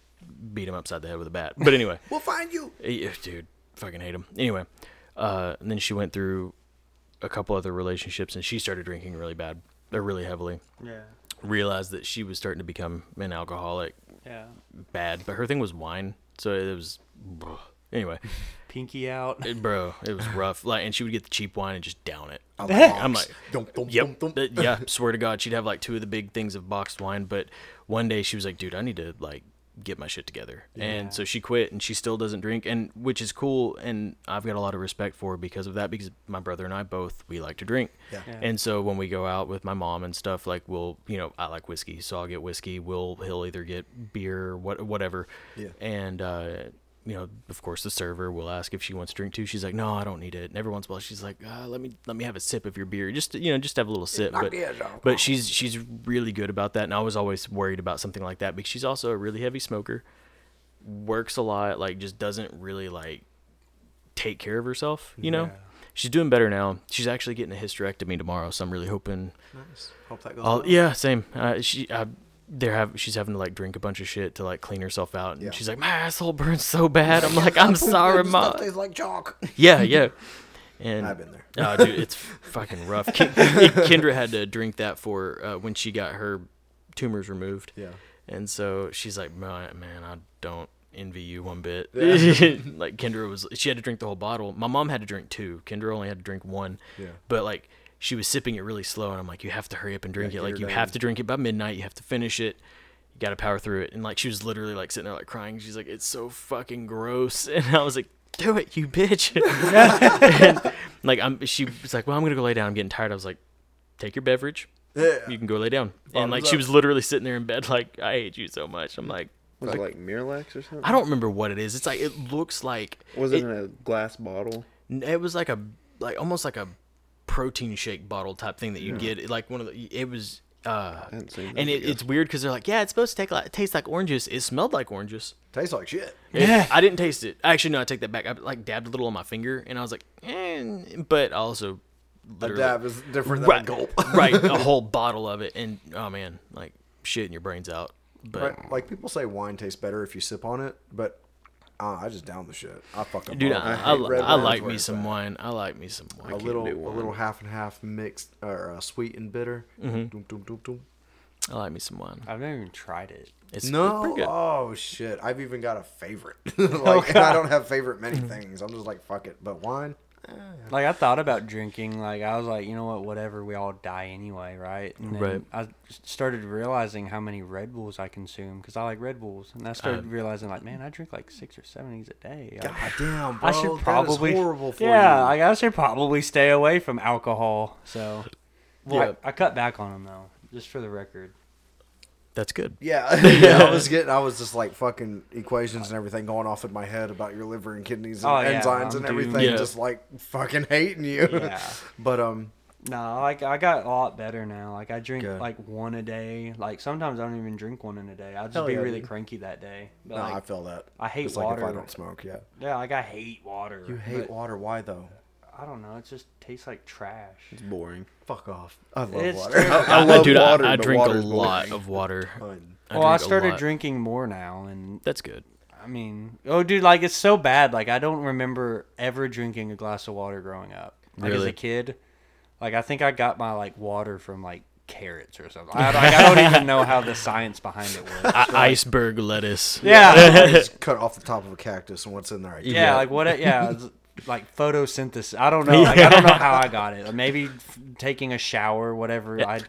beat him upside the head with a bat. But anyway. We'll find you. Yeah, dude, fucking hate him. Anyway, uh, and then she went through a couple other relationships, and she started drinking really bad, or really heavily. Yeah. Realized that she was starting to become an alcoholic, Yeah. bad. But her thing was wine, so it was. bruh. Anyway, Pinky out. it- bro, it was rough. Like, and she would get the cheap wine and just down it. I I'm box. like, Dum, dum, Yep. dum, dum. Th- yeah. Swear to God, she'd have like two of the big things of boxed wine. But one day she was like, dude, I need to like get my shit together. Yeah. And so she quit and she still doesn't drink. And which is cool. And I've got a lot of respect for her because of that because my brother and I both, we like to drink. Yeah. Yeah. And so when we go out with my mom and stuff, like we'll, you know, I like whiskey, so I'll get whiskey. We'll, he'll either get beer, or what, whatever. Yeah. And, uh, you know, of course, the server will ask if she wants to drink too. She's like, "No, I don't need it." And every once in a while, she's like, uh, "Let me, let me have a sip of your beer. Just, you know, just have a little sip." But, but she's she's really good about that. And I was always worried about something like that because she's also a really heavy smoker, works a lot, like just doesn't really like take care of herself. You know, Yeah. she's doing better now. She's actually getting a hysterectomy tomorrow, so I'm really hoping. Nice. Hope that goes. I'll, well. yeah, same. Uh, she, uh, they're have she's having to like drink a bunch of shit to like clean herself out, and Yeah. she's like, my asshole burns so bad. I'm like, I'm sorry, This stuff mom. tastes like chalk. Yeah, yeah. And I've been there. Oh, dude, it's fucking rough. Ken- Kendra had to drink that for uh, when she got her tumors removed. Yeah. And so she's like, man, man, I don't envy you one bit. Yeah. like Kendra was, she had to drink the whole bottle. My mom had to drink two. Kendra only had to drink one. Yeah. But like, she was sipping it really slow, and I'm like, you have to hurry up and drink Yeah, it. Like, Kendra you does. have to drink it by midnight. You have to finish it. You got to power through it. And like, she was literally like sitting there like crying. She's like, it's so fucking gross. And I was like, do it, you bitch. and, like, I'm. She was like, well, I'm gonna go lay down. I'm getting tired. I was like, take your beverage, you can go lay down. and Bottoms like she up. was literally sitting there in bed, like I hate you so much. I'm like, Was it like Miralax or something? I don't remember what it is. It's like it looks like Was it, in a glass bottle? N- It was like a like almost like a protein shake bottle type thing that you get like one of the it was uh hadn't seen that and it, video. it's weird because they're like yeah it's supposed to take like, taste like orange juice it smelled like orange juice Tastes like shit. It- Yeah. I didn't taste it actually no I take that back I like dabbed a little on my finger and I was like eh, but I also A literally- dab is different than right a gulp. right a whole bottle of it and oh man like shitting your brains out but Right, Like people say, wine tastes better if you sip on it, but uh, I just down the shit. I fucking dude love it. I, I, hate Red I Wine like where me it's some at. wine I like me some wine A little, a do little half and half mixed or uh, sweet and bitter. Mm-hmm. Doom, doom, doom, doom. I like me some wine I've never even tried it. it's it's No, pretty good. oh shit! I've even got a favorite. like I don't have favorite many things. I'm just like fuck it. But wine, Like I thought about drinking. Like I was like, you know what? Whatever. We all die anyway, right? And then Right. I started realizing how many Red Bulls I consume because I like Red Bulls, and I started realizing like, man, I drink like six or seven of these a day. Like, god damn, bro, I should probably that is horrible for yeah, you. like, I should probably stay away from alcohol. So, Well- I, I cut back on them though, just for the record. that's good Yeah, yeah. I was getting, I was just like fucking equations and everything going off in my head about your liver and kidneys and Oh, yeah, enzymes I'm and doomed. everything, Yeah. just like fucking hating you. Yeah. but um, No, like I got a lot better now. Like I drink Good. like one a day. Like sometimes I don't even drink one in a day. I'll just Hell be yeah, really dude. cranky that day. But no, like, I feel that. I hate it's water. Like if I don't smoke, yeah. yeah, like I hate water. You hate but water? Why though? I don't know. It just tastes like trash. It's boring. Fuck off. I love It's water. terrible. I, love dude, I- water, I, but drink a water's lot boring. of water. Fun. well, I drink a started lot. drinking more now, and That's good. I mean, oh, dude, like it's so bad. Like I don't remember ever drinking a glass of water growing up. Like as Really? a kid, like I think I got my like water from like carrots or something. I, like, I don't even know how the science behind it works. I- iceberg lettuce. Yeah, I just cut off the top of a cactus and what's in there. I yeah, Yeah. like what? it- Yeah, it's like photosynthesis. I don't know. Like, I don't know how I got it. Maybe f- taking a shower, whatever I'd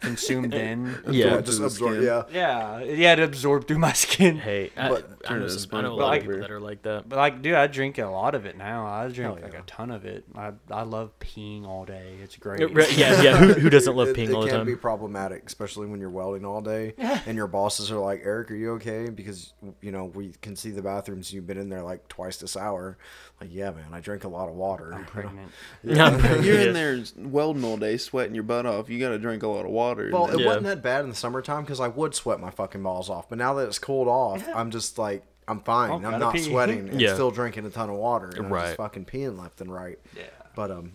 consumed then. Yeah. just through the absorb. skin. Yeah. Yeah, yeah, it absorbed through my skin. Hey, I, But I, turn know it some, into I know a SpongeBob lot of over people here. that are like that. But like, dude, I drink a lot of it now. I drink Hell like yeah. a ton of it. I, I love peeing all day. It's great. yeah, yeah. Who, who doesn't love It- peeing it all the can be time? problematic, especially when you're welding all day, and your bosses are like, "Eric, are you okay?" Because you know we can see the bathrooms. You've been in there like twice this hour. Like, yeah, man, I drink a lot of water. I'm pregnant. Yeah. You're Yeah. in there welding all day, sweating your butt off. You got to drink a lot of water. Well, it and Yeah. wasn't that bad in the summertime because I would sweat my fucking balls off. But now that it's cooled off, I'm just like, I'm fine. I'll I'm gotta not pee. sweating and Yeah. still drinking a ton of water. And I'm Right. just fucking peeing left and right. Yeah. But um,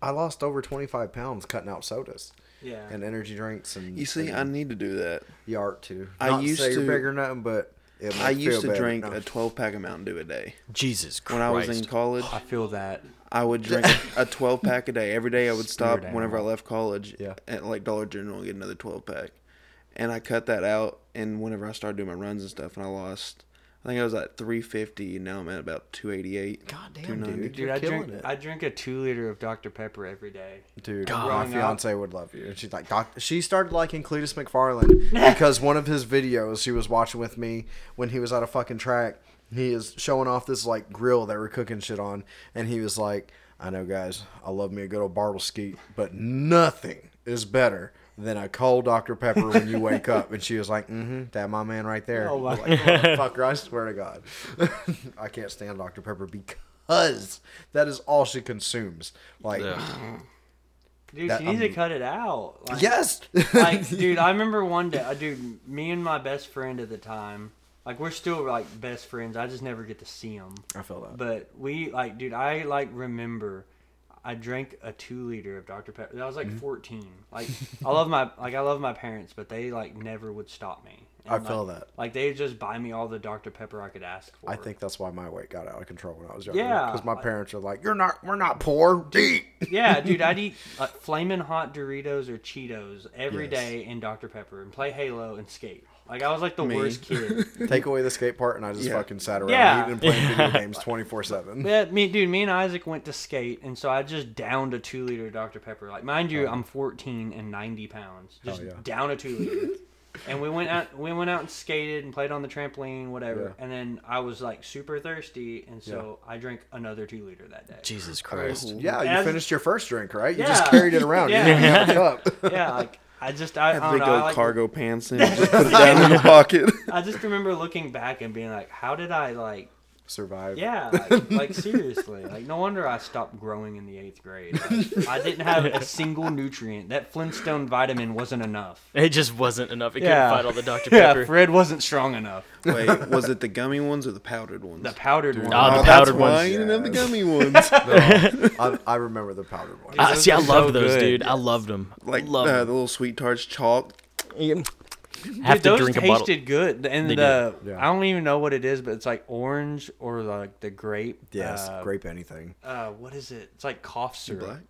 I lost over 25 pounds cutting out sodas. Yeah. And energy drinks and you see, I and need to do that. yart too. I Not used say you're to- big or nothing, but it I would feel used to better. drink No. a 12 pack of Mountain Dew a day. Jesus Christ. When I was in college, I feel that. I would drink a 12 pack a day. Every day I would stop Spirit whenever I animal. left college Yeah. at like Dollar General and get another 12 pack. And I cut that out. And whenever I started doing my runs and stuff, and I lost, I think I was at 350. And now I'm at about 288. God damn, 290. dude, Dude, you're I killing drink it, I drink a two liter of Dr Pepper every day. dude. Growing my up- fiance would love you. And she's like, Doc, she started liking Cletus McFarland because one of his videos she was watching with me when he was at a fucking track. He is showing off this like grill they were cooking shit on, and he was like, "I know, guys, I love me a good old barbell skeet, but nothing is better." Than a cold Dr. Pepper when you wake up. And she was like, mm hmm, that my man right there. Oh, my- like, motherfucker, I swear to God. I can't stand Dr. Pepper because that is all she consumes. Like, Dude, That- um, she needs to I'm- cut it out. Like, Yes. like, dude, I remember one day, uh, dude, me and my best friend at the time, like, we're still like best friends. I just never get to see him. I feel that. But we, like, dude, I like remember. I drank a two liter of Dr Pepper. I was Mm-hmm. like fourteen. Like I love my like I love my parents, but they like never would stop me. I And, feel like- that. Like they just buy me all the Dr Pepper I could ask for. I think that's why my weight got out of control when I was younger. Yeah. Because my parents are like, "You're not. We're not poor. Eat." Yeah, dude, I'd eat like flaming hot Doritos or Cheetos every Yes. day and Dr Pepper and play Halo and skate. Like I was like the worst kid. Take away the skate part, and I just Yeah. fucking sat around Yeah. eating and playing video games twenty four seven. Yeah, me, dude, me and Isaac went to skate, and so I just downed a two liter Dr Pepper. Like, mind you, I'm 14 and 90 pounds. Just yeah. down a two liter. and we went out, we went out and skated and played on the trampoline, whatever. And then I was like super thirsty, and so I drank another two liter that day. Jesus Christ. Yeah, you As- finished your first drink, right? You Yeah. just carried it around. You Yeah. didn't even have a cup. yeah, like I just I, I Had the Oh, don't big know. old I, like- cargo pants in, and just put it down in your pocket. I just remember looking back and being like, how did I like? Survive. Yeah, like, like, seriously, like no wonder I stopped growing in the eighth grade. Like, I didn't have a single nutrient. That Flintstone vitamin wasn't enough. It just wasn't enough. It Yeah. couldn't fight all the Dr. Yeah, Pepper. Fred wasn't strong enough. Wait, was it the gummy ones or the powdered ones? The powdered one. Oh, the that's powdered why ones. You didn't have the Yes. gummy ones. I, I remember the powdered one. Ah, see, I Those are loved so those, good. dude. I loved them. like loved uh, the little sweet tarts chalk. them. Dude, Have to those drink a bottle. tasted good, and They the did. I don't even know what it is, but it's like orange or like the grape. Yes, uh, grape anything. Uh, what is it? It's like cough syrup. Black.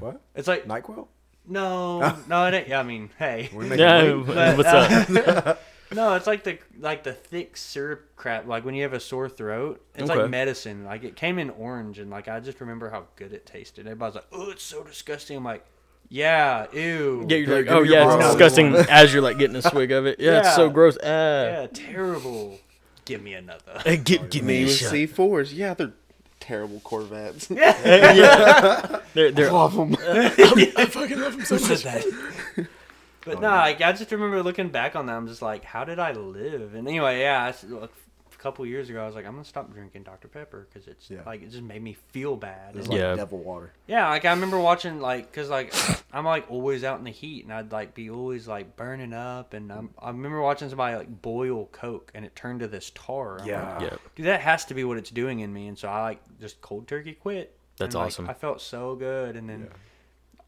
What? It's like Nyquil? no, no, it ain't. I mean, hey, We make Yeah, But, what's uh, up? no, it's like the like the thick syrup crap. Like when you have a sore throat, it's like Okay. medicine. Like it came in orange, and like I just remember how good it tasted. Everybody's like, "Oh, it's so disgusting." I'm like, "Yeah, ew." Yeah, you're like, give oh me your yeah, bottle. it's disgusting. as you're like getting a swig of it, yeah, it's so Yeah. gross. Ah. yeah, terrible. Give me another. Hey, give, give Uh, Me me a with shot. C fours. Yeah, they're terrible Corvettes. They're, they're, Love 'em. I fucking love them so much. But Oh, no, I, I just remember looking back on that. I'm just like, how did I live? And anyway, yeah, I s a couple years ago, I was like, I'm gonna stop drinking Dr Pepper because it's Yeah. like it just made me feel bad. It's And, like Yeah. devil water. Yeah, like I remember watching like because like I'm like always out in the heat and I'd like be always like burning up and I'm, I remember watching somebody like boil Coke and it turned to this tar. I'm like, Yeah. Yeah, dude, that has to be what it's doing in me, and so I like just cold turkey quit. That's And, like, awesome. I felt so good, and then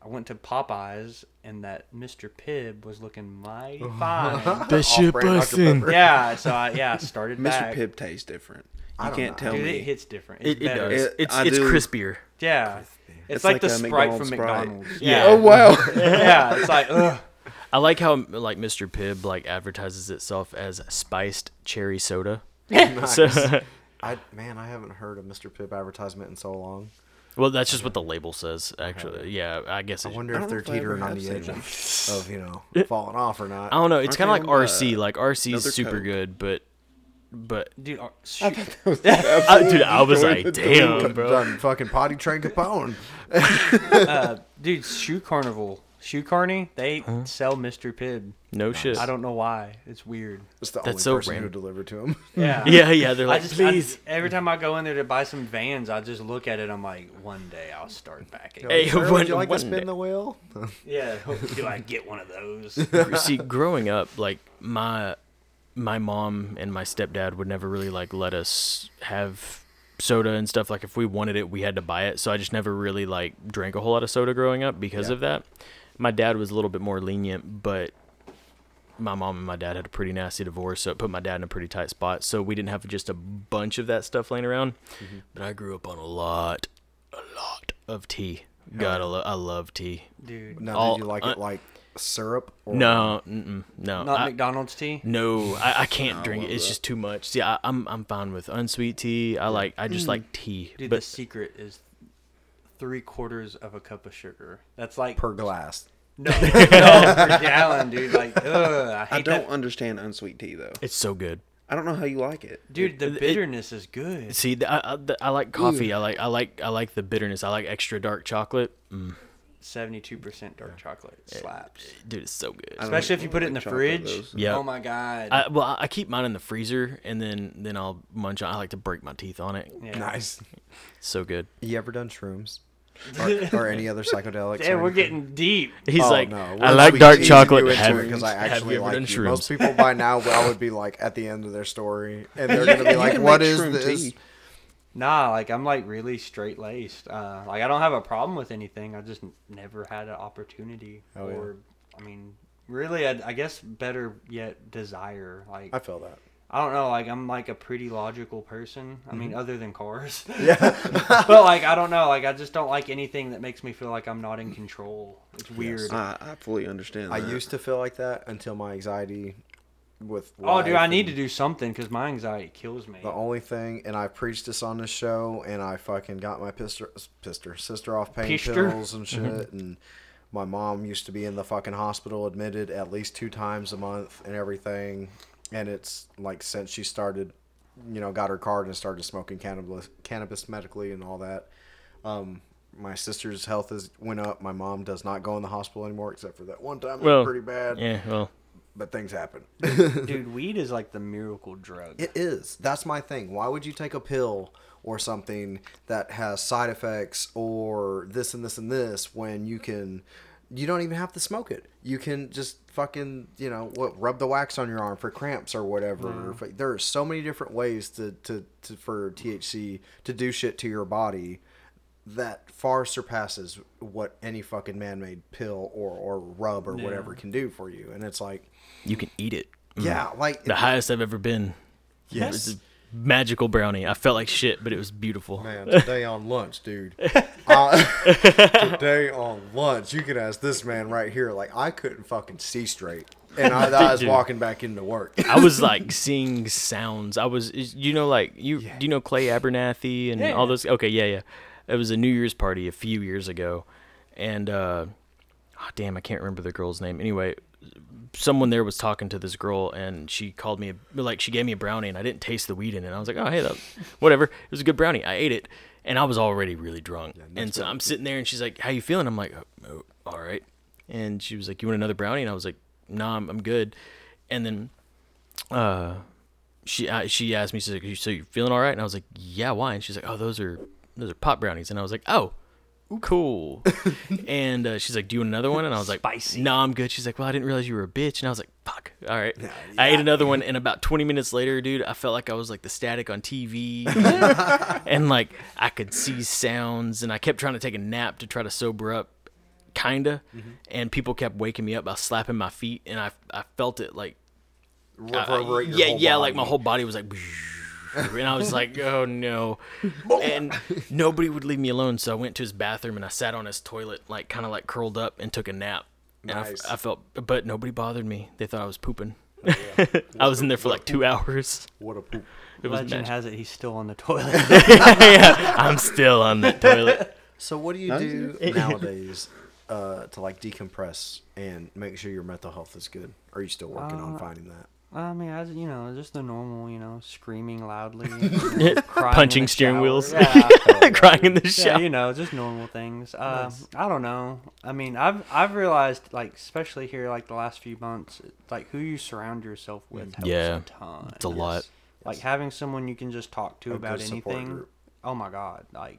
I went to Popeyes and that Mr. Pibb was looking mighty fine. that shit Off-brand Dr. busting. Pepper. yeah, so I yeah I started Mr. back. Pibb tastes different. I You don't can't know. tell Dude, it me. hits different. It's It, it better. does. It- it's I it's do. crispier. Yeah, it's, It's like, like the a Sprite McDonald's from Sprite. McDonald's. Yeah. Oh wow. yeah, it's like ugh. I like how like Mr. Pibb like advertises itself as spiced cherry soda. So, I man, I haven't heard a Mr. Pibb advertisement in so long. well, that's just what the label says. Actually, yeah, I guess. I It, wonder I if don't they're know if I ever teetering on have the seen edge one. of, of, you know falling off or not. I don't know. It's Aren't kind of like they on the- RC. Like RC another is super Coke? good, but but dude. uh, shoot. I, dude, I was like, damn, bro. Done fucking potty train Capone. Dude, Shoe Carnival, Shoe Carney, they sell Mr. Pibb. No shit. I don't know why. It's weird. It's the That's only so person random. who delivered to him. Yeah. Yeah, yeah. They're like, I just, I- please. every time I go in there to buy some Vans, I just look at it. I'm like, one day I'll start back again. Hey, Sir, one- would you like to one spin day. the wheel? Yeah, do I get one of those? see growing up like my my mom and my stepdad would never really like let us have soda and stuff like if we wanted it we had to buy it so i just never really like drank a whole lot of soda growing up because of that my dad was a little bit more lenient but my mom and my dad had a pretty nasty divorce so it put my dad in a pretty tight spot so we didn't have just a bunch of that stuff laying around but i grew up on a lot a lot of tea god I, lo- I love tea Dude, Now, All- did you like uh, it like syrup? Or no mm-mm, no not I- McDonald's tea. No, I, I can't drink it. It's just too much. See, I, I'm I'm fine with unsweet tea. Mm. I like I just like tea. Dude, the but secret is three quarters of a cup of sugar. That's like per glass. no, no per gallon, dude. Like, ugh, I hate I don't that. understand unsweet tea though. it's so good. I don't know how you like it. Dude, the it- bitterness is good. See, the, I, I, the, I like coffee. I like I like I like the bitterness. I like extra dark chocolate. Mm, Seventy-two percent dark chocolate slaps. dude, it's so good. I don't Especially if like- you put it in the like chocolate, fridge. those. Yeah. Oh my god. I, well, I- I keep mine in the freezer, and then then I'll munch on. I like to break my teeth on it. yeah. Nice. It's so good. You ever done shrooms or, or any other psychedelics? or Damn, we're anything? getting deep. He's Oh, like, no. I Once like we dark tease you chocolate. into Have, it, 'cause I actually have you like ever done you. shrooms? Most people by now, I would be like at the end of their story, and they're gonna be You like, can "What make is shroom this?" tea. Nah, like I'm like really straight laced. Uh, like I don't have a problem with anything. I just n- never had an opportunity, Oh, yeah. or I mean, really, I, I guess better yet, desire. Like I I, feel that. don't know. Like I'm like a pretty logical person. I mean, other than cars. Mm-hmm. Yeah. but like I don't know. Like I just don't like anything that makes me feel like I'm not in control. It's weird. I, I fully understand. I that. used to feel like that until my anxiety with. oh, dude, life I need to and Oh. do something because my anxiety kills me. The only thing, and I preached this on this show, and I fucking got my pister, pister, sister off pain Pister? Mm-hmm. pills and shit, and my mom used to be in the fucking hospital, admitted at least two times a month and everything, and it's like since she started, you know, got her card and started smoking cannabis, cannabis medically and all that, um, my sister's health is went up. My mom does not go in the hospital anymore, except for that one time. it was Well, pretty bad, Yeah, well, but things happen. Dude, weed is like the miracle drug. It is. That's my thing. Why would you take a pill or something that has side effects or this and this and this when you can you don't even have to smoke it. You can just fucking, you know, what rub the wax on your arm for cramps or whatever. Or if- There are so many different ways to, to, to for THC to do shit to your body that far surpasses what any fucking man-made pill or, or rub or whatever can do for you. And it's like, you can eat it. Mm. yeah, like The highest I've ever been. It was a magical brownie. I felt like shit, but it was beautiful. Man, today on lunch, dude. Uh, today on lunch, you could ask this man right here. Like, I couldn't fucking see straight, and I, I was Dude. walking back into work. Uh, I was like seeing sounds. I was, is- you know, like you, do you know Clay Abernathy and all those? Okay, yeah, yeah. It was a New Year's party a few years ago, and uh, oh, damn, I can't remember the girl's name. Anyway, someone there was talking to this girl, and she called me, a, like, she gave me a brownie, and I didn't taste the weed in it. I was like, oh, hey, that, whatever. It was a good brownie. I ate it, and I was already really drunk. and so I'm sitting there, and she's like, how you feeling? I'm like, oh, oh, all right. And she was like, you want another brownie? And I was like, nah, I'm, I'm good. And then uh, she I, she asked me, she's like, "So you feeling all right?" And I was like, "Yeah, why?" And she's like, "Oh, those are those are pop brownies." And I was like, "Oh, cool." and uh, she's like, "Do you want another one?" And I was like, Spicy. No, I'm good." She's like, "Well, I didn't realize you were a bitch." And I was like, "Fuck, all right." I ate another one, and about 20 minutes later, dude, I felt like I was like the static on TV, and like I could see sounds, and I kept trying to take a nap to try to sober up. Kinda, and people kept waking me up by slapping my feet, and I I felt it like Reverberate your Uh, yeah, whole yeah, like my body. whole body was like, and I was like, oh no, and nobody would leave me alone. So I went to his bathroom and I sat on his toilet, like kind of like curled up and took a nap. And I f- Nice. Oh, I, felt, but nobody bothered me. They thought I was pooping. I was in there for like two hours. What a poop. It was Legend magic. has it he's still on the toilet. yeah, I'm still on that toilet. So, what do you do nowadays uh, to like decompress and make sure your mental health is good? Are you still working on Uh, finding that? I mean, I, you know, just the normal, you know, screaming loudly, crying in Punching the steering shower. wheels, Yeah. Oh, crying in the yeah, shower. you know, just normal things. Uh, I don't know. I mean, I've I've realized, like, especially here, like the last few months, like who you surround yourself Mm, with helps Yeah. a ton. It's a lot. Like having someone you can just talk to A about good support anything. group. Oh my god, like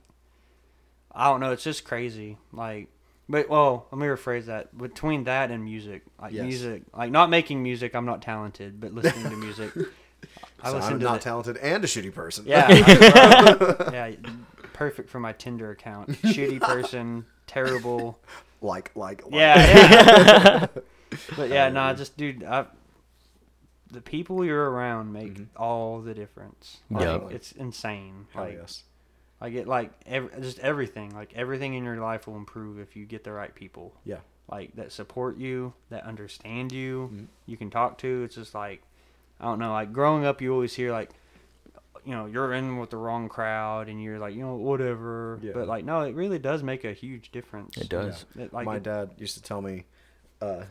I don't know, it's just crazy. Like, but well, let me rephrase that. Between that and music, like Yes. music, like not making music, I'm not talented, but listening to music, I So listen I'm to not the- talented and a shitty person. yeah, I- yeah, perfect for my Tinder account. Shitty person, terrible. like, like, like. Yeah, yeah. but yeah, nah, just dude, I, the people you're around make all the difference. Like, Yep. it's insane. Hell Like, yes. like it, like ev- just everything, like everything in your life will improve if you get the right people, Yeah. like that support you, that understand you, Mm-hmm. you can talk to. It's just like, I don't know, like growing up, you always hear like, you know, you're in with the wrong crowd, and you're like, you know, whatever. Yeah. But like, no, it really does make a huge difference. It does. It, like, my it- dad used to tell me, uh,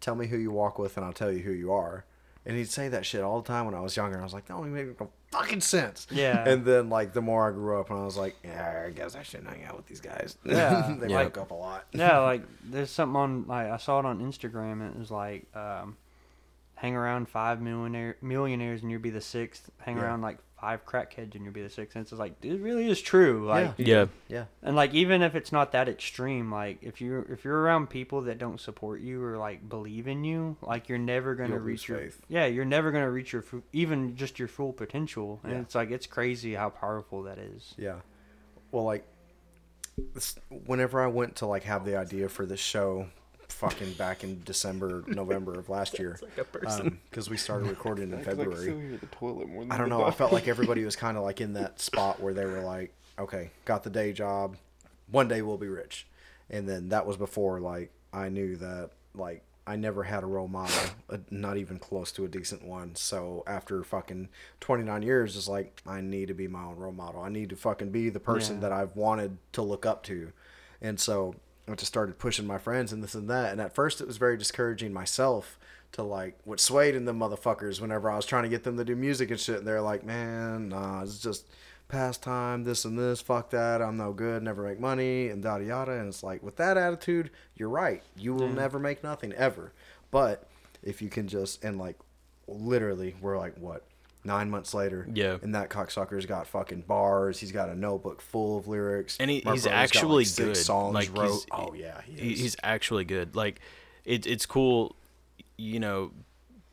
"Tell me who you walk with, and I'll tell you who you are." And he'd say that shit all the time when I was younger. and I was like, "That don't even make no fucking sense." Yeah. And then like the more I grew up, and I was like, "Yeah, I guess I shouldn't hang out with these guys." Yeah. they Yeah. fuck up a lot. yeah, like there's something on like I saw it on Instagram and it was like um, hang around five millionaire millionaires and you'll be the sixth. Hang Yeah. around like five crackheads and you'll be the sixth. And it's just like it really is true. Like Yeah. Yeah, Yeah. and like even if it's not that extreme, like if you if you're around people that don't support you or like believe in you, like you're never gonna You'll reach lose your faith. yeah you're never gonna reach your fu- even just your full potential. And Yeah. it's like it's crazy how powerful that is. Yeah. Well, like, this, whenever I went to like have the idea for this show, fucking back in December, November of last year, because we started recording in February. the toilet more than I don't know. I felt like everybody was kind of like in that spot where they were like, okay, got the day job. One day we'll be rich. And then that was before like I knew that like I never had a role model, uh, not even close to a decent one. So after fucking 29 years, it's like I need to be my own role model. I need to fucking be the person Yeah. that I've wanted to look up to. And so I just started pushing my friends and this and that. And at first, it was very discouraging myself to like what swayed in them motherfuckers whenever I was trying to get them to do music and shit. And they're like, man, nah, it's just pastime, this and this, fuck that, I'm no good, never make money, and yada yada. And it's like, with that attitude, you're right. You will never make nothing ever. But if you can just, and like, literally, we're like, what? Nine months later, Yeah. and that cocksucker's got fucking bars. He's got a notebook full of lyrics, And he- My he's brother's got, like, actually six good. Songs Like, he's- wrote. oh yeah, he he is. he's actually good. Like, it, it's cool. You know,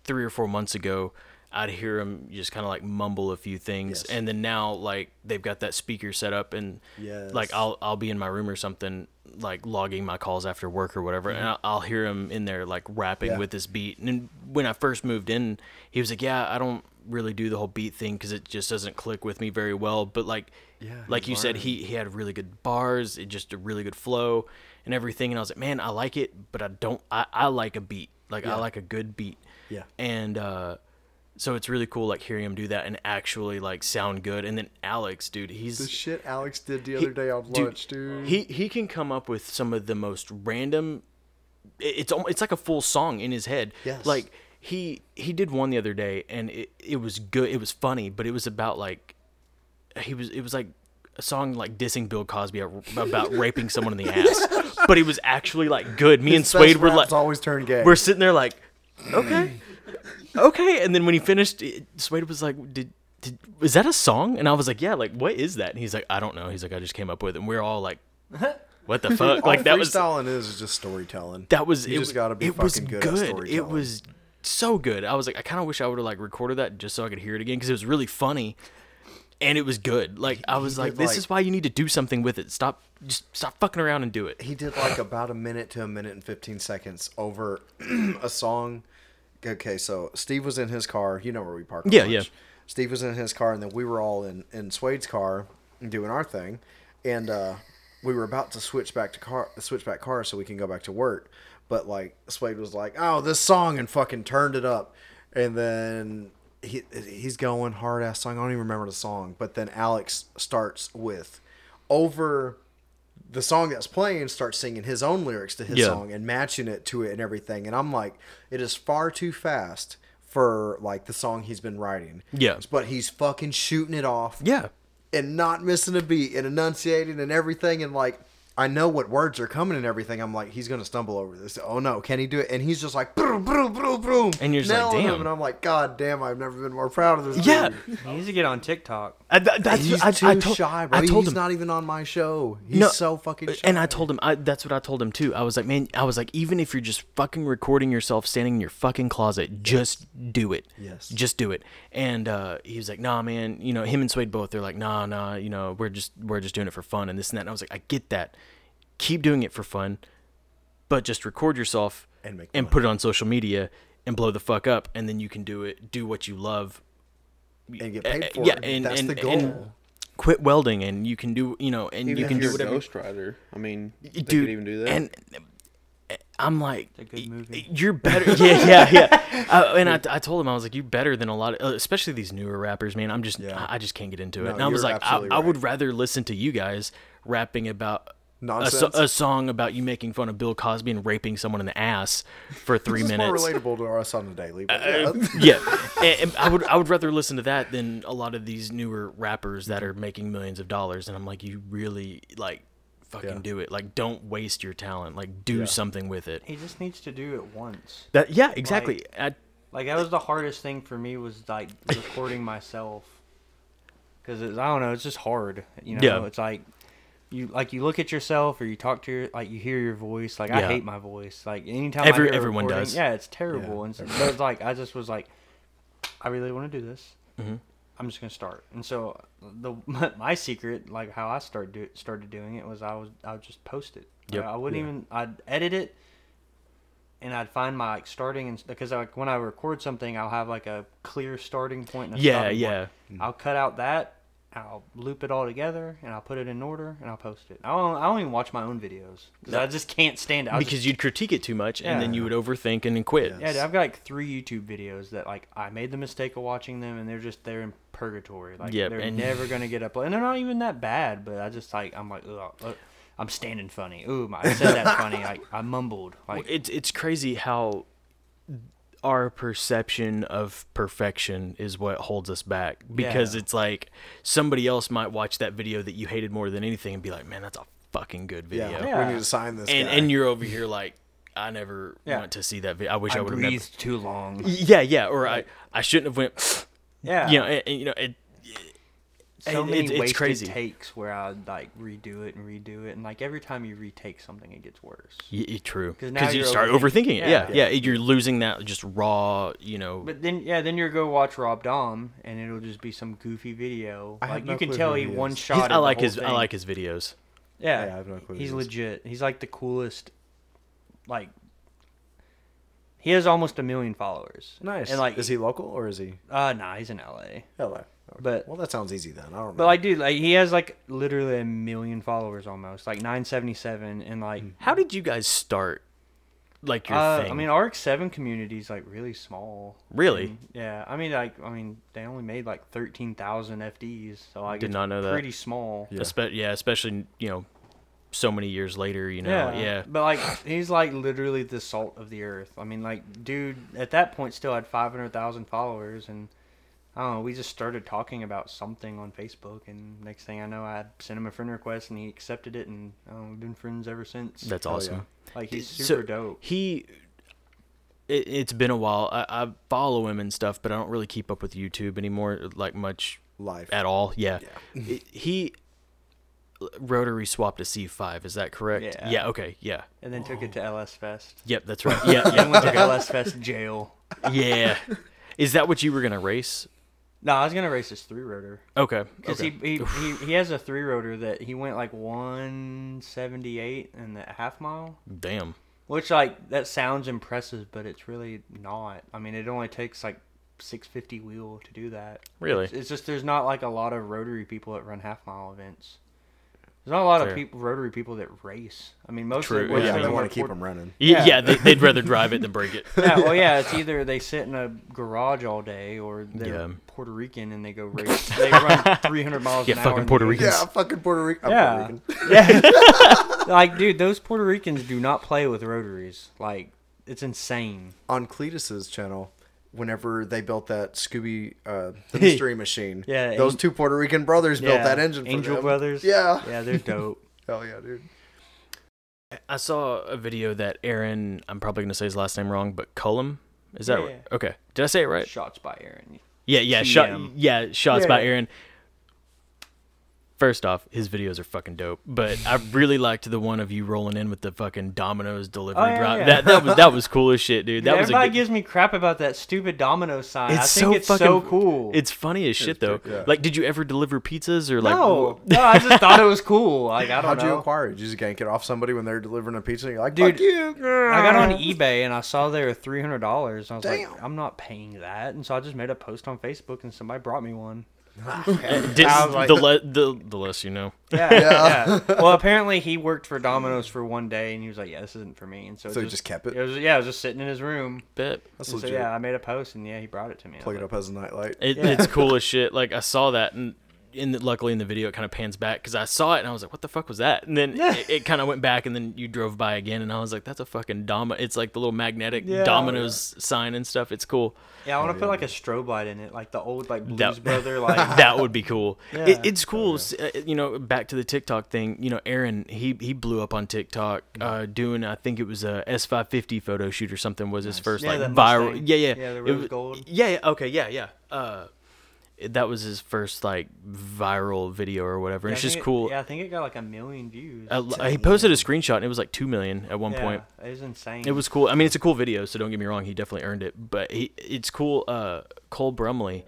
three or four months ago, I'd hear him just kind of like mumble a few things, Yes. and then now like they've got that speaker set up, and Yes. like I'll I'll be in my room or something, like logging my calls after work or whatever, and I'll, I'll hear him in there like rapping Mm-hmm. Yeah. with this beat. And then when I first moved in, he was like, "Yeah, I don't." really do the whole beat thing because it just doesn't click with me very well but like Yeah, like he you said learned. he he had really good bars, it just a really good flow and everything. And I was like, man, I like it, but I don't. I, I like a beat. Like I like a good beat. Yeah. And uh, so it's really cool, like hearing him do that and actually like sound good. And then Alex, dude, he's the shit Alex did the he- other day on lunch, dude. He he can come up with some of the most random. it- It's almost, it's like a full song in his head. Yes. Like he he did one the other day, and it, it was good. It was funny, but it was about like he was it was like a song like dissing Bill Cosby about raping someone in the ass. But it was actually like good. Me and His Suede best were raps like always turn gay. we're sitting there like, okay, okay. And then when he finished, it- Suede was like, did. Did, was that a song? And I was like, yeah. Like, what is that? And he's like, I don't know. He's like, I just came up with. it. And we're all like, what the fuck? All like that was freestyling is is just storytelling. that was you it, just w- got to be it fucking was good. good. At it storytelling. was so good. I was like, I kind of wish I would have like recorded that just so I could hear it again because it was really funny, and it was good. Like I was he like, did, this like- is why you need to do something with it. Stop, just stop fucking around and do it. He did like about a minute to a minute and fifteen seconds over a song. Okay, so Steve was in his car. You know where we parked. Yeah, lunch. yeah. Steve was in his car, and then we were all in in Swade's car doing our thing, and uh, we were about to switch back to car switch back cars so we can go back to work. But like Swade was like, "Oh, this song," and fucking turned it up, and then he he's going hard ass song. I don't even remember the song, but then Alex starts with over the song that's playing starts singing his own lyrics to his Yeah. song and matching it to it and everything. And I'm like, it is far too fast for like the song he's been writing. Yeah. But he's fucking shooting it off. Yeah, And not missing a beat and enunciating and everything. And like, I know what words are coming and everything. I'm like, he's going to stumble over this. Oh no, can he do it? And he's just like, broom, broom, broom, broom. And you're just like, nailing him. damn. And I'm like, God damn, I've never been more proud of this. yeah. dude." He needs to get on TikTok. I, th- that's He's I, too I told, shy, bro. I told he's him not even on my show. He's so fucking shy. uh, And I told him I, that's what I told him too. I was like, man, I was like, even if you're just fucking recording yourself standing in your fucking closet, just do it. Yes. Just do it. And uh, he was like, nah, man. You know, him and Suede both. They're like, nah, nah. You know, we're just we're just doing it for fun and this and that. And I was like, I get that. Keep doing it for fun, but just record yourself And make and put it on social media and blow the fuck up, and then you can do it. Do what you love and get paid for it. That's the goal. Eh, and quit welding, and you can do you know, and Even you if can do you're whatever. a ghostwriter. I mean, they Dude, could even do that. and uh, I'm like, It's a good movie. you're better. Yeah, yeah, yeah. uh, and I, I told him I was like, you're better than a lot of, uh, especially these newer rappers, man. I'm just, Yeah. I, I just can't get into it. No, and I was you're like, I, absolutely I would right. rather listen to you guys rapping about. A, so- Nonsense. a song about you making fun of Bill Cosby and raping someone in the ass for three This is minutes. Uh, more relatable to us on the daily. But yeah. yeah, and, and I would I would rather listen to that than a lot of these newer rappers that are making millions of dollars. And I'm like, you really like fucking Yeah. do it. Like, don't waste your talent. Like, do Yeah. something with it. He just needs to do it once. That yeah, exactly. I, Like that was the hardest thing for me was like recording myself, because I don't know, it's just hard. You know, Yeah. it's like you like you look at yourself or you talk to your like you hear your voice. Like I Yeah. hate my voice. Like anytime Every- I hear a everyone recording- does. Yeah, it's terrible. and so, but it's like I just was like, I really want to do this. Mm-hmm. I'm just gonna start. And so the my, my secret, like how I start do, started doing it, was I was I would just post it. Yep. I, I wouldn't even I'd edit it, and I'd find my like starting and because like when I record something, I'll have like a clear starting point. And a Yeah, stopping yeah. Point. I'll cut out that. I'll loop it all together and I'll put it in order and I'll post it. I don't, I don't even watch my own videos because I just can't stand it. I'll just- because you'd critique it too much and then Yeah. you would overthink and then quit. yeah, dude, I've got like three YouTube videos that like I made the mistake of watching them, and they're just they're in purgatory. Like Yep, they're and- never gonna get uploaded, and they're not even that bad. But I just like I'm like, ugh, ugh, I'm standing funny. Ooh, my, I said that funny. Like I mumbled. Like It's it's crazy how our perception of perfection is what holds us back because Yeah. it's like somebody else might watch that video that you hated more than anything and be like, "Man, that's a fucking good video." Yeah, Yeah. we need to sign this. And guy. and you're over here like, "I never Yeah. want to see that video. I wish I, I would have never." breathed too long. Yeah, yeah, or I I shouldn't have went. Yeah, You know, and, and, you know, it, so it- many it's- it's wasted crazy. takes where I would like redo it and redo it, and like every time you retake something, it gets worse. y- y- true 'Cause now because you you're start overthinking- overthinking it. Yeah. yeah, Yeah. you're losing that just raw, you know. But then, yeah, then you go watch Rob Dom, and it'll just be some goofy video. I have like no you can clue tell who he he is. one He's- shot. I like his I like his videos. Yeah, Yeah, I have no clue who he's he is. legit. He's like the coolest. Like, he has almost a million followers. nice. And like, is he local or is he? Uh, nah, he's in LA. Hello. But- well, that sounds easy then. I don't know. But like, dude, like he has like literally a million followers almost, like nine seventy seven, and like, Hmm. How did you guys start? Like your uh, thing? I mean, RX seven community is like really small. Really? And, yeah, I mean, like, I mean, they only made like thirteen thousand FDs, so like, Did it's not know that. Pretty small. yeah. yeah, especially you know, so many years later, you know, yeah, But like, he's like literally the salt of the earth. I mean, like, dude, at that point, still had five hundred thousand followers, and I don't know. We just started talking about something on Facebook, and next thing I know, I sent him a friend request, and he accepted it, and I don't know, we've been friends ever since. that's awesome. like he's So, super dope. He, it, it's been a while. I, I follow him and stuff, but I don't really keep up with YouTube anymore, like much life. at all. Yeah, It- he rotary swapped a C5. Is that correct? Yeah. Yeah. Okay. Yeah. And then took it Oh. to LS Fest. Yep. That's right. Yeah. Then Yeah. went to LS Fest jail. yeah. Is that what you were gonna race? No, I was gonna race his three rotor. Okay. Because okay. he, he, he, he has a three rotor that he went like 178 in the half mile. Damn. Which like that sounds impressive, but it's really not. I mean, it only takes like 650 wheel to do that. Really? It's, it's just there's not like a lot of rotary people that run half mile events. There's not a lot Fair. of people rotary people that race. I mean, most True, of Well, most yeah, of they them want are to keep four- him running. Yeah. yeah they, they'd rather drive it than break it. Yeah, well, yeah, it's either they sit in a garage all day or they're Yeah. Puerto Rican and they go race. They run 300 miles Yeah, an hour. fucking in the Puerto heat. Ricans. Yeah, I'm fucking Puerto Rican. Yeah. Puerto Rican. Like, dude, those Puerto Ricans do not play with rotaries. Like, it's insane. On Cletus's channel, whenever they built that Scooby uh, the mystery machine, Yeah, those and- two Puerto Rican brothers built Yeah, that engine. For Angel them. Brothers. Yeah. Yeah, they're dope. Hell yeah, dude. I saw a video that Aaron, I'm probably going to say his last name wrong, but Cullum, is that Yeah, right? Okay. Did I say it right? Shots by Aaron. Yeah, yeah, shot, TM. yeah, shots by Yeah. Aaron. First off, his videos are fucking dope, but I really liked the one of you rolling in with the fucking Domino's delivery Oh, yeah, drive. yeah. That that was that was cool as shit, dude. Dude, That was a everybody good- gives me crap about that stupid domino sign. It's I think so it's fucking so cool. It's funny as shit though. pretty- yeah. Like, did you ever deliver pizzas or like? no, no, I just thought it was cool. Like I don't How'd know. you acquire it? Did you just gank it off somebody when they're delivering a pizza? You're like, Dude, fuck you. I got on eBay and I saw they were three hundred dollars. I was like, Damn. I'm not paying that, and so I just made a post on Facebook, and somebody brought me one. Did, I was like- the, le- the the less you know. Yeah, yeah. Well, apparently he worked for Domino's for one day, and he was like, "Yeah, this isn't for me," and so, So he just kept it? It was yeah, it was just sitting in his room. Bet. That's And so legit. yeah, I made a post, and yeah, he brought it to me. and I Plug was it up as a nightlight. It, It's cool as shit. Like I saw that, and in the, luckily in the video it kind of pans back because I saw it and I was like, "What the fuck was that?" And then it, it kind of went back, and then you drove by again, and I was like, "That's a fucking domino." It's like the little magnetic Yeah. dominoes sign and stuff. It's cool. like, Yeah, I want to put like a strobe light in it, like the old like Blues Oh, That- Brother like. that would be cool. Yeah. It, it's cool. s- uh, You know, back to the TikTok thing. You know, Aaron he he blew up on TikTok Mm. uh, doing I think it was a S550 photo shoot or something was his first Yeah, like that viral. Mustang. Yeah, yeah, Yeah, the It rose was- gold. Yeah, yeah, okay, yeah, yeah. Uh, it- that was his first like viral video or whatever. Yeah, and I it's just think it- cool. yeah, I think it got like a million views. I l- he posted a screenshot and it was like two million at one yeah, point. It was insane. It was cool. I mean, it's a cool video, so don't get me wrong. He definitely earned it, but he, it's cool. Uh, Cole Brumley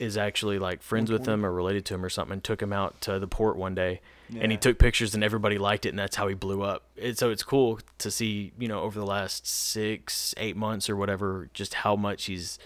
is actually like friends with him or related to him or something, and took him out to the port one day, and he Yeah. took pictures, and everybody liked it, and that's how he blew up. And so it's cool to see, you know, over the last six, eight months or whatever, just how much he's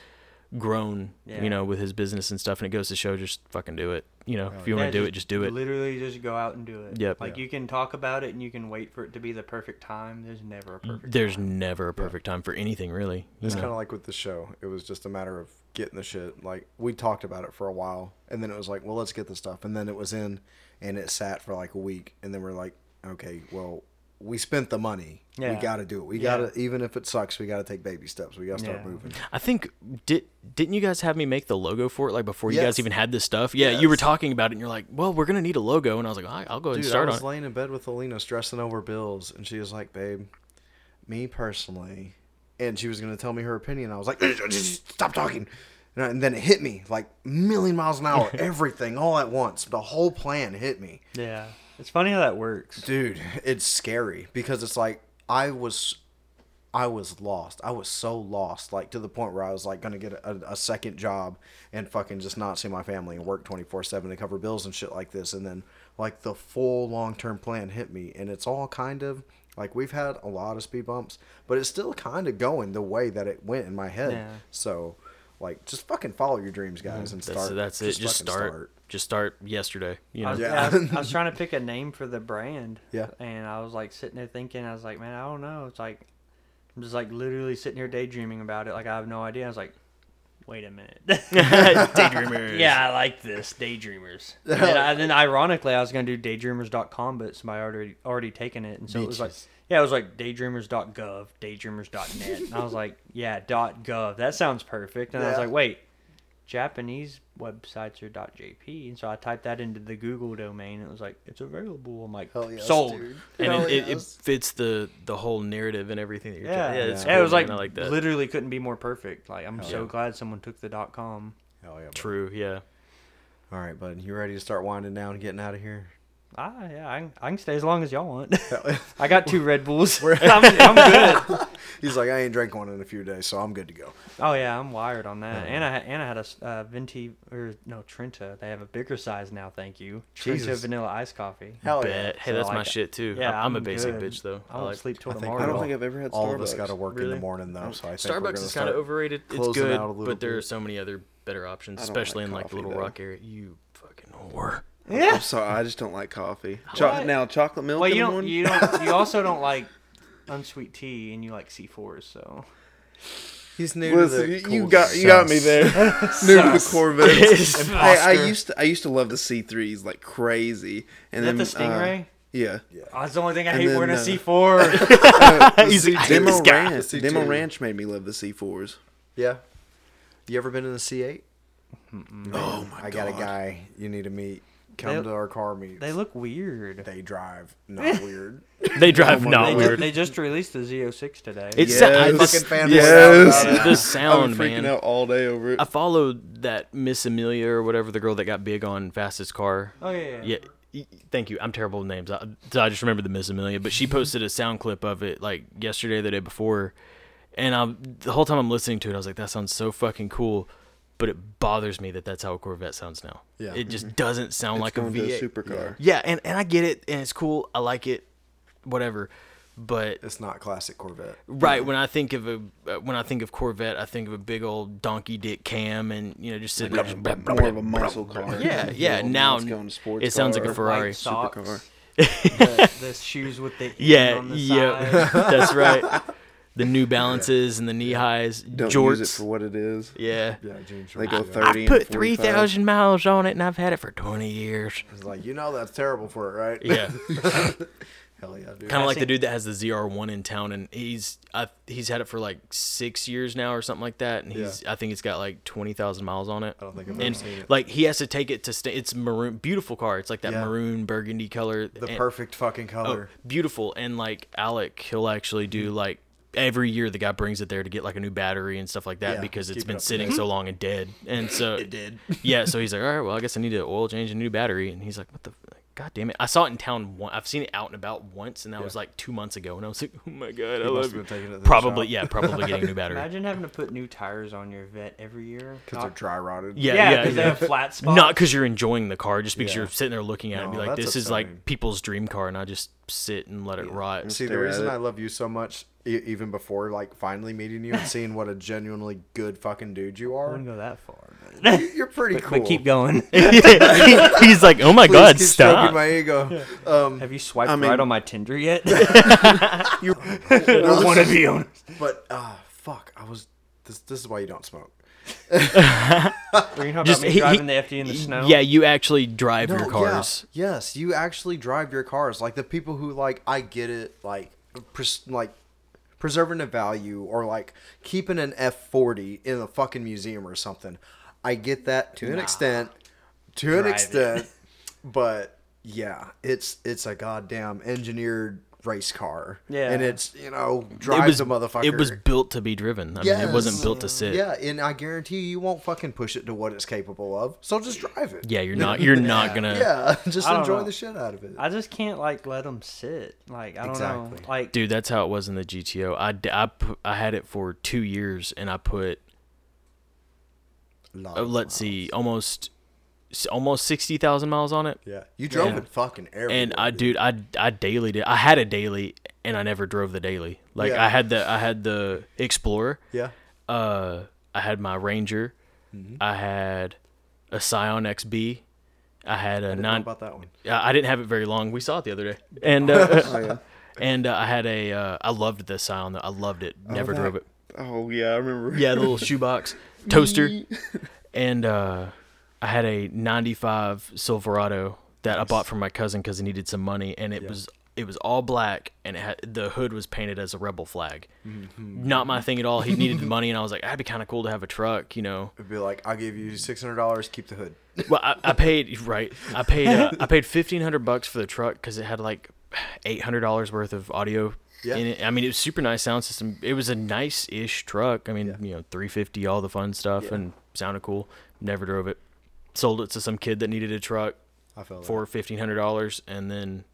grown, Yeah. you know, with his business and stuff. And it goes to show, just fucking do it. You know, if you Yeah, want to do it, just do it. Literally, just go out and do it. Yep. Like Yeah. you can talk about it and you can wait for it to be the perfect time. There's never a perfect. There's time. never a perfect time for anything, really. you It's know? kind of like with the show. It was just a matter of getting the shit. Like we talked about it for a while, and then it was like, well, let's get the stuff, and then it was in, and it sat for like a week, and then we're like, okay, well, we spent the money. Yeah. We got to do it. We Yeah. got to even if it sucks, we got to take baby steps. We got to start Yeah. moving. I think did didn't you guys have me make the logo for it like before you Yes. guys even had this stuff? Yeah, you were Yes. talking about it, and you're like, "Well, we're gonna need a logo," and I was like, "All right, "I'll go ahead Dude, and I start on." was it." laying in bed with Alina stressing over bills, and she was like, "Babe, me personally," and she was gonna tell me her opinion. I was like, "Stop talking," and I- and then it hit me like million miles an hour. everything all at once. The whole plan hit me, Yeah. It's funny how that works. dude. It's scary because it's like I was. I was lost. I was so lost, like to the point where I was like gonna get a, a second job and fucking just not see my family and work twenty four seven to cover bills and shit like this. And then like the full long term plan hit me, and it's all kind of like we've had a lot of speed bumps, but it's still kind of going the way that it went in my head. Yeah. So like just fucking follow your dreams, guys, and that's start. that's it. Just, fucking start, Just start yesterday. You I know. was, Yeah. yeah, I, was, I was trying to pick a name for the brand. Yeah. And I was like sitting there thinking, I was like, man, I don't know. It's like, I'm just like literally sitting here daydreaming about it. Like, I have no idea. I was like, wait a minute. Daydreamers. yeah, I like this. Daydreamers. and, then I, then ironically, I was going to do daydreamers.com, but somebody already already taken it. And so it was like, Beaches. yeah, it was like daydreamers.gov, daydreamers.net. and I was like, yeah, dot .gov. That sounds perfect. And I was Yeah. like, wait, Japanese websites are .jp, and so I typed that into the Google domain. And it was like it's available. I'm like Hell yes, sold. dude. And Hell it, it, it yes. fits the the whole narrative and everything that you're Yeah, trying. yeah, Yeah, it's it cool, was like, man. I like that. literally couldn't be more perfect. Like I'm so yeah. glad someone took the dot .com. Hell yeah, bro. True. Yeah. All right, bud. You ready to start winding down and getting out of here? Ah, yeah, I can, I can stay as long as y'all want. Hell- I got two Red Bulls. I'm, I'm good. He's like, I ain't drank one in a few days, so I'm good to go. Oh yeah, I'm wired on that. And I had, and I had a s- uh, venti or no Trenta. They have a bigger size now. Thank you. Trenta Jesus. vanilla iced coffee. Hell Bet. Hey, So, that's my like, shit too. yeah, I, I'm, a I'm basic good. bitch though. I won't like sleep till I think tomorrow. I I don't think I've ever had All of us Starbucks. got to work in the Really? morning though, so I think we're Starbucks gonna is kind start- of overrated. It's closing good, out a little but there bit. are so many other better options, I don't especially like in like the coffee, Little though. Rock area. You fucking whore. Yeah. I'm sorry, I just don't like coffee. Cho- What? now chocolate milk Well, in you the don't. morning. You don't. You also don't like unsweet tea, and you like C4s. So He's new Listen, to you, the you cool got you got me sus. there. New to the Corvettes. Imposter. hey, I used to I used to love the C threes like crazy. And Is that then the uh, Stingray? yeah. Oh, that's the only thing I And hate then, wearing a uh, C4. He's like, Demo this guy. Ranch. C2. Demo Ranch made me love the C fours. Yeah. You ever been in the C8? Oh my I got a God. guy you need to meet. Come They- to our car meet. they They, look weird. drive. Not weird. They drive They, not ju- weird. they just released the Z06 today. It's Yes. I, Fucking this, fanboy this- out about it. the I've sound, been freaking man. out all day over it. I followed that Miss Amelia or whatever the girl that got big on fastest car. oh yeah. Yeah. y- Thank you. I'm terrible with names. I, so I just remember the Miss Amelia, but she posted a sound clip of it like yesterday, or the day before, and I the whole time I'm listening to it, I was like, that sounds so fucking cool, but it bothers me that that's how a Corvette sounds now. Yeah. It just doesn't sound like a Going to V8. a supercar. yeah, and and I get it, and it's cool. I like it, whatever. But It's not classic Corvette. Right. When I think of a uh, when I think of Corvette, I think of a big old donkey dick cam, and you know, just sitting there. More of a muscle car. Yeah, yeah. Now Now it's going to sports it sounds like a car. Ferrari. White socks. supercar. the, the shoes with the yeah Yeah, on the yeah. side. That's right. The New Balances and the knee highs, Don't jorts. use it for what it is. yeah. Yeah, Gene They Shorty. go yeah. thirty. I and put 45. three thousand miles on it, and I've had it for twenty years. It's like, you know that's terrible for it, right? Yeah, Hell yeah, dude. kind of like the seen- dude that has the ZR1 in town, and he's I, he's had it for like six years now or something like that, and he's I think it's got like twenty thousand miles on it. I don't think I've ever and seen it. like he has to take it to sta- it's maroon beautiful car it's like that Yeah. maroon burgundy color The and- perfect fucking oh, color. Mm-hmm. beautiful and like alec he'll actually do like every year the guy brings it there to get like a new battery and stuff like that Yeah, because keep it's it been up to sitting so long and dead and so It did. yeah so he's like all right well i guess i need to oil change a new battery and he's like what the f- god damn it i saw it in town one i've seen it out and about once and that was like two months ago and i was like oh my god i must love have you been taking it to the probably shop. yeah probably getting a new battery Imagine having to put new tires on your vet every year. Because they're Not- dry rotted. yeah yeah, yeah, because yeah. they have flat spots. Not because you're enjoying the car, just because Yeah. you're sitting there looking at it and be No, like, that's this is upsetting. like people's dream car, and I just sit and let it rot. See, the stare at reason it. I love you so much, e- even before like finally meeting you and seeing what a genuinely good fucking dude you I are, wouldn't go that far. but- you- you're pretty cool. But keep going. He's like, oh my Please god, keep stroking stop. my ego. Um, Have you swiped I mean- right on my Tinder yet? You're one of the owners. but ah, fuck, I was. This this is why you don't smoke. Were you talking Just- about me he- he- driving the FD in the snow? Yeah, you actually drive your yeah. cars. Yes, you actually drive your cars. Like the people who like, I get it. Like, pres- like preserving a value or like keeping an F forty in a fucking museum or something. I get that to an Nah. extent. To an Drive it. extent, but yeah, it's it's a goddamn engineered race car. Yeah. and it's you know drive the motherfucker. It was built to be driven. I mean, it wasn't built to sit. Yeah, and I guarantee you, you won't fucking push it to what it's capable of. So just drive it. Yeah, you're not. You're not gonna. Yeah, just I don't enjoy know. the shit out of it. I just can't like let them sit. Like I don't know. Exactly. Like Dude, that's how it was in the GTO. I, d- I pu- I had it for two years, and I put Lot oh, of let's see, almost s- almost sixty thousand miles on it. Yeah, you drove Yeah. it fucking everywhere. And I, dude, I I daily did. I had a daily, and I never drove the daily. Like Yeah. I had the I had the Explorer. yeah, Uh, I had my Ranger. Mm-hmm. I had a Scion XB. I had a didn't know nine. about Oh, that one. I I didn't have it very long. We saw it the other day, and uh, and uh, I had a. Uh, I loved the Scion. though. I loved it. Never that- drove it. Oh yeah, I remember. Yeah, the little shoebox toaster, and uh, I had a '95 Silverado that I bought from my cousin because he needed some money, and it was it was all black, and it had, the hood was painted as a rebel flag. Not my thing at all. He needed money, and I was like, that'd be kind of cool to have a truck, you know. It'd be like, I'll give you six hundred dollars, keep the hood. Well, I, I paid right. I paid uh, I paid fifteen hundred bucks for the truck because it had like eight hundred dollars worth of audio Yeah. in it. I mean, it was super nice sound system. It was a nice ish truck. I mean, Yeah. you know, three fifty, all the fun stuff, and sounded cool. Never drove it. Sold it to some kid that needed a truck I felt for fifteen hundred dollars, and then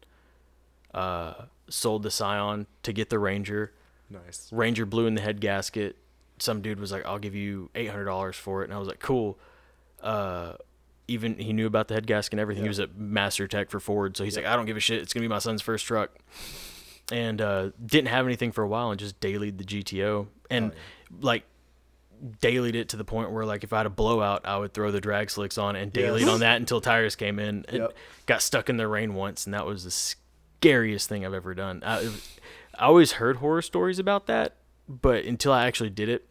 uh, sold the Scion to get the Ranger. that. nice. Ranger blew in the head gasket. Some dude was like, "I'll give you eight hundred dollars for it," and I was like, "Cool." Uh, even he knew about the head gasket and everything. He was a master tech for Ford, so he's like, "I don't give a shit. It's gonna be my son's first truck." And uh, didn't have anything for a while, and just dailied the GTO, Oh, and like dailied it to the point where like if I had a blowout, I would throw the drag slicks on and dailied Yes. on that until tires came in. And Yep. Got stuck in the rain once, and that was the scariest thing I've ever done. I, it- I always heard horror stories about that, but until I actually did it,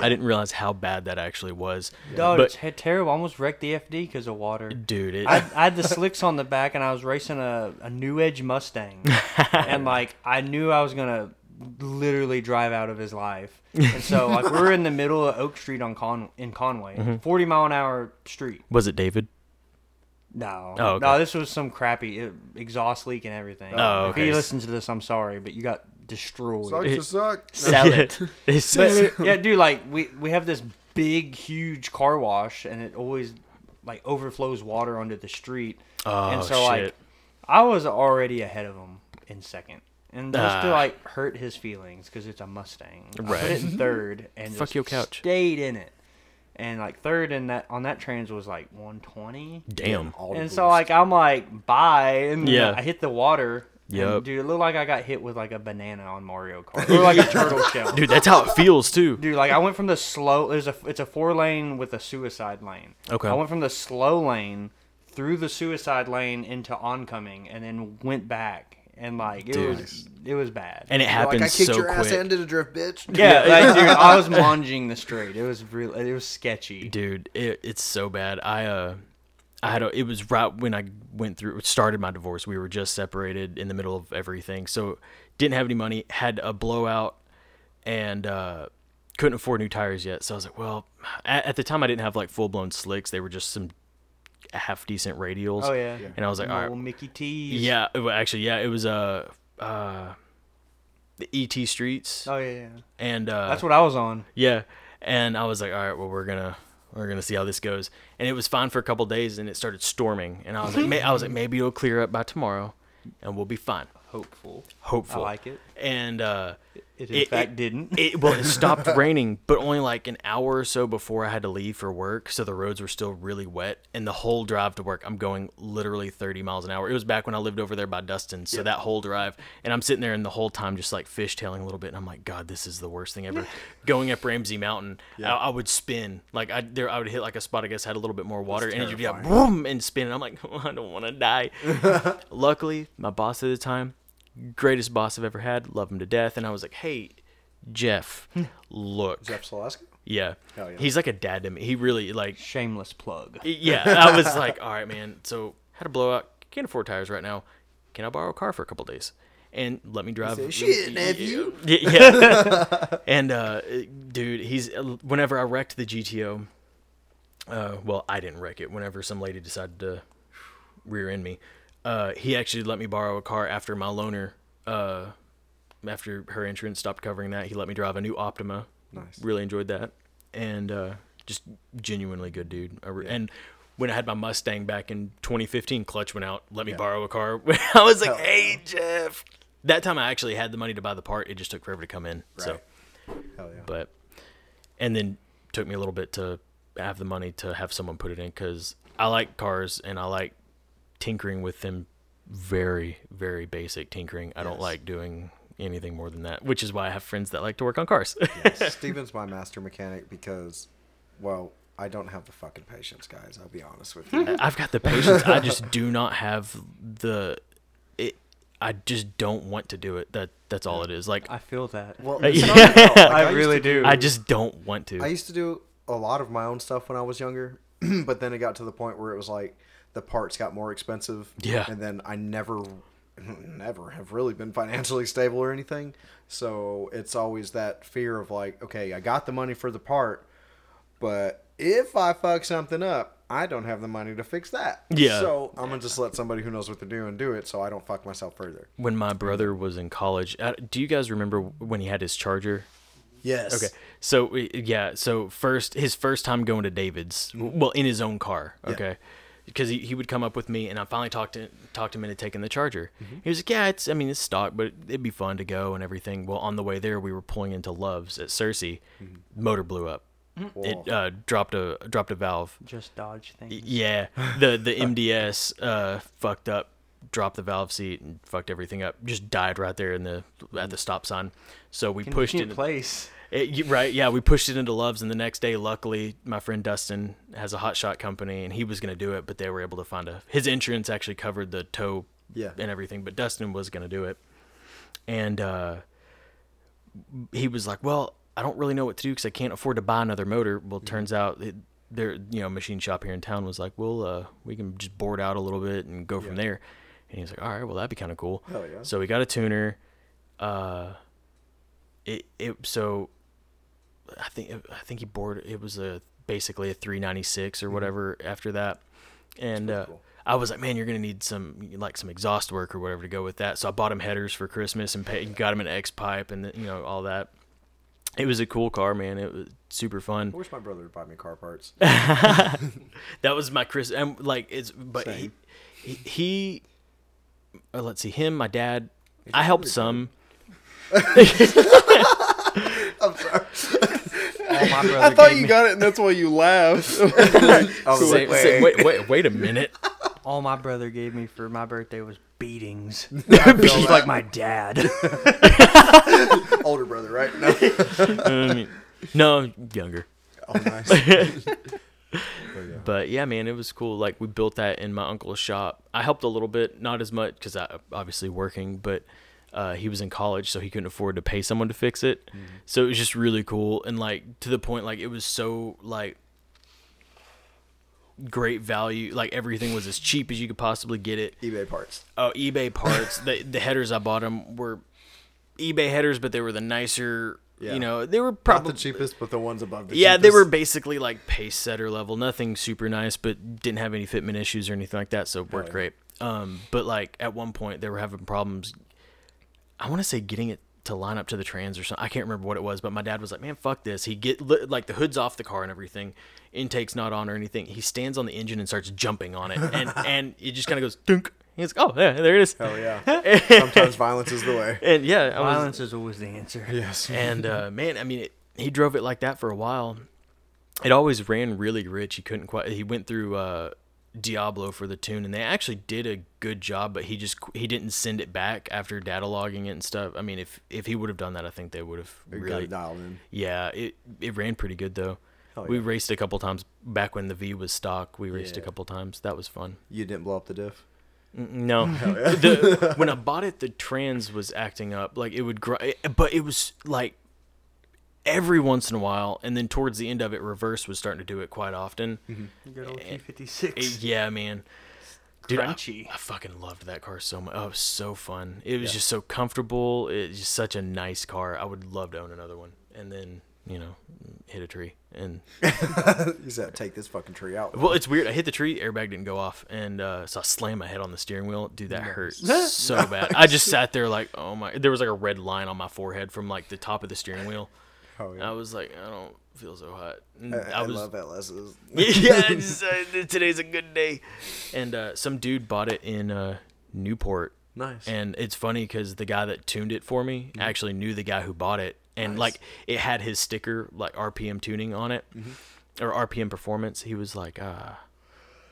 I didn't realize how bad that actually was. dog, But it's he- terrible. I almost wrecked the FD because of water. dude, it, I, I had the slicks on the back, and I was racing a, a New Edge Mustang, and like I knew I was gonna literally drive out of his life. And so like we were in the middle of Oak Street on Con in Conway, Mm-hmm. forty mile an hour street. was it David? No, Oh, okay. no, this was some crappy uh exhaust leak and everything. Oh, If okay. you listen to this, I'm sorry, but you got destroyed. Sucks to suck. Sell it. They But, said- yeah, dude, like we we have this big, huge car wash, and it always like overflows water onto the street. Oh, and so shit. like I was already ahead of him in second, and just to Ah. like hurt his feelings because it's a Mustang. I Right. put it in third, and Fuck just your couch. Stayed in it, and like third in that on that trans was like 120. Damn. All the And so boost. like I'm like bye, and then Yeah. I hit the water. and, Yep. dude, it looked like I got hit with like a banana on Mario Kart, or like a turtle shell. Dude, that's how it feels too. Dude, like I went from the slow. There's a it's a four lane with a suicide lane. Okay. I went from the slow lane through the suicide lane into oncoming, and then went back. And like it Dude. was it was bad. And it You're happens like, I kicked so your ass quick. and did a drift, bitch. yeah, like dude, I was munging the straight. It was real. It was sketchy. dude it, it's so bad i uh i had a it was right when i went through started my divorce we were just separated in the middle of everything so didn't have any money had a blowout and uh couldn't afford new tires yet so i was like well at, at the time i didn't have like full-blown slicks they were just some half decent radials Oh yeah. and i was like all right Little Mickey T's. yeah it wa- actually yeah it was uh uh the et streets Oh yeah. yeah. and uh That's what I was on. yeah. And I was like, all right, well, we're gonna we're gonna see how this goes. And it was fine for a couple days, and it started storming. And I was like, may- I was like, maybe it'll clear up by tomorrow, and we'll be fine. Hopeful. Hopeful. I like it. And uh, It in It- fact it- didn't. it well, it stopped raining, but only like an hour or so before I had to leave for work, so the roads were still really wet. And the whole drive to work, I'm going literally 30 miles an hour. It was back when I lived over there by Dustin, so that whole drive, and I'm sitting there and the whole time just like fishtailing a little bit, and I'm like, God, this is the worst thing ever. going up Ramsey Mountain, I, I would spin like I there, I would hit like a spot I guess had a little bit more water, and it'd be like boom and spin, and I'm like, I don't want to die. Luckily, my boss at the time greatest boss I've ever had. Love him to death. And I was like, hey, Jeff, look. Jeff Solaska? Yeah. Hell yeah. He's like a dad to me. He really like Shameless plug. yeah, I was like, all right, man. So had a blowout. Can't afford tires right now. Can I borrow a car for a couple days? And let me drive. "Shit, nephew." Yeah. yeah. and uh, dude, he's whenever I wrecked the GTO. Uh, well, I didn't wreck it. Whenever some lady decided to rear end me, uh, he actually let me borrow a car after my loaner. Uh, after her insurance stopped covering that, he let me drive a new Optima. Nice. Really enjoyed that, and uh, just genuinely good dude. I re- And when I had my Mustang back in 2015, clutch went out. Let me borrow a car. I was like, "Hey, Jeff." That time I actually had the money to buy the part. It just took forever to come in. So, Hell yeah. but and then took me a little bit to have the money to have someone put it in because I like cars and I like tinkering with them. Very, very basic tinkering. I don't like doing anything more than that, which is why I have friends that like to work on cars. Steven's my master mechanic because, well, I don't have the fucking patience, guys. I'll be honest with you. I've got the patience. I just do not have the. It, I just don't want to do it. That that's all it is. Like I feel that. Well, Yeah. it's not at all. Like, I, used really to do. I just don't want to. I used to do a lot of my own stuff when I was younger, but then it got to the point where it was like the parts got more expensive. Yeah. And then I never, never have really been financially stable or anything. So it's always that fear of like, okay, I got the money for the part, but if I fuck something up, I don't have the money to fix that. Yeah. So I'm going to just let somebody who knows what they're doing do it so I don't fuck myself further. when my brother was in college, uh, do you guys remember when he had his charger? Yes. Okay. So we- yeah, so first his first time going to David's, well, in his own car, okay. Because he, he would come up with me, and I finally talked to, talked him into taking the charger. He was like, "Yeah, it's I mean it's stock, but it'd be fun to go and everything." Well, on the way there, we were pulling into Love's at Cersei, motor blew up, it uh, dropped a dropped a valve. just dodge things. Yeah, the the MDS uh, fucked up, dropped the valve seat and fucked everything up. Just died right there in the at the stop sign. So we pushed it. in place. It, you, right, yeah, we pushed it into Love's, and the next day, luckily, my friend Dustin has a hot shot company, and he was going to do it, but they were able to find a. His insurance actually covered the tow Yeah. and everything, but Dustin was going to do it. And uh, he was like, Well, I don't really know what to do because I can't afford to buy another motor. Well, turns out it, their you know machine shop here in town was like, Well, uh, we can just board out a little bit and go from there. And he's like, All right, well, that'd be kind of cool. Hell yeah. So we got a tuner. Uh, it, it so I think I think he bored. It was a basically a 396 or whatever after that, and uh, I was like, man, you're gonna need some like some exhaust work or whatever to go with that. So I bought him headers for Christmas and pay, got him an X pipe and you know all that. It was a cool car, man. It was super fun. Where's my brother to buy me car parts? That was my Chris. And like it's but he, Same. he, he uh, let's see him, my dad. I helped some. Oh, my brother I thought gave you me, got it, and that's why you laughed. I was Wait, like, wait, wait, wait, wait a minute. all my brother gave me for my birthday was beatings. Just like my dad. older brother, right? No. I mean, no, younger. Oh, nice. But yeah, man, it was cool. Like we built that in my uncle's shop. I helped a little bit, not as much because I obviously working, but uh, he was in college, so he couldn't afford to pay someone to fix it. So it was just really cool, and like to the point, like it was so like great value. Like everything was as cheap as you could possibly get it. eBay parts. Oh, eBay parts. the the headers I bought them were eBay headers, but they were the nicer. Yeah. You know, they were Not probably the cheapest, but the ones above the yeah, they cheapest. were basically like pace setter level, nothing super nice, but didn't have any fitment issues or anything like that, so it worked great. Um, but like at one point they were having problems. I want to say getting it to line up to the trans or something. I can't remember what it was, but my dad was like, "Man, fuck this." He get li- like the hood's off the car and everything, intake's not on or anything. He stands on the engine and starts jumping on it, and and it just kind of goes dunk. He's like, "Oh, yeah, there it is." Oh yeah. Sometimes violence is the way. And yeah, I was, Violence is always the answer. Yes. and uh, man, I mean, it, he drove it like that for a while. It always ran really rich. He couldn't quite. He went through uh, Diablo for the tune, and they actually did a good job. But he just qu- he didn't send it back after data logging it and stuff. I mean, if if he would have done that, I think they would have Got really. it dialed in. Yeah, it it ran pretty good though. We raced a couple times back when the V was stock. We raced a Yeah. couple times. That was fun. You didn't blow up the diff. No, the, when I bought it, the trans eh, was acting up. Like it would, gr- but it was like every once in a while, and then towards the end of it, reverse was starting to do it quite often. Good old It- T56. yeah, man. Dude, I- Crunchy. I, fucking loved that car so much. Oh, it was so fun. It was just so comfortable. It's just such a nice car. I would love to own another one. And then, you know, hit a tree. And He said, "Take this fucking tree out." well, it's weird. I hit the tree, airbag didn't go off, and uh, so I slammed my head on the steering wheel. Dude, that hurt so bad. I just sat there like, oh my. There was like a red line on my forehead from like the top of the steering wheel. Oh, I was like, I don't feel so hot. And I, I was, love LS's. yeah, I just, uh, today's a good day. And uh, some dude bought it in uh, Newport, Nice. and it's funny because the guy that tuned it for me Mm-hmm. actually knew the guy who bought it, and like it had his sticker like RPM tuning on it Mm-hmm. or RPM performance. He was like, uh,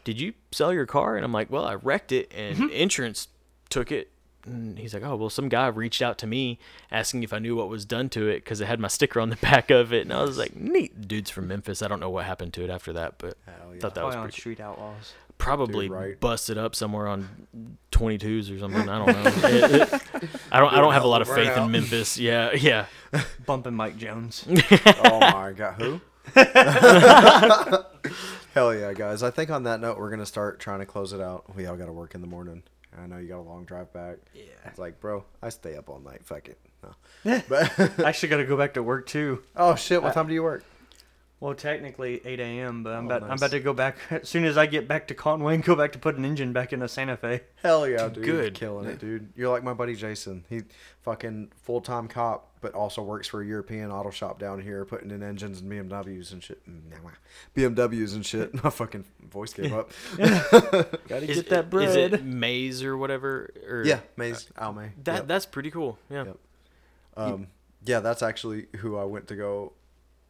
"Did you sell your car?" And I'm like, "Well, I wrecked it, and Mm-hmm. insurance took it." And he's like, "Oh, well, some guy reached out to me asking if I knew what was done to it because it had my sticker on the back of it." And I was like, "Neat, dude's from Memphis. I don't know what happened to it after that, but thought that was Probably on pretty, Street Outlaws. probably Dude, right. busted up somewhere on 22s or something. I don't know. It- it- I don't. I don't have a lot of faith in Memphis. Yeah, yeah. Bumping Mike Jones. oh my god, who? Hell yeah, guys! I think on that note, we're gonna start trying to close it out. We all got to work in the morning. I know you got a long drive back. Yeah, it's like, bro, I stay up all night. Fuck it. No. But, I actually got to go back to work too. oh shit! What time do you work? Well, technically 8 a.m., but I'm Oh, about I'm nice. about to go back as soon as I get back to Conway and go back to put an engine back in a Santa Fe. Hell yeah, dude! Good. killing it, dude. You're like my buddy Jason. He fucking full time cop, but also works for a European auto shop down here, putting in engines and BMWs and shit. BMWs and shit. My fucking voice gave up. Gotta Is, get that bread. is it Maze or whatever? Or yeah, Maze Alme. That uh, Yep. that's pretty cool. Yeah. Yep. Um, yeah, that's actually who I went to go.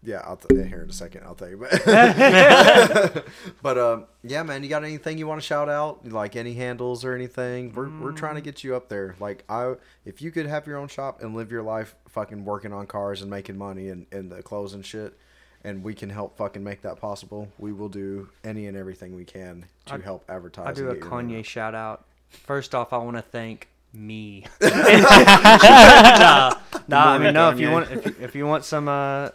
Yeah, I'll t- here in a second. I'll tell you. But, but um, yeah, man, you got anything you want to shout out? Like any handles or anything? We're, we're Mm. trying to get you up there. Like I, if you could have your own shop and live your life fucking working on cars and making money and, and the clothes and shit, and we can help fucking make that possible. We will do any and everything we can to I'd- help advertise. I'll do a and get your name Kanye out. shout out. First off, I want to thank me. nah, I mean, no. If you Kanye. want, if, if you want some uh,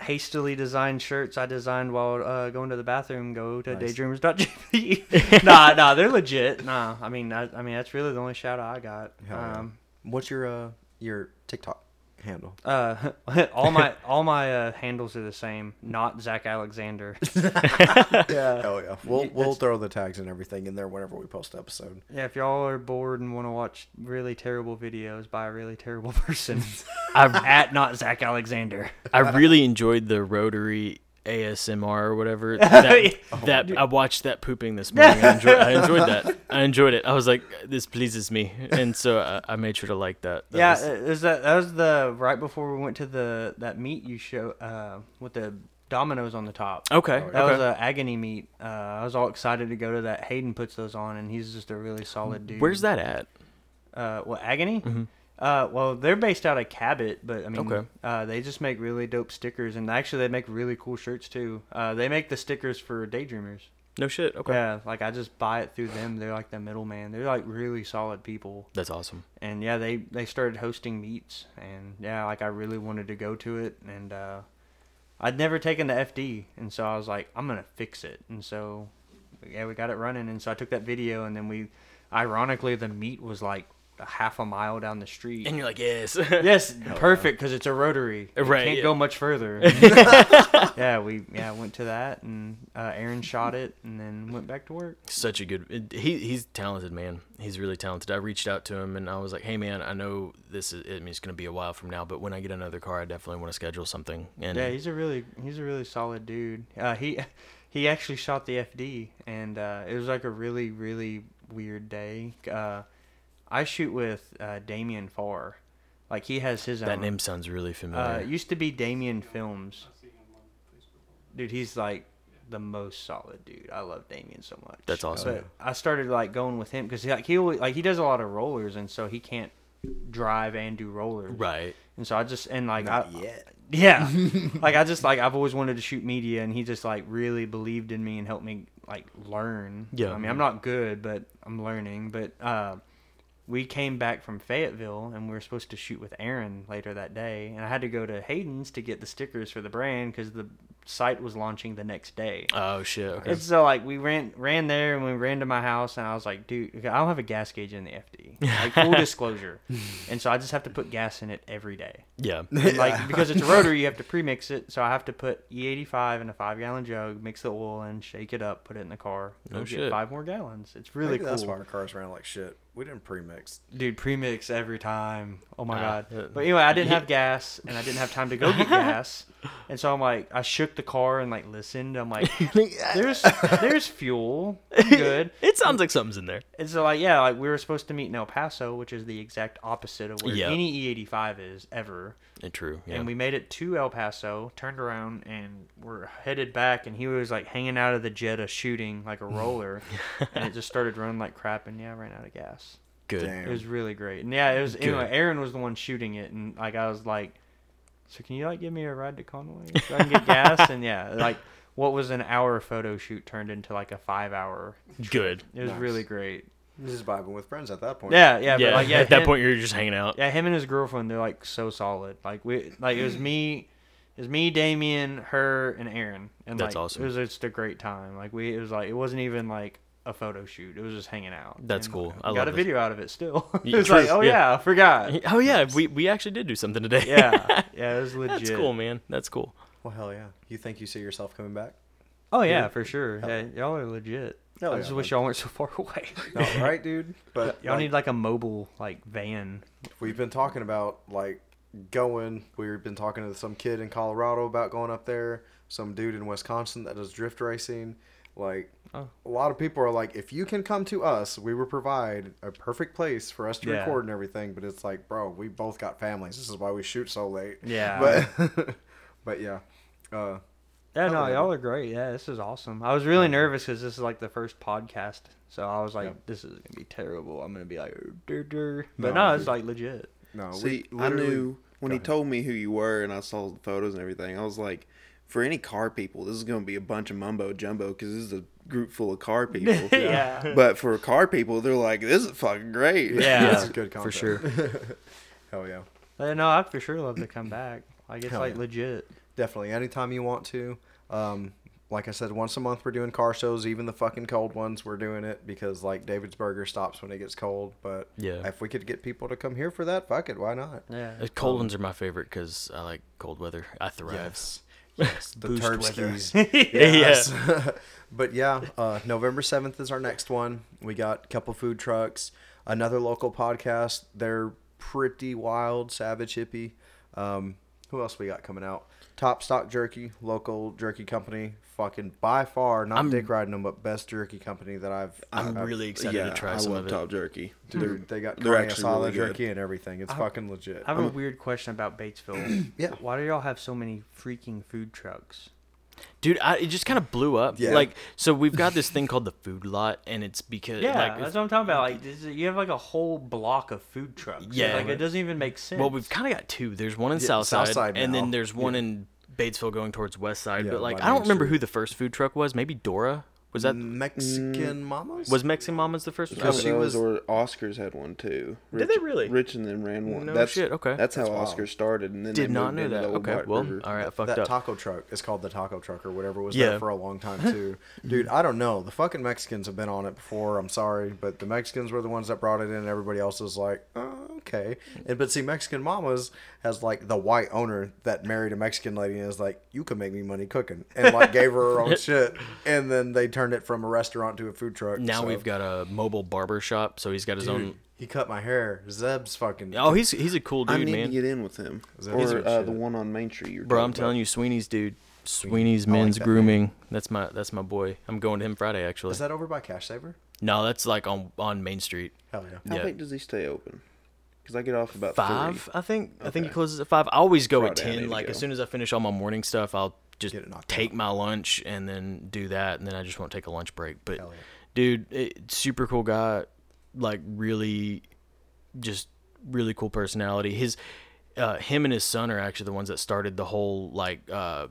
hastily designed shirts I designed while uh, going to the bathroom, go to Nice. daydreamers.jp. nah, nah, they're legit. Nah, I mean, I, I mean, that's really the only shout out I got. Hell yeah. Um, What's your uh your TikTok handle? uh, all my all my uh, handles are the same. Not Zach Alexander. yeah. Hell yeah. We'll we'll You- that's- throw the tags and everything in there whenever we post the episode. Yeah, if y'all are bored and want to watch really terrible videos by a really terrible person, I at not Zach Alexander. I really enjoyed the rotary ASMR or whatever. That, Oh, that I watched that pooping this morning. I enjoyed, I enjoyed that. I enjoyed it. I was like, this pleases me, and so I, I made sure to like that. that yeah, uh, was- it was that that was the right before we went to the that meet you show uh, with the dominoes on the top. Oh, okay. That okay. was a agony meet. Uh, I was all excited to go to that. Hayden puts those on, and he's just a really solid dude. Where's that at? Uh, what agony? Uh, well, they're based out of Cabot, but I mean, Okay. uh, they just make really dope stickers, and actually, they make really cool shirts too. Uh, they make the stickers for Daydreamers. No shit. Okay. Yeah, like I just buy it through them. They're like the middleman. They're like really solid people. That's awesome. and yeah they they started hosting meets and yeah like i really wanted to go to it and uh i'd never taken the fd and so i was like i'm gonna fix it and so yeah we got it running and so i took that video and then we ironically the meet was like a half a mile down the street And you're like, yes. yes perfect because it's a rotary It Right, can't yeah. go much further yeah we yeah went to that and uh aaron shot it and then went back to work Such a good. He he's talented, man. He's really talented. I reached out to him and I was like, hey man, I know this is. I mean, it's gonna be a while from now, but when I get another car, I definitely want to schedule something. And Yeah, he's a really he's a really solid dude. Uh, he he actually shot the FD, and uh, it was like a really really weird day. Uh, I shoot with uh, Damien Farr, like he has his that own. name sounds really familiar. uh, it used to be Damien Films, I see him on Facebook. dude. He's like the most solid dude. I love Damien so much. That's awesome. But I started like going with him because like he always- like he does a lot of rollers, and so he can't drive and do rollers. right. And so I just and like I, Not yet. yeah. like I just like I've always wanted to shoot media and he just like really believed in me and helped me like learn. Yeah. I mean, I'm not good, but I'm learning, but uh we came back from Fayetteville and we were supposed to shoot with Aaron later that day, and I had to go to Hayden's to get the stickers for the brand because the site was launching the next day. Oh shit. Okay. And so like we ran ran there and we ran to my house and I was like, dude, I don't have a gas gauge in the FD. Like full disclosure, and so I just have to put gas in it every day. Yeah. And, like because it's a rotor, you have to pre-mix it. So I have to put E85 in a five gallon jug, mix the oil in, shake it up, put it in the car. No Go get shit. Five more gallons. It's Maybe really That's cool, why our cars ran like shit. We didn't pre-mix. dude. Pre-mix every time. Oh my Ah, uh, god. But anyway, I didn't have gas and I didn't have time to go get gas, and so I'm like, I shook the car and like listened. I'm like, there's there's fuel. I'm good. It sounds like something's in there. And so like yeah, like we were supposed to meet in El Paso, which is the exact opposite of where Yeah. any E85 is ever. And true. Yeah. And we made it to El Paso, turned around, and we're headed back. And he was like hanging out of the Jetta shooting like a roller, and it just started running like crap. And yeah, I ran out of gas. Good. Damn. It was really great. And yeah, it was anyway. Good. Aaron was the one shooting it, and like I was like, so can you like give me a ride to Conway so I can get gas? And yeah, like what was an hour photo shoot turned into like a five hour. Good. It was Nice. really great. Just vibing with friends at that point. Yeah, yeah, yeah. But like, yeah At that him- point, you're just hanging out. yeah, him and his girlfriend, they're like so solid. Like we, like it was me, it was me, Damien, her, and Aaron, and That's like, awesome. It was just a great time. Like we, it was like it wasn't even like a photo shoot. It was just hanging out. That's And cool. I got love a this. video out of it still. Yeah, it's like, true. oh Yeah. yeah, I forgot. Oh yeah, we, we actually did do something today. Yeah, yeah, it was legit. That's cool, man. That's cool. Well, hell yeah. You think you see yourself coming back? Oh yeah, for sure. Yeah, y'all are legit. Hell I just yeah, wish man. y'all weren't so far away. No, right, dude. But y'all like, need like a mobile like van. we've been talking about like going. We've been talking to some kid in Colorado about going up there. Some dude in Wisconsin that does drift racing. Like Oh. a lot of people are like, if you can come to us, we will provide a perfect place for us to Yeah. record and everything. But it's like, bro, we both got families. This is why we shoot so late. Yeah. But but yeah. Uh, Yeah, Oh, no, Hell yeah. y'all are great. Yeah, this is awesome. I was really nervous because this is like the first podcast, so I was like, Yeah. "This is gonna be terrible." I'm gonna be like, "Dur dur," but No, no, it's like legit. no, See, we I literally- knew when Go he ahead. told me who you were and I saw the photos and everything, I was like, for any car people, this is going to be a bunch of mumbo jumbo because this is a group full of car people. Yeah. But for car people, they're like, this is fucking great. Yeah. That's good content. sure. Hell yeah. But no, I for sure love to come back. Like it's Hell like yeah. legit. Definitely. Anytime you want to. Um, like I said, once a month we're doing car shows, even the fucking cold ones. We're doing it because like David's Burger stops when it gets cold. But Yeah. if we could get people to come here for that, fuck it, why not? Yeah. Uh, Cold ones are my favorite because I like cold weather. I thrive. Yes, the Boost turd weather. skis. Yeah. Yes. but yeah, uh, November 7th is our next one. We got a couple food trucks, another local podcast. They're pretty wild, savage, hippie. Um, who else we got coming out? Top Stock Jerky, local jerky company. Fucking by far, not dick riding them, but best jerky company that I've. I'm I've- really excited to try I some love of it. top jerky. Dude, they got they're carne actually asada really good. jerky and everything. It's fucking legit. I have a weird question about Batesville. Yeah. Why do y'all have so many freaking food trucks? Dude, I, it just kind of blew up. Yeah. Like, so we've got this thing called the food lot, and it's because Yeah, like, that's what I'm talking about. Like this is, you have like a whole block of food trucks. Yeah. Like it doesn't even make sense. Well, we've kind of got two. There's one in Yeah, Southside, Southside and now. then there's one in Batesville going towards West Side. Yeah, but like, by I don't Main remember Street. who the first food truck was. Maybe Dora was that? Mexican mamas? Was Mexican Mama's the first? Because one? she she was- was, or Oscars had one too. Did Rich, they really? Rich and then ran one. No that's, shit, okay. That's how That's wild. Oscar started, and then Did they not moved know into that. the old Okay, White well, River. all right, I fucked that up. taco truck is called the taco truck or whatever was Yeah. there for a long time too. Dude, I don't know. The fucking Mexicans have been on it before. I'm sorry, but the Mexicans were the ones that brought it in. and Everybody else is like, oh, okay. And but see, Mexican mamas has like the white owner that married a Mexican lady and is like, you can make me money cooking, and like gave her her own shit. And then they turned it from a restaurant to a food truck. Now so- we've got a mobile barber shop, so he's got his Dude, own. he cut my hair. Zeb's fucking. Oh, he's he's a cool I dude, need man. to get in with him, That is or good uh, shit. the one on Main Street. You're Bro, I'm telling you, Sweeney's dude. Sweeney's I like Men's that man. Grooming. That's my that's my boy. I'm going to him Friday actually. Is that over by Cash Saver? no, that's like on on Main Street. Hell yeah. How Yeah. late does he stay open? Because I get off about Five, Three. I think. I think he closes at five. I always go at Friday, I need ten. to Like go. as soon as I finish all my morning stuff, I'll just Get it knocked take my lunch and then do that, and then I just won't take a lunch break. But Hell yeah. dude, it, super cool guy. Like really, just really cool personality. His, uh, him and his son are actually the ones that started the whole like uh,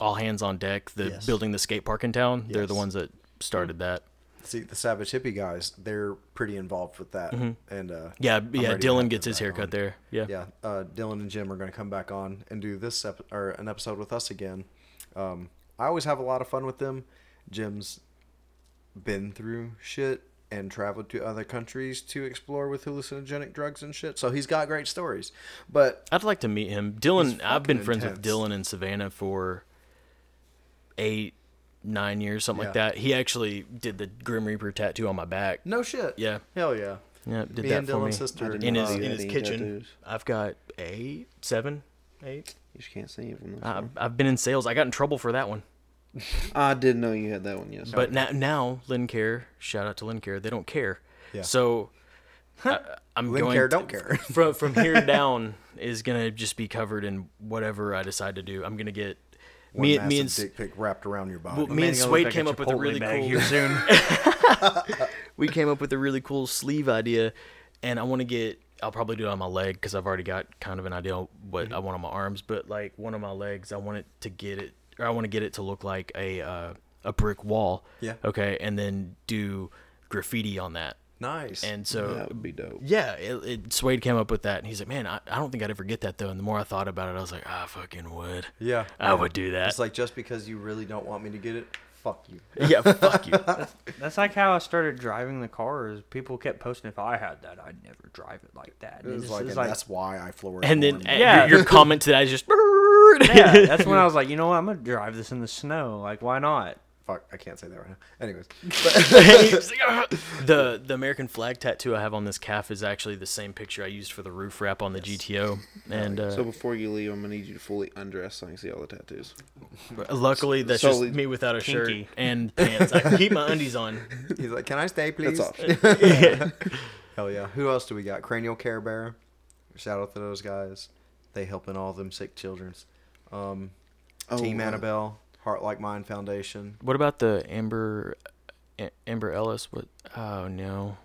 all hands on deck, the Yes. building the skate park in town. They're Yes. the Mm. ones that started that. See, the Savage Hippie guys, they're pretty involved with that. And uh, Mm-hmm. Yeah, I'm ready yeah. to have Dylan gets them his back haircut on. there. Yeah. Yeah, uh, Dylan and Jim are going to come back on and do this ep- or an episode with us again. Um, I always have a lot of fun with them. Jim's been through shit and traveled to other countries to explore with hallucinogenic drugs and shit, so he's got great stories. But I'd like to meet him. Dylan, He's I've been fucking friends with intense. Dylan and Savannah for eight, nine years, something like Yeah. that. He actually did the Grim Reaper tattoo on my back. no shit. Yeah. Hell yeah. Yeah, did me that and for Dylan's me. sister I did in not his do in that his to any kitchen. tattoos. I've got eight, seven, eight. You just can't see it from this. I, one. I've been in sales. I got in trouble for that one. I didn't know you had that one. Oh. Yes, But now, now Lincare, shout out to Lincare, they don't care. Yeah. So I, I'm Wouldn't going care, to- don't care. from from here down is gonna just be covered in whatever I decide to do. I'm gonna get One me massive me and S- dick pic wrapped around your body. well, me and gonna look Suede like a came up with a Chipotle really bag cool here soon. we came up with a really cool sleeve idea, and I want to get. I'll probably do it on my leg because I've already got kind of an idea what Mm-hmm. I want on my arms. But like one of my legs, I want it to get it, or I want to get it to look like a uh, a brick wall. Yeah. Okay, and then do graffiti on that. nice. And so that would be dope. yeah, it, it, Suede came up with that, and he's like, "Man, I, I don't think I'd ever get that though." And the more I thought about it, I was like, "I fucking would. yeah. I would do that." It's like just because you really don't want me to get it, fuck you. yeah, fuck you. That's like how I started driving the car. Is people kept posting if I had that, I'd never drive it like that. And It was just- like, it's and that's why I floored. And then Lauren. uh, Yeah. your, your comment to that is just. yeah, that's when I was like, you know what, I'm gonna drive this in the snow. Like, why not? fuck, I can't say that right now. Anyways, the the American flag tattoo I have on this calf is actually the same picture I used for the roof wrap on the GTO, and uh, So before you leave, I'm gonna need you to fully undress so I can see all the tattoos. luckily that's solely just me without a kinky. shirt and pants. I keep my undies on. he's like, "Can I stay, please?" That's optional. Hell yeah. Who else do we got? Cranial Care Bear. Shout out to those guys. They helping all them sick childrens. Um, Oh, Team uh, Annabelle, Heart Like Mine Foundation. What about the Amber A- Amber Ellis? What? Oh no.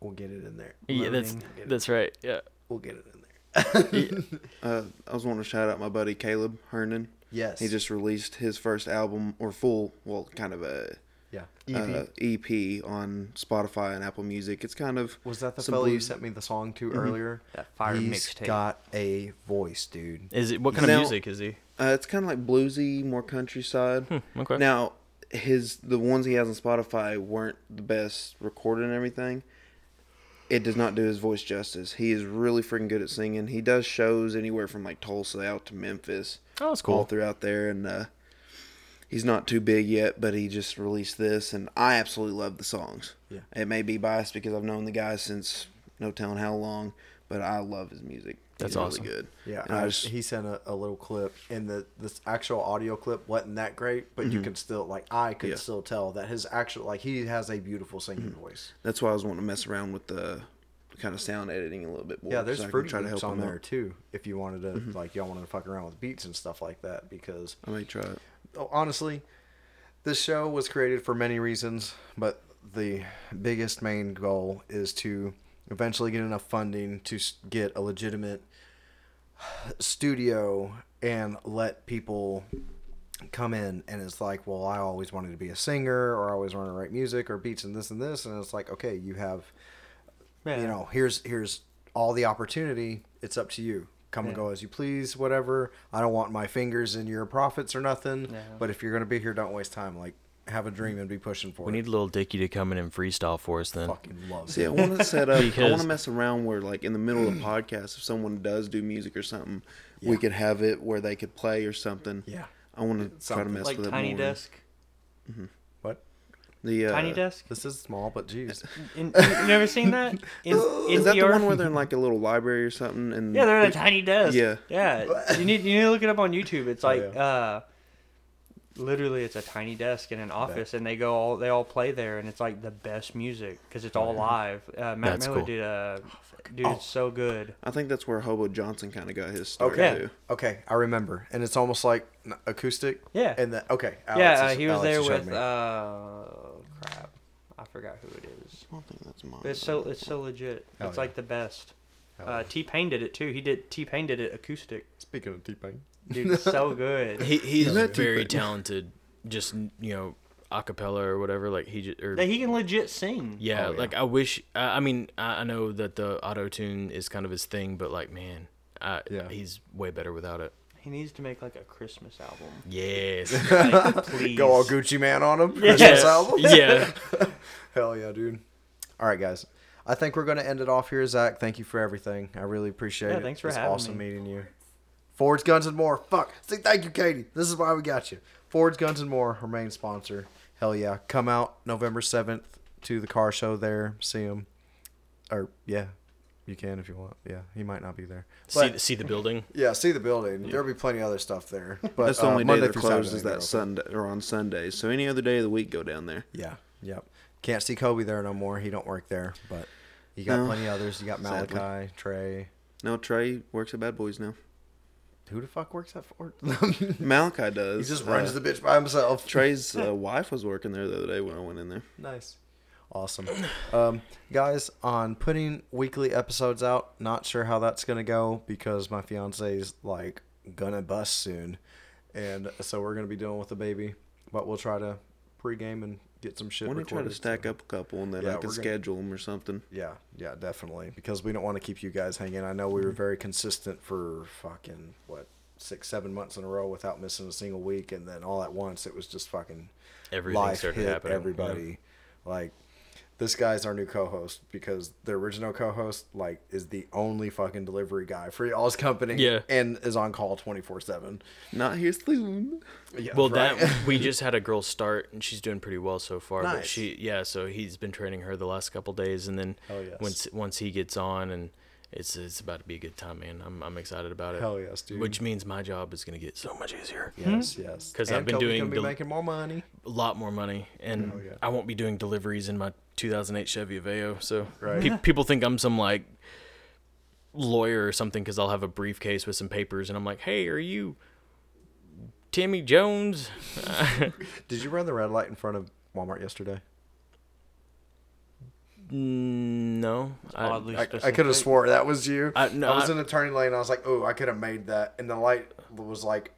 We'll get it in there. Yeah, that's that's right. Yeah. We'll get it in there. Uh, I was wanting to shout out my buddy Caleb Hernan. Yes. He just released his first album or full, well, kind of a yeah. uh, EP on Spotify and Apple Music. It's kind of Was that the some Mm-hmm. fellow you blues- sent me the song to earlier? That fire He's mixtape. got a voice, dude. Is it what kind Now- of music is he? Uh, it's kind of like bluesy, more countryside. Hmm. okay. Now his the ones he has on Spotify weren't the best recorded and everything. It does not do his voice justice. He is really freaking good at singing. He does shows anywhere from like Tulsa out to Memphis. Oh, that's All cool. throughout there, and uh, he's not too big yet, but he just released this, and I absolutely love the songs. Yeah. It may be biased because I've known the guy since no telling how long, but I love his music. That's He's awesome. Really good. Yeah, And I I- just- he sent a, a little clip, and the this actual audio clip wasn't that great, but you could still like I could Yeah. still tell that his actual like he has a beautiful singing voice. that's why I was wanting to mess around with the kind of sound editing a little bit more. Yeah, there's so I can Fruity try to Loops help on him there out. too. If you wanted to, like, y'all wanted to fuck around with beats and stuff like that, because I may try it. oh, honestly, this show was created for many reasons, but the biggest main goal is to eventually get enough funding to s- get a legitimate studio and let people come in and it's like well i always wanted to be a singer or i always wanted to write music or beats and this and this and it's like okay you have you know here's here's all the opportunity it's up to you come and go as you please whatever i don't want my fingers in your profits or nothing but if you're going to be here don't waste time like have a dream and be pushing for We it need little Dicky to come in and freestyle for us then. fucking love See, I it want to set up. I want Because- to mess around where, like, in the middle of the podcast, if someone does do music or something, we could have it where they could play or something. Yeah. I want to try to Something. mess like with it Tiny more. Desk. what The uh, Tiny Desk. this is small but geez In, you never seen that? In, Is that the NPR? one where they're in like a little library or something? And Yeah, they're in a tiny desk. Yeah. Oh, Yeah. You need you need to look it up on YouTube. It's like uh literally it's a tiny desk in an office and they go all they all play there and it's like the best music cuz it's Oh, all live. Uh, Matt That's Miller cool. Oh, did uh dude it's so good. I think that's where Hobo Johnson kind of got his start Okay. too. okay i remember and it's almost like n- acoustic Yeah. and that okay Alex yeah, uh, is- he was Alex there is showing with me. uh crap. I forgot who it is. I don't think that's mine. But It's so it's so legit. Hell it's yeah. like the best. Uh, T Pain did it too. He did T Pain did it acoustic. speaking of t-pain Dude, it's so good. He he's Isn't that too very pretty? talented. Just you know, acapella or whatever. Like he just or That he can legit sing. yeah, Oh, yeah. like I wish. I, I mean, I, I know that the auto tune is kind of his thing, but like, man, I, Yeah. he's way better without it. He needs to make like a Christmas album. Yes. Like, please. Go all Gucci Man on him. Yes. Christmas album. Yeah. Hell yeah, dude. All right, guys. I think we're going to end it off here, Zach. Thank you for everything. I really appreciate Yeah, it. thanks for it's having awesome me. meeting you. Ford's Guns and More. Fuck. See, thank you, Katie. This is why we got you. Ford's Guns and More, her main sponsor. Hell yeah. Come out November 7th to the car show there. See him. Or, yeah, you can if you want. Yeah, he might not be there. see, But- see the building. Yeah, see the building. There'll be plenty of other stuff there. But That's the uh, only day Monday they're through closed Saturday is they're that open. Sunday or on Sundays. So any other day of the week, go down there. Yeah. Yep. Can't see Kobe there no more. He don't work there, but you got No. plenty others. You got Malachi, Sadly. Trey. No, Trey works at Bad Boys now. Who the fuck works at Fort? Malachi he does. just Uh, runs the bitch by himself. Trey's uh, wife was working there the other day when I went in there. Nice. Awesome. Um, guys, on putting weekly episodes out, not sure how that's going to go because my fiance's like going to bust soon. And so we're going to be dealing with the baby, but we'll try to pregame and get some shit Why don't you try to recorded, stack so- up a couple and then Yeah, I we're can gonna- schedule them or something. Yeah, yeah, definitely. Because we don't want to keep you guys hanging. I know we Mm-hmm. were very consistent for fucking what six, seven months in a row without missing a single week, and then all at once it was just fucking Everything life started hit happening, yeah. Everybody, like this guy's our new co-host because the original co-host like is the only fucking delivery guy for y'all's company. Yeah. and is on call twenty four seven. Not here soon. Yeah, Well, right. that we just had a girl start, and she's doing pretty well so far. But Nice. she, yeah, so he's been training her the last couple days, and then Hell yes. once once he gets on, and it's it's about to be a good time, man. I'm I'm excited about it. Hell yes, dude. Which means my job is gonna get so much easier. yes, yes. 'Cause I've And been Kobe's doing gonna be del- making more money. A lot more money, and Hell yeah. I won't be doing deliveries in my 2008 Chevy Aveo. So Right. pe- people think I'm some like lawyer or something because I'll have a briefcase with some papers, and I'm like, hey, are you Timmy Jones? Did you run the red light in front of Walmart yesterday? Mm, No, I- Oddly I, I specific. could have swore that was you. I, I- no, was I- in the turning lane. I was like, oh, I could have made that. And the light was like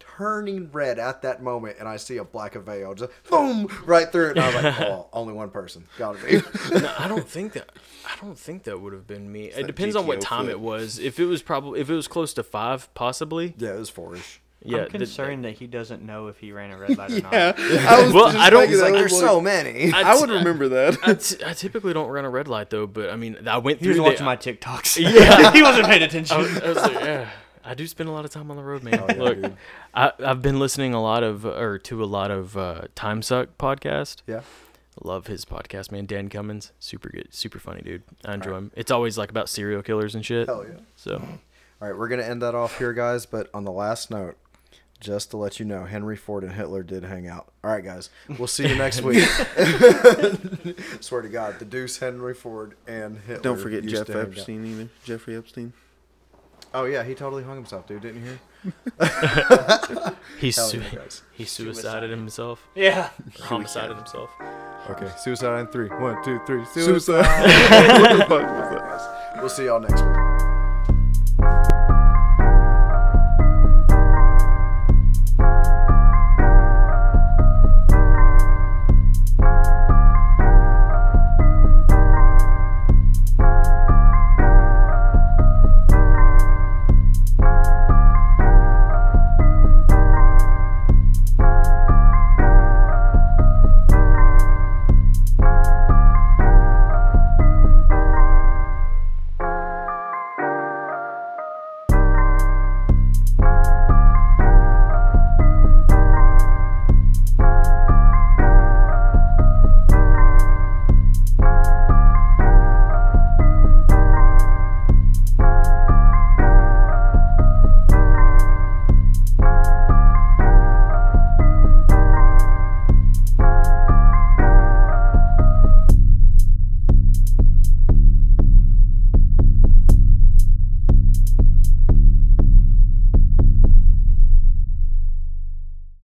turning red at that moment. And I see a black veil just boom right through it. And I was like, oh, only one person. Gotta be. No, I don't think that. I don't think that would have been me. it that depends on what GTO time flip. it was. If it was probably if it was close to five, possibly. yeah, it was fourish. Yeah. I'm the- concerned that he doesn't know if he ran a red light or not. I was Well, I don't- thinking that. Like, I there's was so many. I I would t- remember that. I, t- I typically don't run a red light though, but I mean, I went He through. was the- Oh, watching my TikToks. Yeah, he wasn't paying attention. I was, I was like, yeah. I do spend a lot of time on the road, man. Oh, yeah, Look, dude. I, I've been listening a lot of or to a lot of uh, Time Suck podcast. Yeah. Love his podcast, man. Dan Cummins, super good, super funny dude. I enjoy him. It's always like about serial killers and shit. Hell yeah. So All right, we're going to end that off here, guys. But on the last note, just to let you know, Henry Ford and Hitler did hang out. All right, guys. We'll see you next week. Swear to God, the deuce, Henry Ford, and Hitler. Don't forget used Jeff to hang out. Epstein either. Jeffrey Epstein. Oh, yeah, he totally hung himself, dude. Didn't you hear? he Hell su- yeah, guys. he suicided himself. Yeah. homicided himself. Okay, suicide in three. One, two, three. Suicide. We'll see y'all next week.